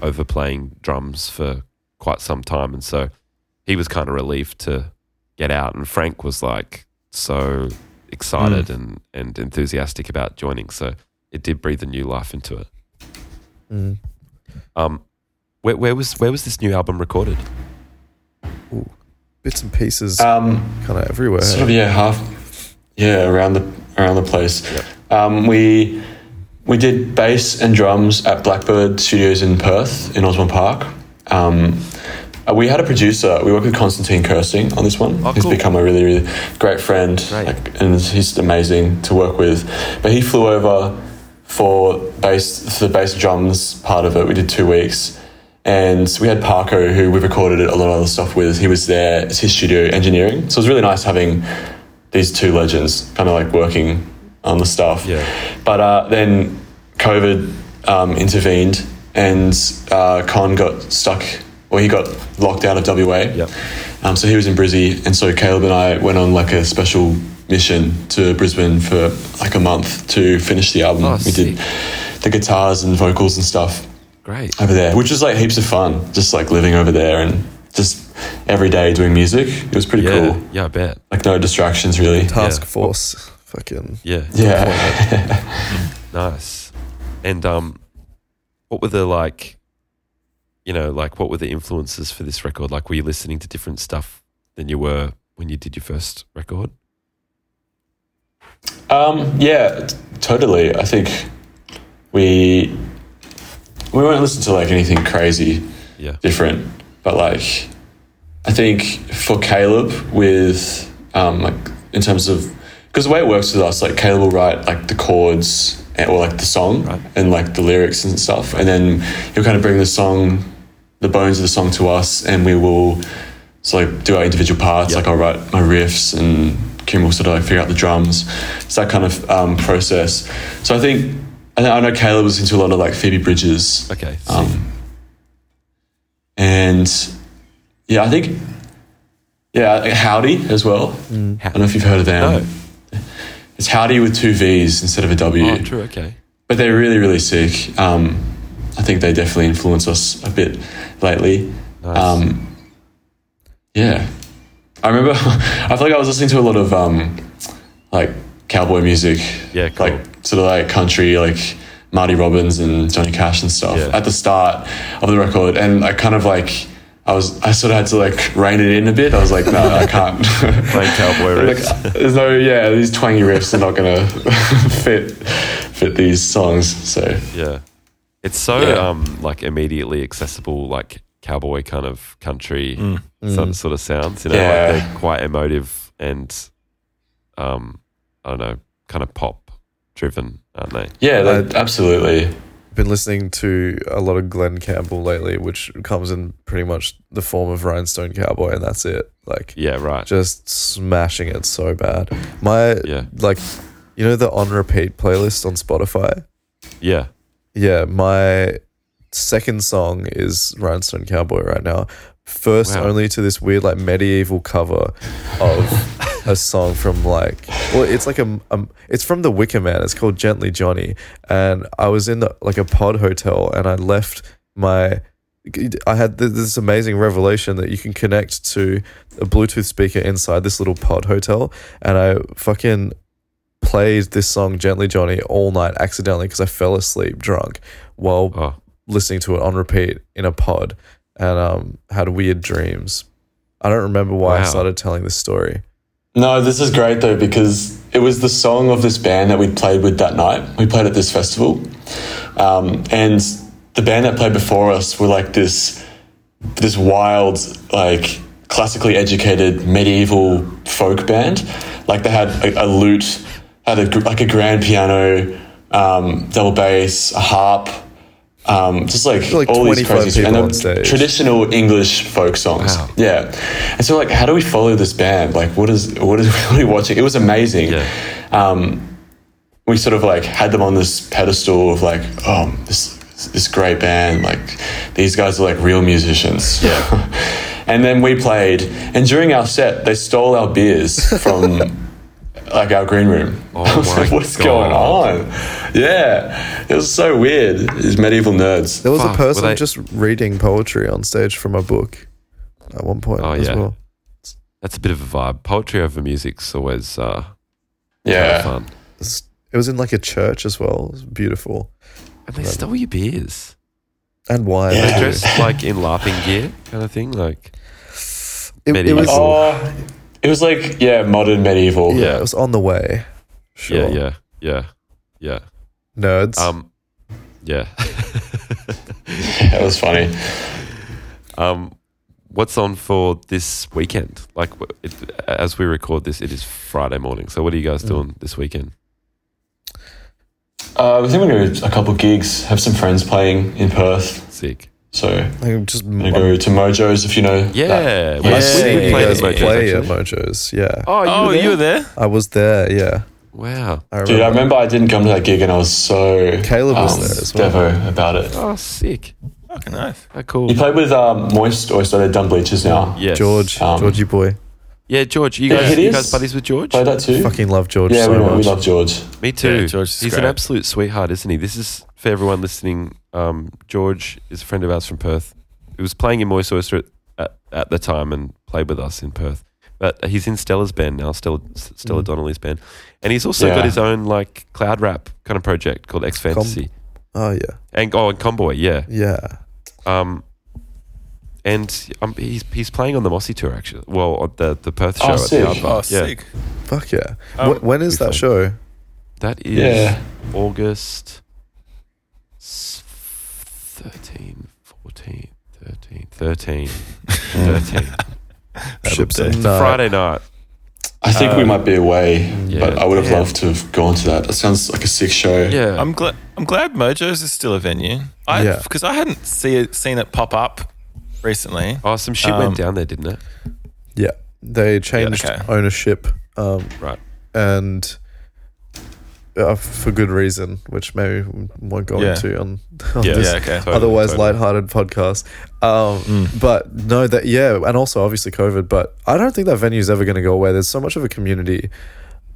[SPEAKER 1] overplaying drums for quite some time, and so he was kind of relieved to get out. And Frank was like so excited and, and enthusiastic about joining, so it did breathe a new life into it.
[SPEAKER 4] Mm.
[SPEAKER 1] Um, where, where was where was this new album recorded?
[SPEAKER 4] bits and pieces
[SPEAKER 3] Um,
[SPEAKER 4] kind of everywhere.
[SPEAKER 3] sort of yeah, half yeah around the around the place. Um, we we did bass and drums at Blackbird Studios in Perth in Osborne Park. Um, uh, we had a producer. We worked with Constantine Kersing on this one.
[SPEAKER 1] Oh,
[SPEAKER 3] he's
[SPEAKER 1] cool.
[SPEAKER 3] become a really, really great friend,
[SPEAKER 1] Great.
[SPEAKER 3] like, and he's amazing to work with. But he flew over for bass, for the bass drums part of it. We did two weeks, and we had Parko, who we recorded a lot of other stuff with. He was there. It's his studio engineering, so it was really nice having these two legends kind of like working on the stuff.
[SPEAKER 1] Yeah.
[SPEAKER 3] But uh, then COVID um, intervened, and uh, Con got stuck, or he got locked out of WA.
[SPEAKER 1] Yep.
[SPEAKER 3] Um, so he was in Brizzy, and so Caleb and I went on like a special mission to Brisbane for like a month to finish the album.
[SPEAKER 1] Oh,
[SPEAKER 3] we did the guitars and vocals and stuff
[SPEAKER 1] Great.
[SPEAKER 3] over there, which was like heaps of fun. Just like living over there and just every day doing music. It was pretty
[SPEAKER 1] Yeah,
[SPEAKER 3] cool.
[SPEAKER 1] yeah, I bet.
[SPEAKER 3] Like no distractions really.
[SPEAKER 4] Task
[SPEAKER 1] yeah.
[SPEAKER 4] Force, fucking
[SPEAKER 1] Yeah,
[SPEAKER 3] Yeah.
[SPEAKER 1] Nice. And um, what were the like, you know, like what were the influences for this record? Like, were you listening to different stuff than you were when you did your first record?
[SPEAKER 3] Um, yeah, t- totally. I think we we won't listen to like anything crazy
[SPEAKER 1] Yeah.
[SPEAKER 3] different, but like I think for Caleb with um, like in terms of because the way it works with us, like Caleb will write like the chords and- or like the song
[SPEAKER 1] Right.
[SPEAKER 3] and like the lyrics and stuff, and then he'll kind of bring the song, the bones of the song to us, and we will so like do our individual parts.
[SPEAKER 1] Yeah.
[SPEAKER 3] Like I'll write my riffs and Kim will sort of like figure out the drums. It's that kind of um, process. So I think I, I know Caleb was into a lot of like Phoebe Bridges.
[SPEAKER 1] Okay.
[SPEAKER 3] Um, and yeah, I think yeah, I think Howdy as well. I don't know if you've heard of them.
[SPEAKER 1] Mm. No.
[SPEAKER 3] It's Howdy with two V's instead of a W.
[SPEAKER 1] oh, true. Okay.
[SPEAKER 3] But they're really, really sick. Um, I think they definitely influence us a bit lately.
[SPEAKER 1] Nice.
[SPEAKER 3] Um, yeah, I remember. [laughs] I feel like I was listening to a lot of um, like cowboy music.
[SPEAKER 1] Yeah, cool.
[SPEAKER 3] like sort of like country, like Marty Robbins and Johnny Cash and stuff
[SPEAKER 1] Yeah.
[SPEAKER 3] at the start of the record, and I kind of like. I was, I sort of had to like rein it in a bit. I was like, no, I can't. [laughs]
[SPEAKER 5] Playing cowboy
[SPEAKER 3] Like,
[SPEAKER 5] riffs.
[SPEAKER 3] there's no, yeah, these twangy riffs are not gonna [laughs] fit fit these songs. So
[SPEAKER 1] Yeah. It's so
[SPEAKER 3] Yeah.
[SPEAKER 1] um like immediately accessible, like cowboy kind of country
[SPEAKER 5] Mm.
[SPEAKER 1] sort, sort of sounds. You know,
[SPEAKER 3] Mm. Yeah.
[SPEAKER 1] like they're quite emotive and um I don't know, kind of pop driven, aren't they?
[SPEAKER 3] yeah, that, absolutely.
[SPEAKER 4] Been listening to a lot of Glenn Campbell lately, which comes in pretty much the form of Rhinestone Cowboy, and that's it. Like,
[SPEAKER 1] Yeah, right.
[SPEAKER 4] just smashing it so bad. My
[SPEAKER 1] Yeah.
[SPEAKER 4] like, you know the on repeat playlist on Spotify.
[SPEAKER 1] Yeah.
[SPEAKER 4] Yeah, my second song is Rhinestone Cowboy right now. First
[SPEAKER 1] Wow.
[SPEAKER 4] only to this weird like medieval cover of a song from like well it's like a um, it's from the Wicker Man. It's called Gently Johnny and I was in the, like a pod hotel and I left my I had th- this amazing revelation that you can connect to a Bluetooth speaker inside this little pod hotel and I fucking played this song Gently Johnny all night accidentally because I fell asleep drunk while
[SPEAKER 1] Oh.
[SPEAKER 4] listening to it on repeat in a pod and um, had weird dreams. I don't remember why I
[SPEAKER 1] Wow.
[SPEAKER 4] started telling this story.
[SPEAKER 3] No, this is great though because it was the song of this band that we played with that night. We played at this festival, um, and the band that played before us were like this, this wild, like classically educated medieval folk band. Like they had a, a lute, had a, gr- like a grand piano, um, double bass, a harp, um, just like,
[SPEAKER 4] Like
[SPEAKER 3] all these
[SPEAKER 4] 25
[SPEAKER 3] crazy stuff.
[SPEAKER 4] people
[SPEAKER 3] And
[SPEAKER 4] on
[SPEAKER 3] they're
[SPEAKER 4] stage.
[SPEAKER 3] tradi- traditional English folk songs.
[SPEAKER 1] Wow.
[SPEAKER 3] Yeah. And so like how do we follow this band? Like what is what is [laughs] what are we watching? It was amazing.
[SPEAKER 1] Yeah.
[SPEAKER 3] Um we sort of like had them on this pedestal of like, oh this this great band, like these guys are like real musicians. Yeah. [laughs] and then we played and during our set they stole our
[SPEAKER 1] [laughs]
[SPEAKER 3] beers from like our green room.
[SPEAKER 1] Oh
[SPEAKER 3] [laughs] I was
[SPEAKER 1] my
[SPEAKER 3] like, what's
[SPEAKER 1] God.
[SPEAKER 3] going on? Yeah. It was so weird. These medieval nerds.
[SPEAKER 4] There was
[SPEAKER 1] Fuck,
[SPEAKER 4] a
[SPEAKER 1] were
[SPEAKER 4] person
[SPEAKER 1] they-
[SPEAKER 4] just reading poetry on stage from a book at one point
[SPEAKER 1] Oh,
[SPEAKER 4] as
[SPEAKER 1] yeah.
[SPEAKER 4] well.
[SPEAKER 1] That's a bit of a vibe. Poetry over music's always uh
[SPEAKER 3] Yeah.
[SPEAKER 1] kind of fun.
[SPEAKER 4] It's- It was in like a church as well. It was beautiful.
[SPEAKER 1] And they stole your beers.
[SPEAKER 4] And wine.
[SPEAKER 1] They
[SPEAKER 3] Yeah.
[SPEAKER 1] dressed like in laughing gear kind of thing. Like
[SPEAKER 4] It, it was,
[SPEAKER 1] medieval.
[SPEAKER 3] Oh, it was like yeah, modern medieval.
[SPEAKER 4] yeah,
[SPEAKER 1] yeah.
[SPEAKER 4] it was on the way. Sure.
[SPEAKER 1] Yeah, yeah, yeah,
[SPEAKER 4] Nerds.
[SPEAKER 1] yeah. Um yeah.
[SPEAKER 3] that was funny.
[SPEAKER 1] [laughs] Um, what's on for this weekend? Like, wh- it, as we record this, it is Friday morning. So, what are you guys doing this weekend?
[SPEAKER 3] Uh, I think we're gonna do a couple gigs. Have some friends playing in Perth,
[SPEAKER 1] Sick.
[SPEAKER 3] so we're
[SPEAKER 4] I'm just
[SPEAKER 3] gonna go to Mojos if you know. that.
[SPEAKER 1] Yeah.
[SPEAKER 3] Yeah.
[SPEAKER 1] we-
[SPEAKER 4] I've seen
[SPEAKER 1] We, we
[SPEAKER 4] you
[SPEAKER 1] played
[SPEAKER 4] guys
[SPEAKER 1] as much.
[SPEAKER 4] play at Mojo's. Yeah.
[SPEAKER 1] Oh, you,
[SPEAKER 5] Oh,
[SPEAKER 1] were there?
[SPEAKER 5] you were there?
[SPEAKER 4] I was there. Yeah.
[SPEAKER 1] Wow.
[SPEAKER 4] I remember.
[SPEAKER 3] dude, I remember I didn't come to that gig and I was so um,
[SPEAKER 4] Caleb was there as well.
[SPEAKER 3] Devo about it.
[SPEAKER 1] Oh, sick.
[SPEAKER 5] Fucking nice.
[SPEAKER 1] How cool.
[SPEAKER 3] You played with um, Moist Oyster. They've done Bleachers now.
[SPEAKER 1] Yes.
[SPEAKER 4] George,
[SPEAKER 3] Um,
[SPEAKER 4] Georgie boy.
[SPEAKER 1] Yeah, George. You
[SPEAKER 3] Yeah,
[SPEAKER 1] guys,
[SPEAKER 3] it
[SPEAKER 1] you
[SPEAKER 3] is.
[SPEAKER 1] guys buddies with George?
[SPEAKER 3] Played that too.
[SPEAKER 4] Fucking love George
[SPEAKER 3] yeah,
[SPEAKER 4] so
[SPEAKER 3] we,
[SPEAKER 4] much.
[SPEAKER 3] we love George.
[SPEAKER 1] Me too.
[SPEAKER 5] Yeah, George is
[SPEAKER 1] He's an
[SPEAKER 5] great.
[SPEAKER 1] absolute sweetheart, isn't he? This is for everyone listening. Um, George is a friend of ours from Perth. He was playing in Moist Oyster at, at, at the time and played with us in Perth. But he's in Stella's band now, Stella, S- Stella
[SPEAKER 5] Mm.
[SPEAKER 1] Donnelly's band. And he's also
[SPEAKER 3] Yeah.
[SPEAKER 1] got his own like cloud rap kind of project called X Fantasy.
[SPEAKER 4] oh yeah,
[SPEAKER 1] and oh, and Comboy, yeah.
[SPEAKER 4] yeah.
[SPEAKER 1] Um, and um, he's he's playing on the Mossy tour actually. Well, on the the Perth show
[SPEAKER 3] Oh,
[SPEAKER 1] at
[SPEAKER 3] sick.
[SPEAKER 1] the Art Bar.
[SPEAKER 5] Oh,
[SPEAKER 1] yeah,
[SPEAKER 5] sick.
[SPEAKER 4] Fuck yeah.
[SPEAKER 5] Um,
[SPEAKER 4] Wh- when is that
[SPEAKER 1] fun.
[SPEAKER 4] show?
[SPEAKER 1] that is
[SPEAKER 3] Yeah.
[SPEAKER 1] August s- 13, 14, 13, 13, 13.
[SPEAKER 4] Ships and
[SPEAKER 1] It's a Friday night.
[SPEAKER 3] I think we might be away, but
[SPEAKER 1] Uh, yeah,
[SPEAKER 3] I would have
[SPEAKER 1] damn.
[SPEAKER 3] loved to have gone to that. That sounds like a sick show.
[SPEAKER 1] Yeah,
[SPEAKER 5] I'm glad. I'm glad Mojo's is still a venue. I
[SPEAKER 4] Yeah.
[SPEAKER 5] because I hadn't see it, seen it pop up recently.
[SPEAKER 1] oh, some shit
[SPEAKER 5] Um,
[SPEAKER 1] went down there, didn't it?
[SPEAKER 4] Yeah. They changed
[SPEAKER 5] okay.
[SPEAKER 4] ownership um,
[SPEAKER 1] Right.
[SPEAKER 4] and uh, for good reason, which maybe we won't go
[SPEAKER 5] Yeah.
[SPEAKER 4] into on, [laughs] on
[SPEAKER 1] Yeah,
[SPEAKER 4] this
[SPEAKER 5] yeah, okay.
[SPEAKER 1] Totally,
[SPEAKER 4] otherwise
[SPEAKER 1] totally. Mm.
[SPEAKER 4] lighthearted podcast. Um, But no, that yeah, and also obviously COVID. But I don't think that venue's ever going to go away. There's so much of a community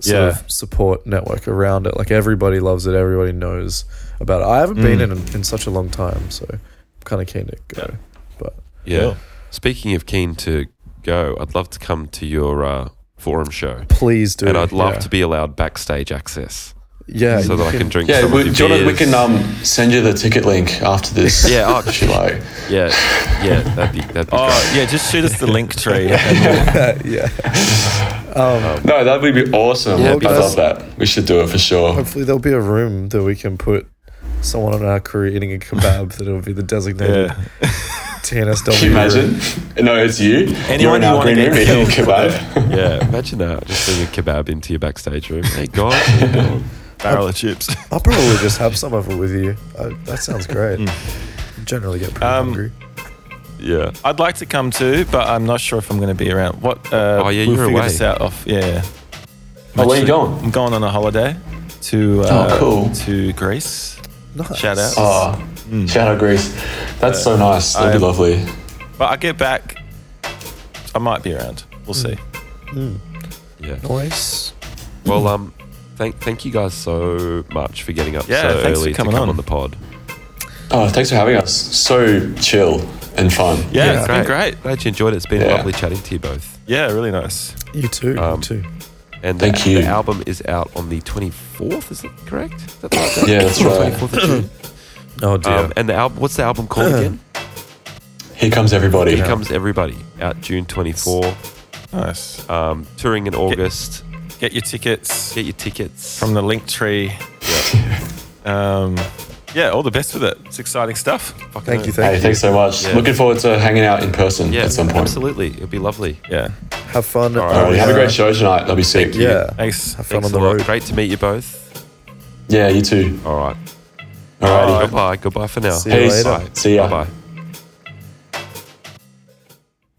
[SPEAKER 4] sort
[SPEAKER 5] Yeah.
[SPEAKER 4] of support network around it. Like everybody loves it. Everybody knows about it. I haven't been
[SPEAKER 1] Mm.
[SPEAKER 4] in in such a long time, so I'm kind of keen to go. But
[SPEAKER 1] Yeah.
[SPEAKER 5] Yeah.
[SPEAKER 1] Speaking of keen to go, I'd love to come to your uh, forum show,
[SPEAKER 4] please do.
[SPEAKER 1] and I'd love
[SPEAKER 4] yeah.
[SPEAKER 1] to be allowed backstage access
[SPEAKER 4] Yeah,
[SPEAKER 1] so
[SPEAKER 4] you
[SPEAKER 1] that I
[SPEAKER 4] can-
[SPEAKER 1] can drink.
[SPEAKER 3] Yeah,
[SPEAKER 1] some
[SPEAKER 3] we,
[SPEAKER 1] of your
[SPEAKER 3] do you wanna- we
[SPEAKER 1] beers.
[SPEAKER 3] can um, send you the ticket link after this.
[SPEAKER 1] Yeah, oh,
[SPEAKER 3] if you like.
[SPEAKER 1] Yeah, yeah, that'd be that'd be
[SPEAKER 5] [laughs] Oh yeah, just shoot us the link
[SPEAKER 1] [laughs]
[SPEAKER 5] tree.
[SPEAKER 4] yeah.
[SPEAKER 3] No, that would be awesome.
[SPEAKER 1] Yeah,
[SPEAKER 3] I'd
[SPEAKER 4] because-
[SPEAKER 3] love that. We should do it for sure.
[SPEAKER 4] Hopefully there'll be a room that we can put someone on our crew eating a kebab that will be the designated
[SPEAKER 5] Yeah.
[SPEAKER 4] TNSW.
[SPEAKER 3] Can you
[SPEAKER 4] room.
[SPEAKER 3] imagine? No, it's you. You're
[SPEAKER 5] Anyone
[SPEAKER 3] in
[SPEAKER 5] you
[SPEAKER 3] our
[SPEAKER 5] wanna
[SPEAKER 3] green
[SPEAKER 5] get
[SPEAKER 3] room eating
[SPEAKER 5] killed.
[SPEAKER 3] kebab.
[SPEAKER 1] cool. Yeah, imagine that. Just bring a kebab into your backstage room. Hey, God.
[SPEAKER 5] Barrel of chips.
[SPEAKER 4] I'll probably just have some of it with you. I, that sounds great. Generally get pretty
[SPEAKER 5] Um,
[SPEAKER 4] hungry.
[SPEAKER 1] Yeah.
[SPEAKER 5] I'd like to come too, but I'm not sure if I'm going to be around. What? Uh,
[SPEAKER 1] Oh, yeah,
[SPEAKER 5] we'll
[SPEAKER 1] you're
[SPEAKER 5] figure
[SPEAKER 1] away.
[SPEAKER 5] this out. Off. Yeah.
[SPEAKER 3] Oh, where you going?
[SPEAKER 5] I'm going on a holiday to. Uh,
[SPEAKER 3] Oh, cool.
[SPEAKER 5] To Greece.
[SPEAKER 4] Nice.
[SPEAKER 5] Shout out.
[SPEAKER 3] Oh, shout out Greece. That's so nice. That'd be
[SPEAKER 5] I-
[SPEAKER 3] lovely.
[SPEAKER 5] But I get back. I might be around. We'll
[SPEAKER 1] Mm.
[SPEAKER 5] see.
[SPEAKER 1] Yeah.
[SPEAKER 4] Oh, Nice.
[SPEAKER 1] Well, um, thank thank you guys so much for getting up
[SPEAKER 5] Yeah,
[SPEAKER 1] so
[SPEAKER 5] thanks for
[SPEAKER 1] early
[SPEAKER 5] coming
[SPEAKER 1] to come
[SPEAKER 5] on.
[SPEAKER 1] on. the pod.
[SPEAKER 3] Oh, thanks for having us. So chill and fun.
[SPEAKER 5] Yeah, it's been great.
[SPEAKER 1] Glad you enjoyed it. It's been
[SPEAKER 3] Yeah.
[SPEAKER 1] lovely chatting to you both.
[SPEAKER 5] Yeah, really nice.
[SPEAKER 4] You too.
[SPEAKER 1] Um,
[SPEAKER 4] you too.
[SPEAKER 1] And the,
[SPEAKER 3] Thank you.
[SPEAKER 1] the album is out on the 24th, is that correct? Is that the right date?
[SPEAKER 3] Yeah,
[SPEAKER 1] [laughs]
[SPEAKER 3] that's right.
[SPEAKER 1] 24th of
[SPEAKER 5] [clears throat]
[SPEAKER 1] June.
[SPEAKER 4] Oh dear.
[SPEAKER 1] Um, and the album, what's the album called again?
[SPEAKER 3] [clears throat] Here comes everybody.
[SPEAKER 1] Here Comes Everybody, out June 24.
[SPEAKER 5] Nice.
[SPEAKER 1] Um, touring in August.
[SPEAKER 5] Get your tickets
[SPEAKER 1] Get your tickets.
[SPEAKER 5] from the link tree. Yeah. um, yeah, all the best with it. It's exciting stuff.
[SPEAKER 1] Fucking
[SPEAKER 4] thank you.
[SPEAKER 1] oath.
[SPEAKER 4] Thank
[SPEAKER 3] hey,
[SPEAKER 4] you.
[SPEAKER 3] thanks so much.
[SPEAKER 1] Yeah.
[SPEAKER 3] Looking forward to hanging out in person
[SPEAKER 1] Yeah,
[SPEAKER 3] at some point.
[SPEAKER 1] absolutely. It'd be lovely.
[SPEAKER 5] Yeah.
[SPEAKER 4] Have fun.
[SPEAKER 1] All right,
[SPEAKER 3] All right,
[SPEAKER 1] Oh,
[SPEAKER 3] have a
[SPEAKER 1] yeah.
[SPEAKER 3] great show tonight. That'll be sick.
[SPEAKER 4] Yeah.
[SPEAKER 5] Thanks.
[SPEAKER 4] Have fun
[SPEAKER 1] Thanks a
[SPEAKER 4] on the
[SPEAKER 1] lot.
[SPEAKER 4] road.
[SPEAKER 1] Great to meet you both.
[SPEAKER 3] Yeah, you too.
[SPEAKER 1] All right.
[SPEAKER 3] Alrighty.
[SPEAKER 1] Goodbye. Goodbye for now.
[SPEAKER 4] See you Peace. later.
[SPEAKER 1] Bye.
[SPEAKER 3] See ya.
[SPEAKER 1] Bye-bye.